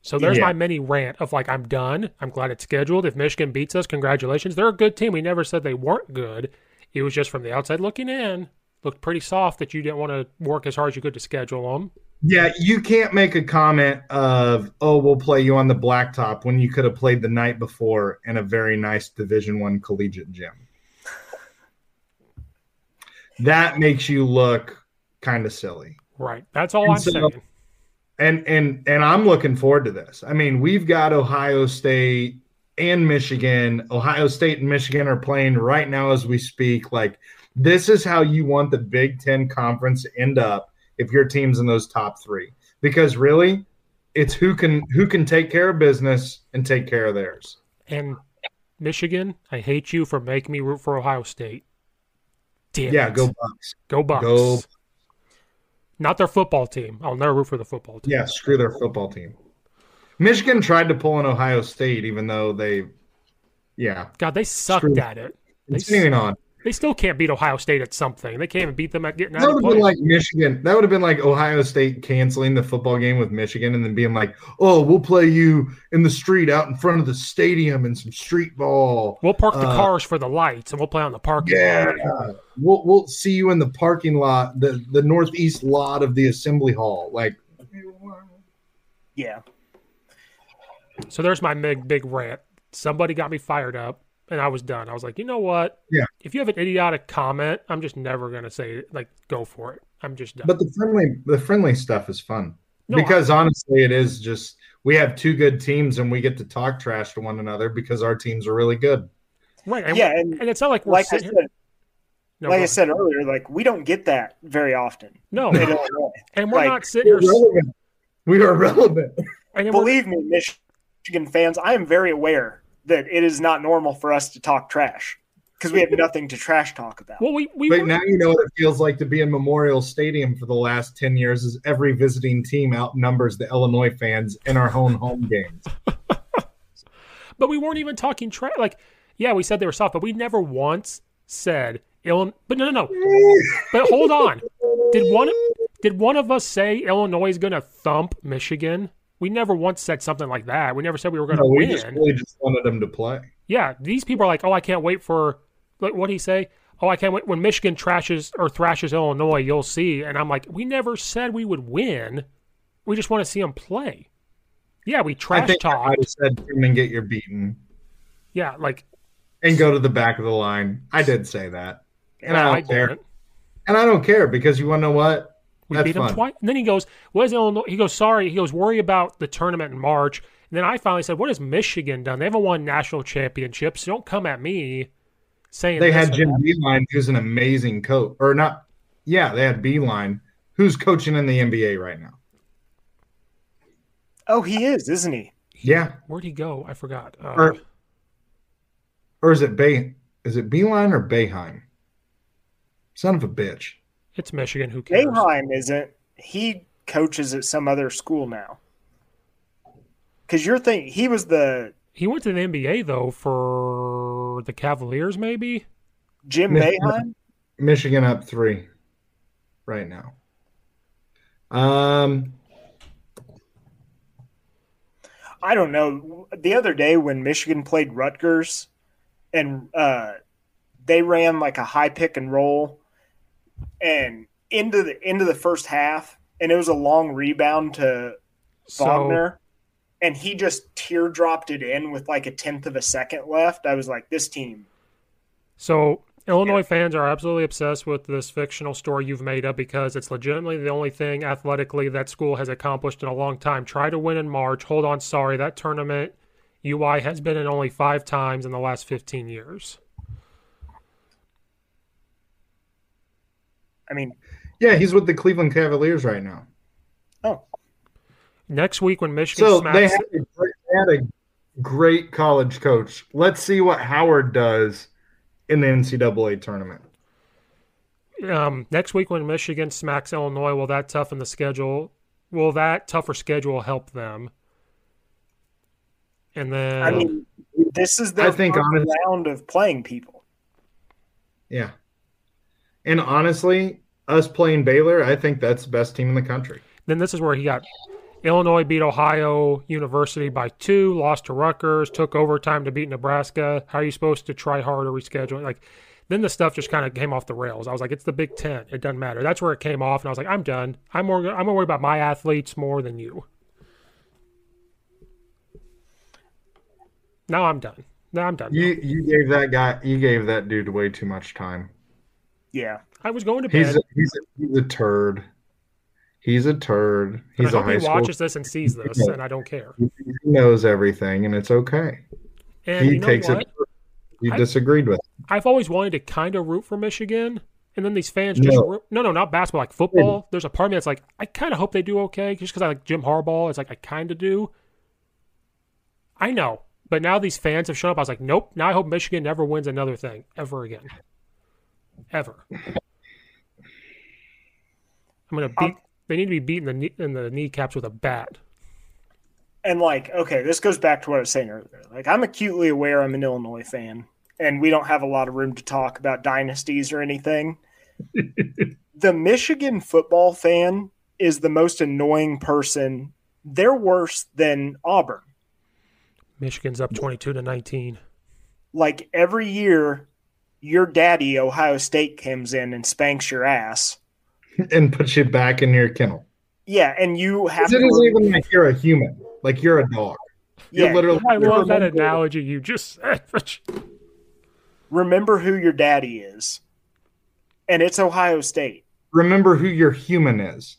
So there's Yeah. my mini rant of like, I'm done. I'm glad it's scheduled. If Michigan beats us, congratulations. They're a good team. We never said they weren't good. It was just from the outside looking in, looked pretty soft that you didn't want to work as hard as you could to schedule them. Yeah, you can't make a comment of "Oh, we'll play you on the blacktop" when you could have played the night before in a very nice Division One collegiate gym. That makes you look kind of silly. Right. That's all And I'm so- saying. And and and I'm looking forward to this. I mean, we've got Ohio State and Michigan. Ohio State and Michigan are playing right now as we speak. Like this is how you want the Big 10 conference to end up if your team's in those top 3. Because really, it's who can who can take care of business and take care of theirs. And Michigan, I hate you for making me root for Ohio State. Damn yeah, it. go Bucks. Go Bucks. Go Not their football team. I'll never root for the football team. yeah, screw their football team. Michigan tried to pull on Ohio State even though they yeah. God, they sucked Screw at it. They, Continuing suck. on. they still can't beat Ohio State at something. They can't even beat them at getting out That of would the have been playoff. like Michigan. That would have been like oh, Ohio State canceling the football game with Michigan and then being like, "Oh, we'll play you in the street out in front of the stadium and some street ball. We'll park the Uh, cars for the lights and we'll play on the parking Yeah, lot. we'll we'll see you in the parking lot, the the northeast lot of the assembly hall. Like, Yeah. So there's my big, big rant. Somebody got me fired up and I was done. I was like, you know what? yeah. If you have an idiotic comment, I'm just never going to say, it. like, go for it. I'm just done. But the friendly the friendly stuff is fun No, because honestly, it is just we have two good teams and we get to talk trash to one another because our teams are really good. right. And, yeah. we- And, it's not like we're like I sitting said, here- No, like go I ahead. said earlier, like we don't get that very often. No. in Illinois. and we're like, not sitting here. relevant. We are relevant. And then we're- Believe me, Michigan fans, I am very aware that it is not normal for us to talk trash because we have nothing to trash talk about. Well, we, we but were- now you know what it feels like to be in Memorial Stadium for the last 10 years is every visiting team outnumbers the Illinois fans in our own home games. but we weren't even talking trash. Like yeah, we said they were soft, but we never once said Illinois. But no, no, no. but hold on. Did one did one of us say Illinois is going to thump Michigan? We never once said something like that. We never said we were going to No, we win. just really just wanted them to play. Yeah, these people are like, oh, I can't wait for like, what did he say? Oh, I can't wait when Michigan trashes or thrashes Illinois, you'll see. And I'm like, we never said we would win. We just want to see them play. Yeah, we I trash think talk. I just said come and get your beaten Yeah, like and go to the back of the line. I did say that, and Yeah, I don't I care. didn't. And I don't care because you want to know what? we That's beat them fun. twice. And then he goes, what is Illinois? He goes, sorry. He goes, worry about the tournament in March. And then I finally said, what has Michigan done? They haven't won national championships. Don't come at me saying They this had and Jim that. Beeline, who's an amazing coach, or not? Yeah, they had Beeline, who's coaching in the NBA right now. Oh, he is, isn't he? Yeah, Where'd he go? I forgot. Uh, or or is it Bay? Is it Beeline or Bayheim? Son of a bitch. it's Michigan. Who cares? Dayheim isn't. He coaches at some other school now. Because you're thinking he was the He went to the NBA though for the Cavaliers, maybe. Jim Boeheim? Michigan up three right now. Um, I don't know. The other day when Michigan played Rutgers and uh, they ran like a high pick and roll and into the into the first half and it was a long rebound to So- Wagner and he just teardropped it in with like a tenth of a second left. I was like, this team So Illinois fans are absolutely obsessed with this fictional story you've made up because it's legitimately the only thing athletically that school has accomplished in a long time. Try to win in March. Hold on, sorry, that tournament UI has been in only five times in the last fifteen years. I mean yeah, he's with the Cleveland Cavaliers right now. Next week when Michigan So they smacks had, a great, they had a great college coach. Let's see what Howard does in the NCAA tournament. um, next week when Michigan smacks Illinois, will that toughen the schedule? Will that tougher schedule help them? And then I mean this is their I think first honest- round of playing people. Yeah. And honestly, us playing Baylor, I think that's the best team in the country. Then this is where he got Illinois beat Ohio University by two, lost to Rutgers, took overtime to beat Nebraska. How are you supposed to try hard or reschedule? Like, then the stuff just kind of came off the rails. I was like, it's the Big Ten. It doesn't matter. That's where it came off, and I was like, I'm done. I'm more. I'm gonna worry about my athletes more than you. Now I'm done. Now I'm done. You you gave that guy you gave that dude way too much time. Yeah. I was going to bed. He's a, he's a, he's a turd. He's a turd. and He's I a hope high he school. watches this and sees this, and I don't care. He knows everything, and it's okay. And he you know takes what? it. You I- disagreed with. I've always wanted to kind of root for Michigan, and then these fans just No. root- no, no, not basketball, like football. There's a part of me that's like, I kind of hope they do okay, just because I like Jim Harbaugh. It's like I kind of do. I know, but now these fans have shown up. I was like, nope. Now I hope Michigan never wins another thing ever again, ever. I'm gonna beat. they need to be beaten in the knee, in the kneecaps with a bat. and like okay this goes back to what i was saying earlier like i'm acutely aware i'm an illinois fan and we don't have a lot of room to talk about dynasties or anything the michigan football fan is the most annoying person they're worse than auburn Michigan's up 22 to 19. like every year your daddy ohio state comes in and spanks your ass it. And puts you back in your kennel. yeah and you have Because it isn't even like you're a human. Like you're a dog. You're literally. I love that remember- analogy you just said. Rich. remember who your daddy is and it's ohio state Remember who your human is.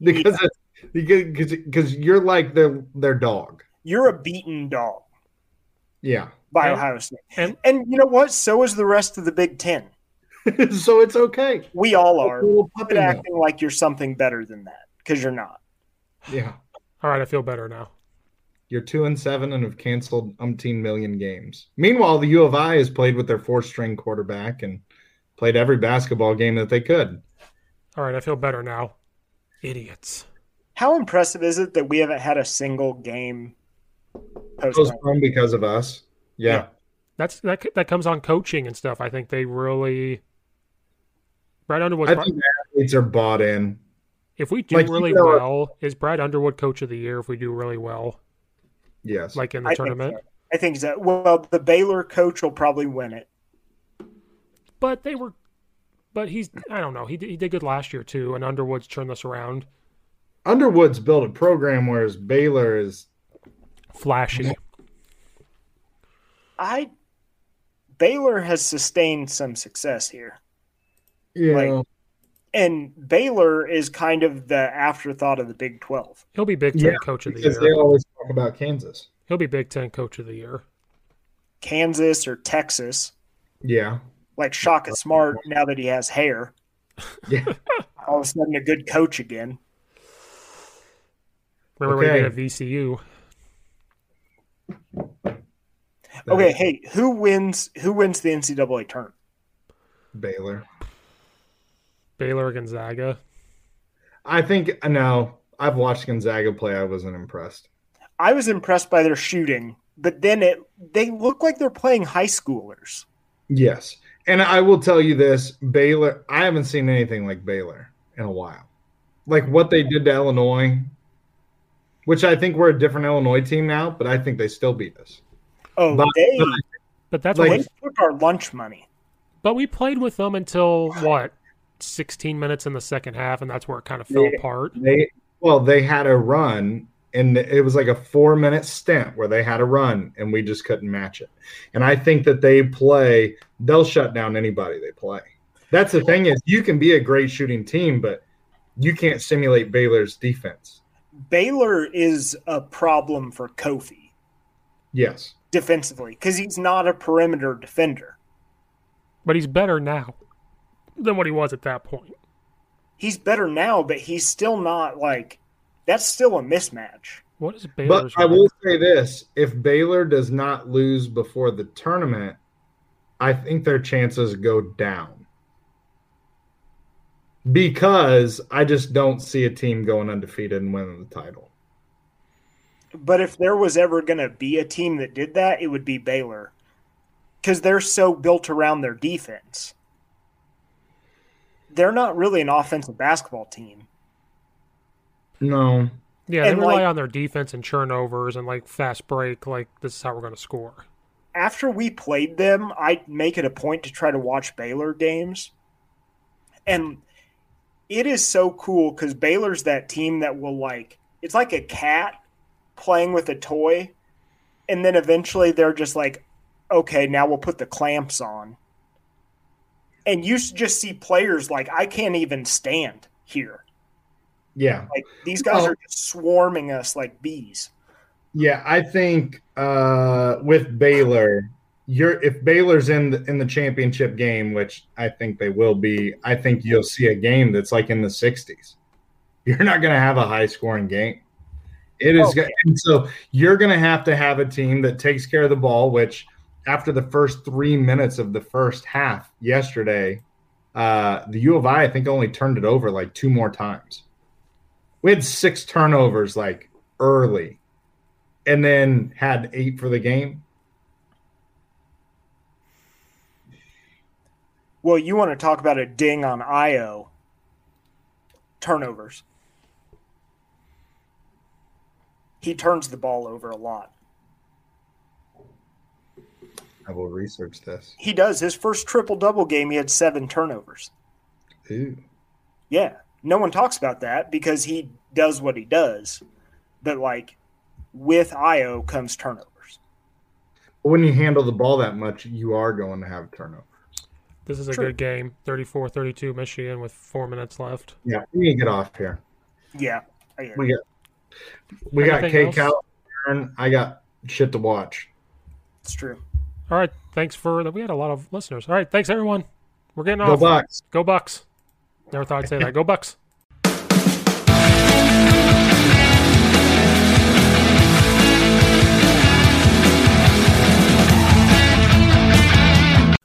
Because it's because because you're like their their dog. you're a beaten dog Yeah. by And- Ohio State. And, you know what? So is the rest of the Big Ten. so it's okay. We all are. We'll put Quit it out. acting like you're something better than that because you're not. Yeah. All right, I feel better now. You're two and seven and have canceled umpteen million games. Meanwhile, the U of I has played with their four string quarterback and played every basketball game that they could. All right, I feel better now. Idiots. How impressive is it that we haven't had a single game postponed? Postponed because of us. Yeah. That's that c- that comes on coaching and stuff. I think they really. Brad Underwood. I think athletes are bought in. If we do Like, you really know- uh, well, is Brad Underwood coach of the year? If we do really well, yes, like in the I think tournament. I think so. Well, the Baylor coach will probably win it. But they were, but he's. I don't know. He did, he did good last year too, and Underwood's turned this around. Underwood's built a program, whereas Baylor is flashy. I Baylor has sustained some success here. Yeah. And Baylor is kind of the afterthought of the Big 12. He'll be Big Ten coach of the because they year. always talk about Kansas. He'll be Big Ten coach of the year. Kansas or Texas, Yeah. like Shaka Smart now that he has hair. Yeah. All of a sudden a good coach again. Remember when he did Okay. at VCU? Okay, hey, who wins who wins the NCAA tournament? Baylor. Baylor Gonzaga. I think no. I've watched Gonzaga play. I wasn't impressed. I was impressed by their shooting, but then it they look like they're playing high schoolers. Yes. And I will tell you this Baylor, I haven't seen anything like Baylor in a while. Like what they did to Illinois, which I think we're a different Illinois team now, but I think they still beat us. Oh, But- they But that's Like- what they took our lunch money. But we played with them until what, sixteen minutes in the second half, and that's where it kind of fell They- apart. They, well, they had a run and it was like a four minute stint where they had a run and we just couldn't match it. And I think that they play, they'll shut down anybody they play. That's the thing is you can be a great shooting team, but you can't simulate Baylor's defense. Baylor is a problem for Kofi Yes. defensively because he's not a perimeter defender. But he's better now than what he was at that point. He's better now, but he's still not like that's still a mismatch. What is But Baylor's? I will say this: if Baylor does not lose before the tournament, I think their chances go down because I just don't see a team going undefeated and winning the title. But if there was ever going to be a team that did that, it would be Baylor because they're so built around their defense. They're not really an offensive basketball team. No, yeah, they and, rely like- on their defense and turnovers and like fast break. Like this is how we're going to score. After we played them, I make it a point to try to watch Baylor games. And it is so cool because Baylor's that team that will like it's like a cat playing with a toy, and then eventually they're just like, okay, now we'll put the clamps on. And you s- just see players like I can't even stand here. yeah, Like these guys Oh. are just swarming us like bees. yeah. I think uh, with Baylor, you're if Baylor's in the, in the championship game, which I think they will be. I think you'll see a game that's like in the sixties. You're not going to have a high scoring game. It is, Oh, go- and so you're going to have to have a team that takes care of the ball. Which, after the first three minutes of the first half yesterday, uh, the U of I I think only turned it over like two more times. We had six turnovers like early, and then had eight for the game. Well, you want to talk about a ding on IO turnovers. He turns the ball over a lot. I will research this. He does. His first triple double game, he had seven turnovers. Ooh. Yeah. No one talks about that because he does what he does. But, like, with IO comes turnovers. When you handle the ball that much, you are going to have turnover. This is a True. good game. 34-32 Michigan with four minutes left. Yeah, we need to get off here. Yeah. I hear We you. got we got K Anything Cal. I got shit to watch. It's true. All right, thanks for that. We had a lot of listeners. All right, thanks everyone. We're getting Go off. Bucks. Go Bucks. Never thought I'd say that. Go Bucks.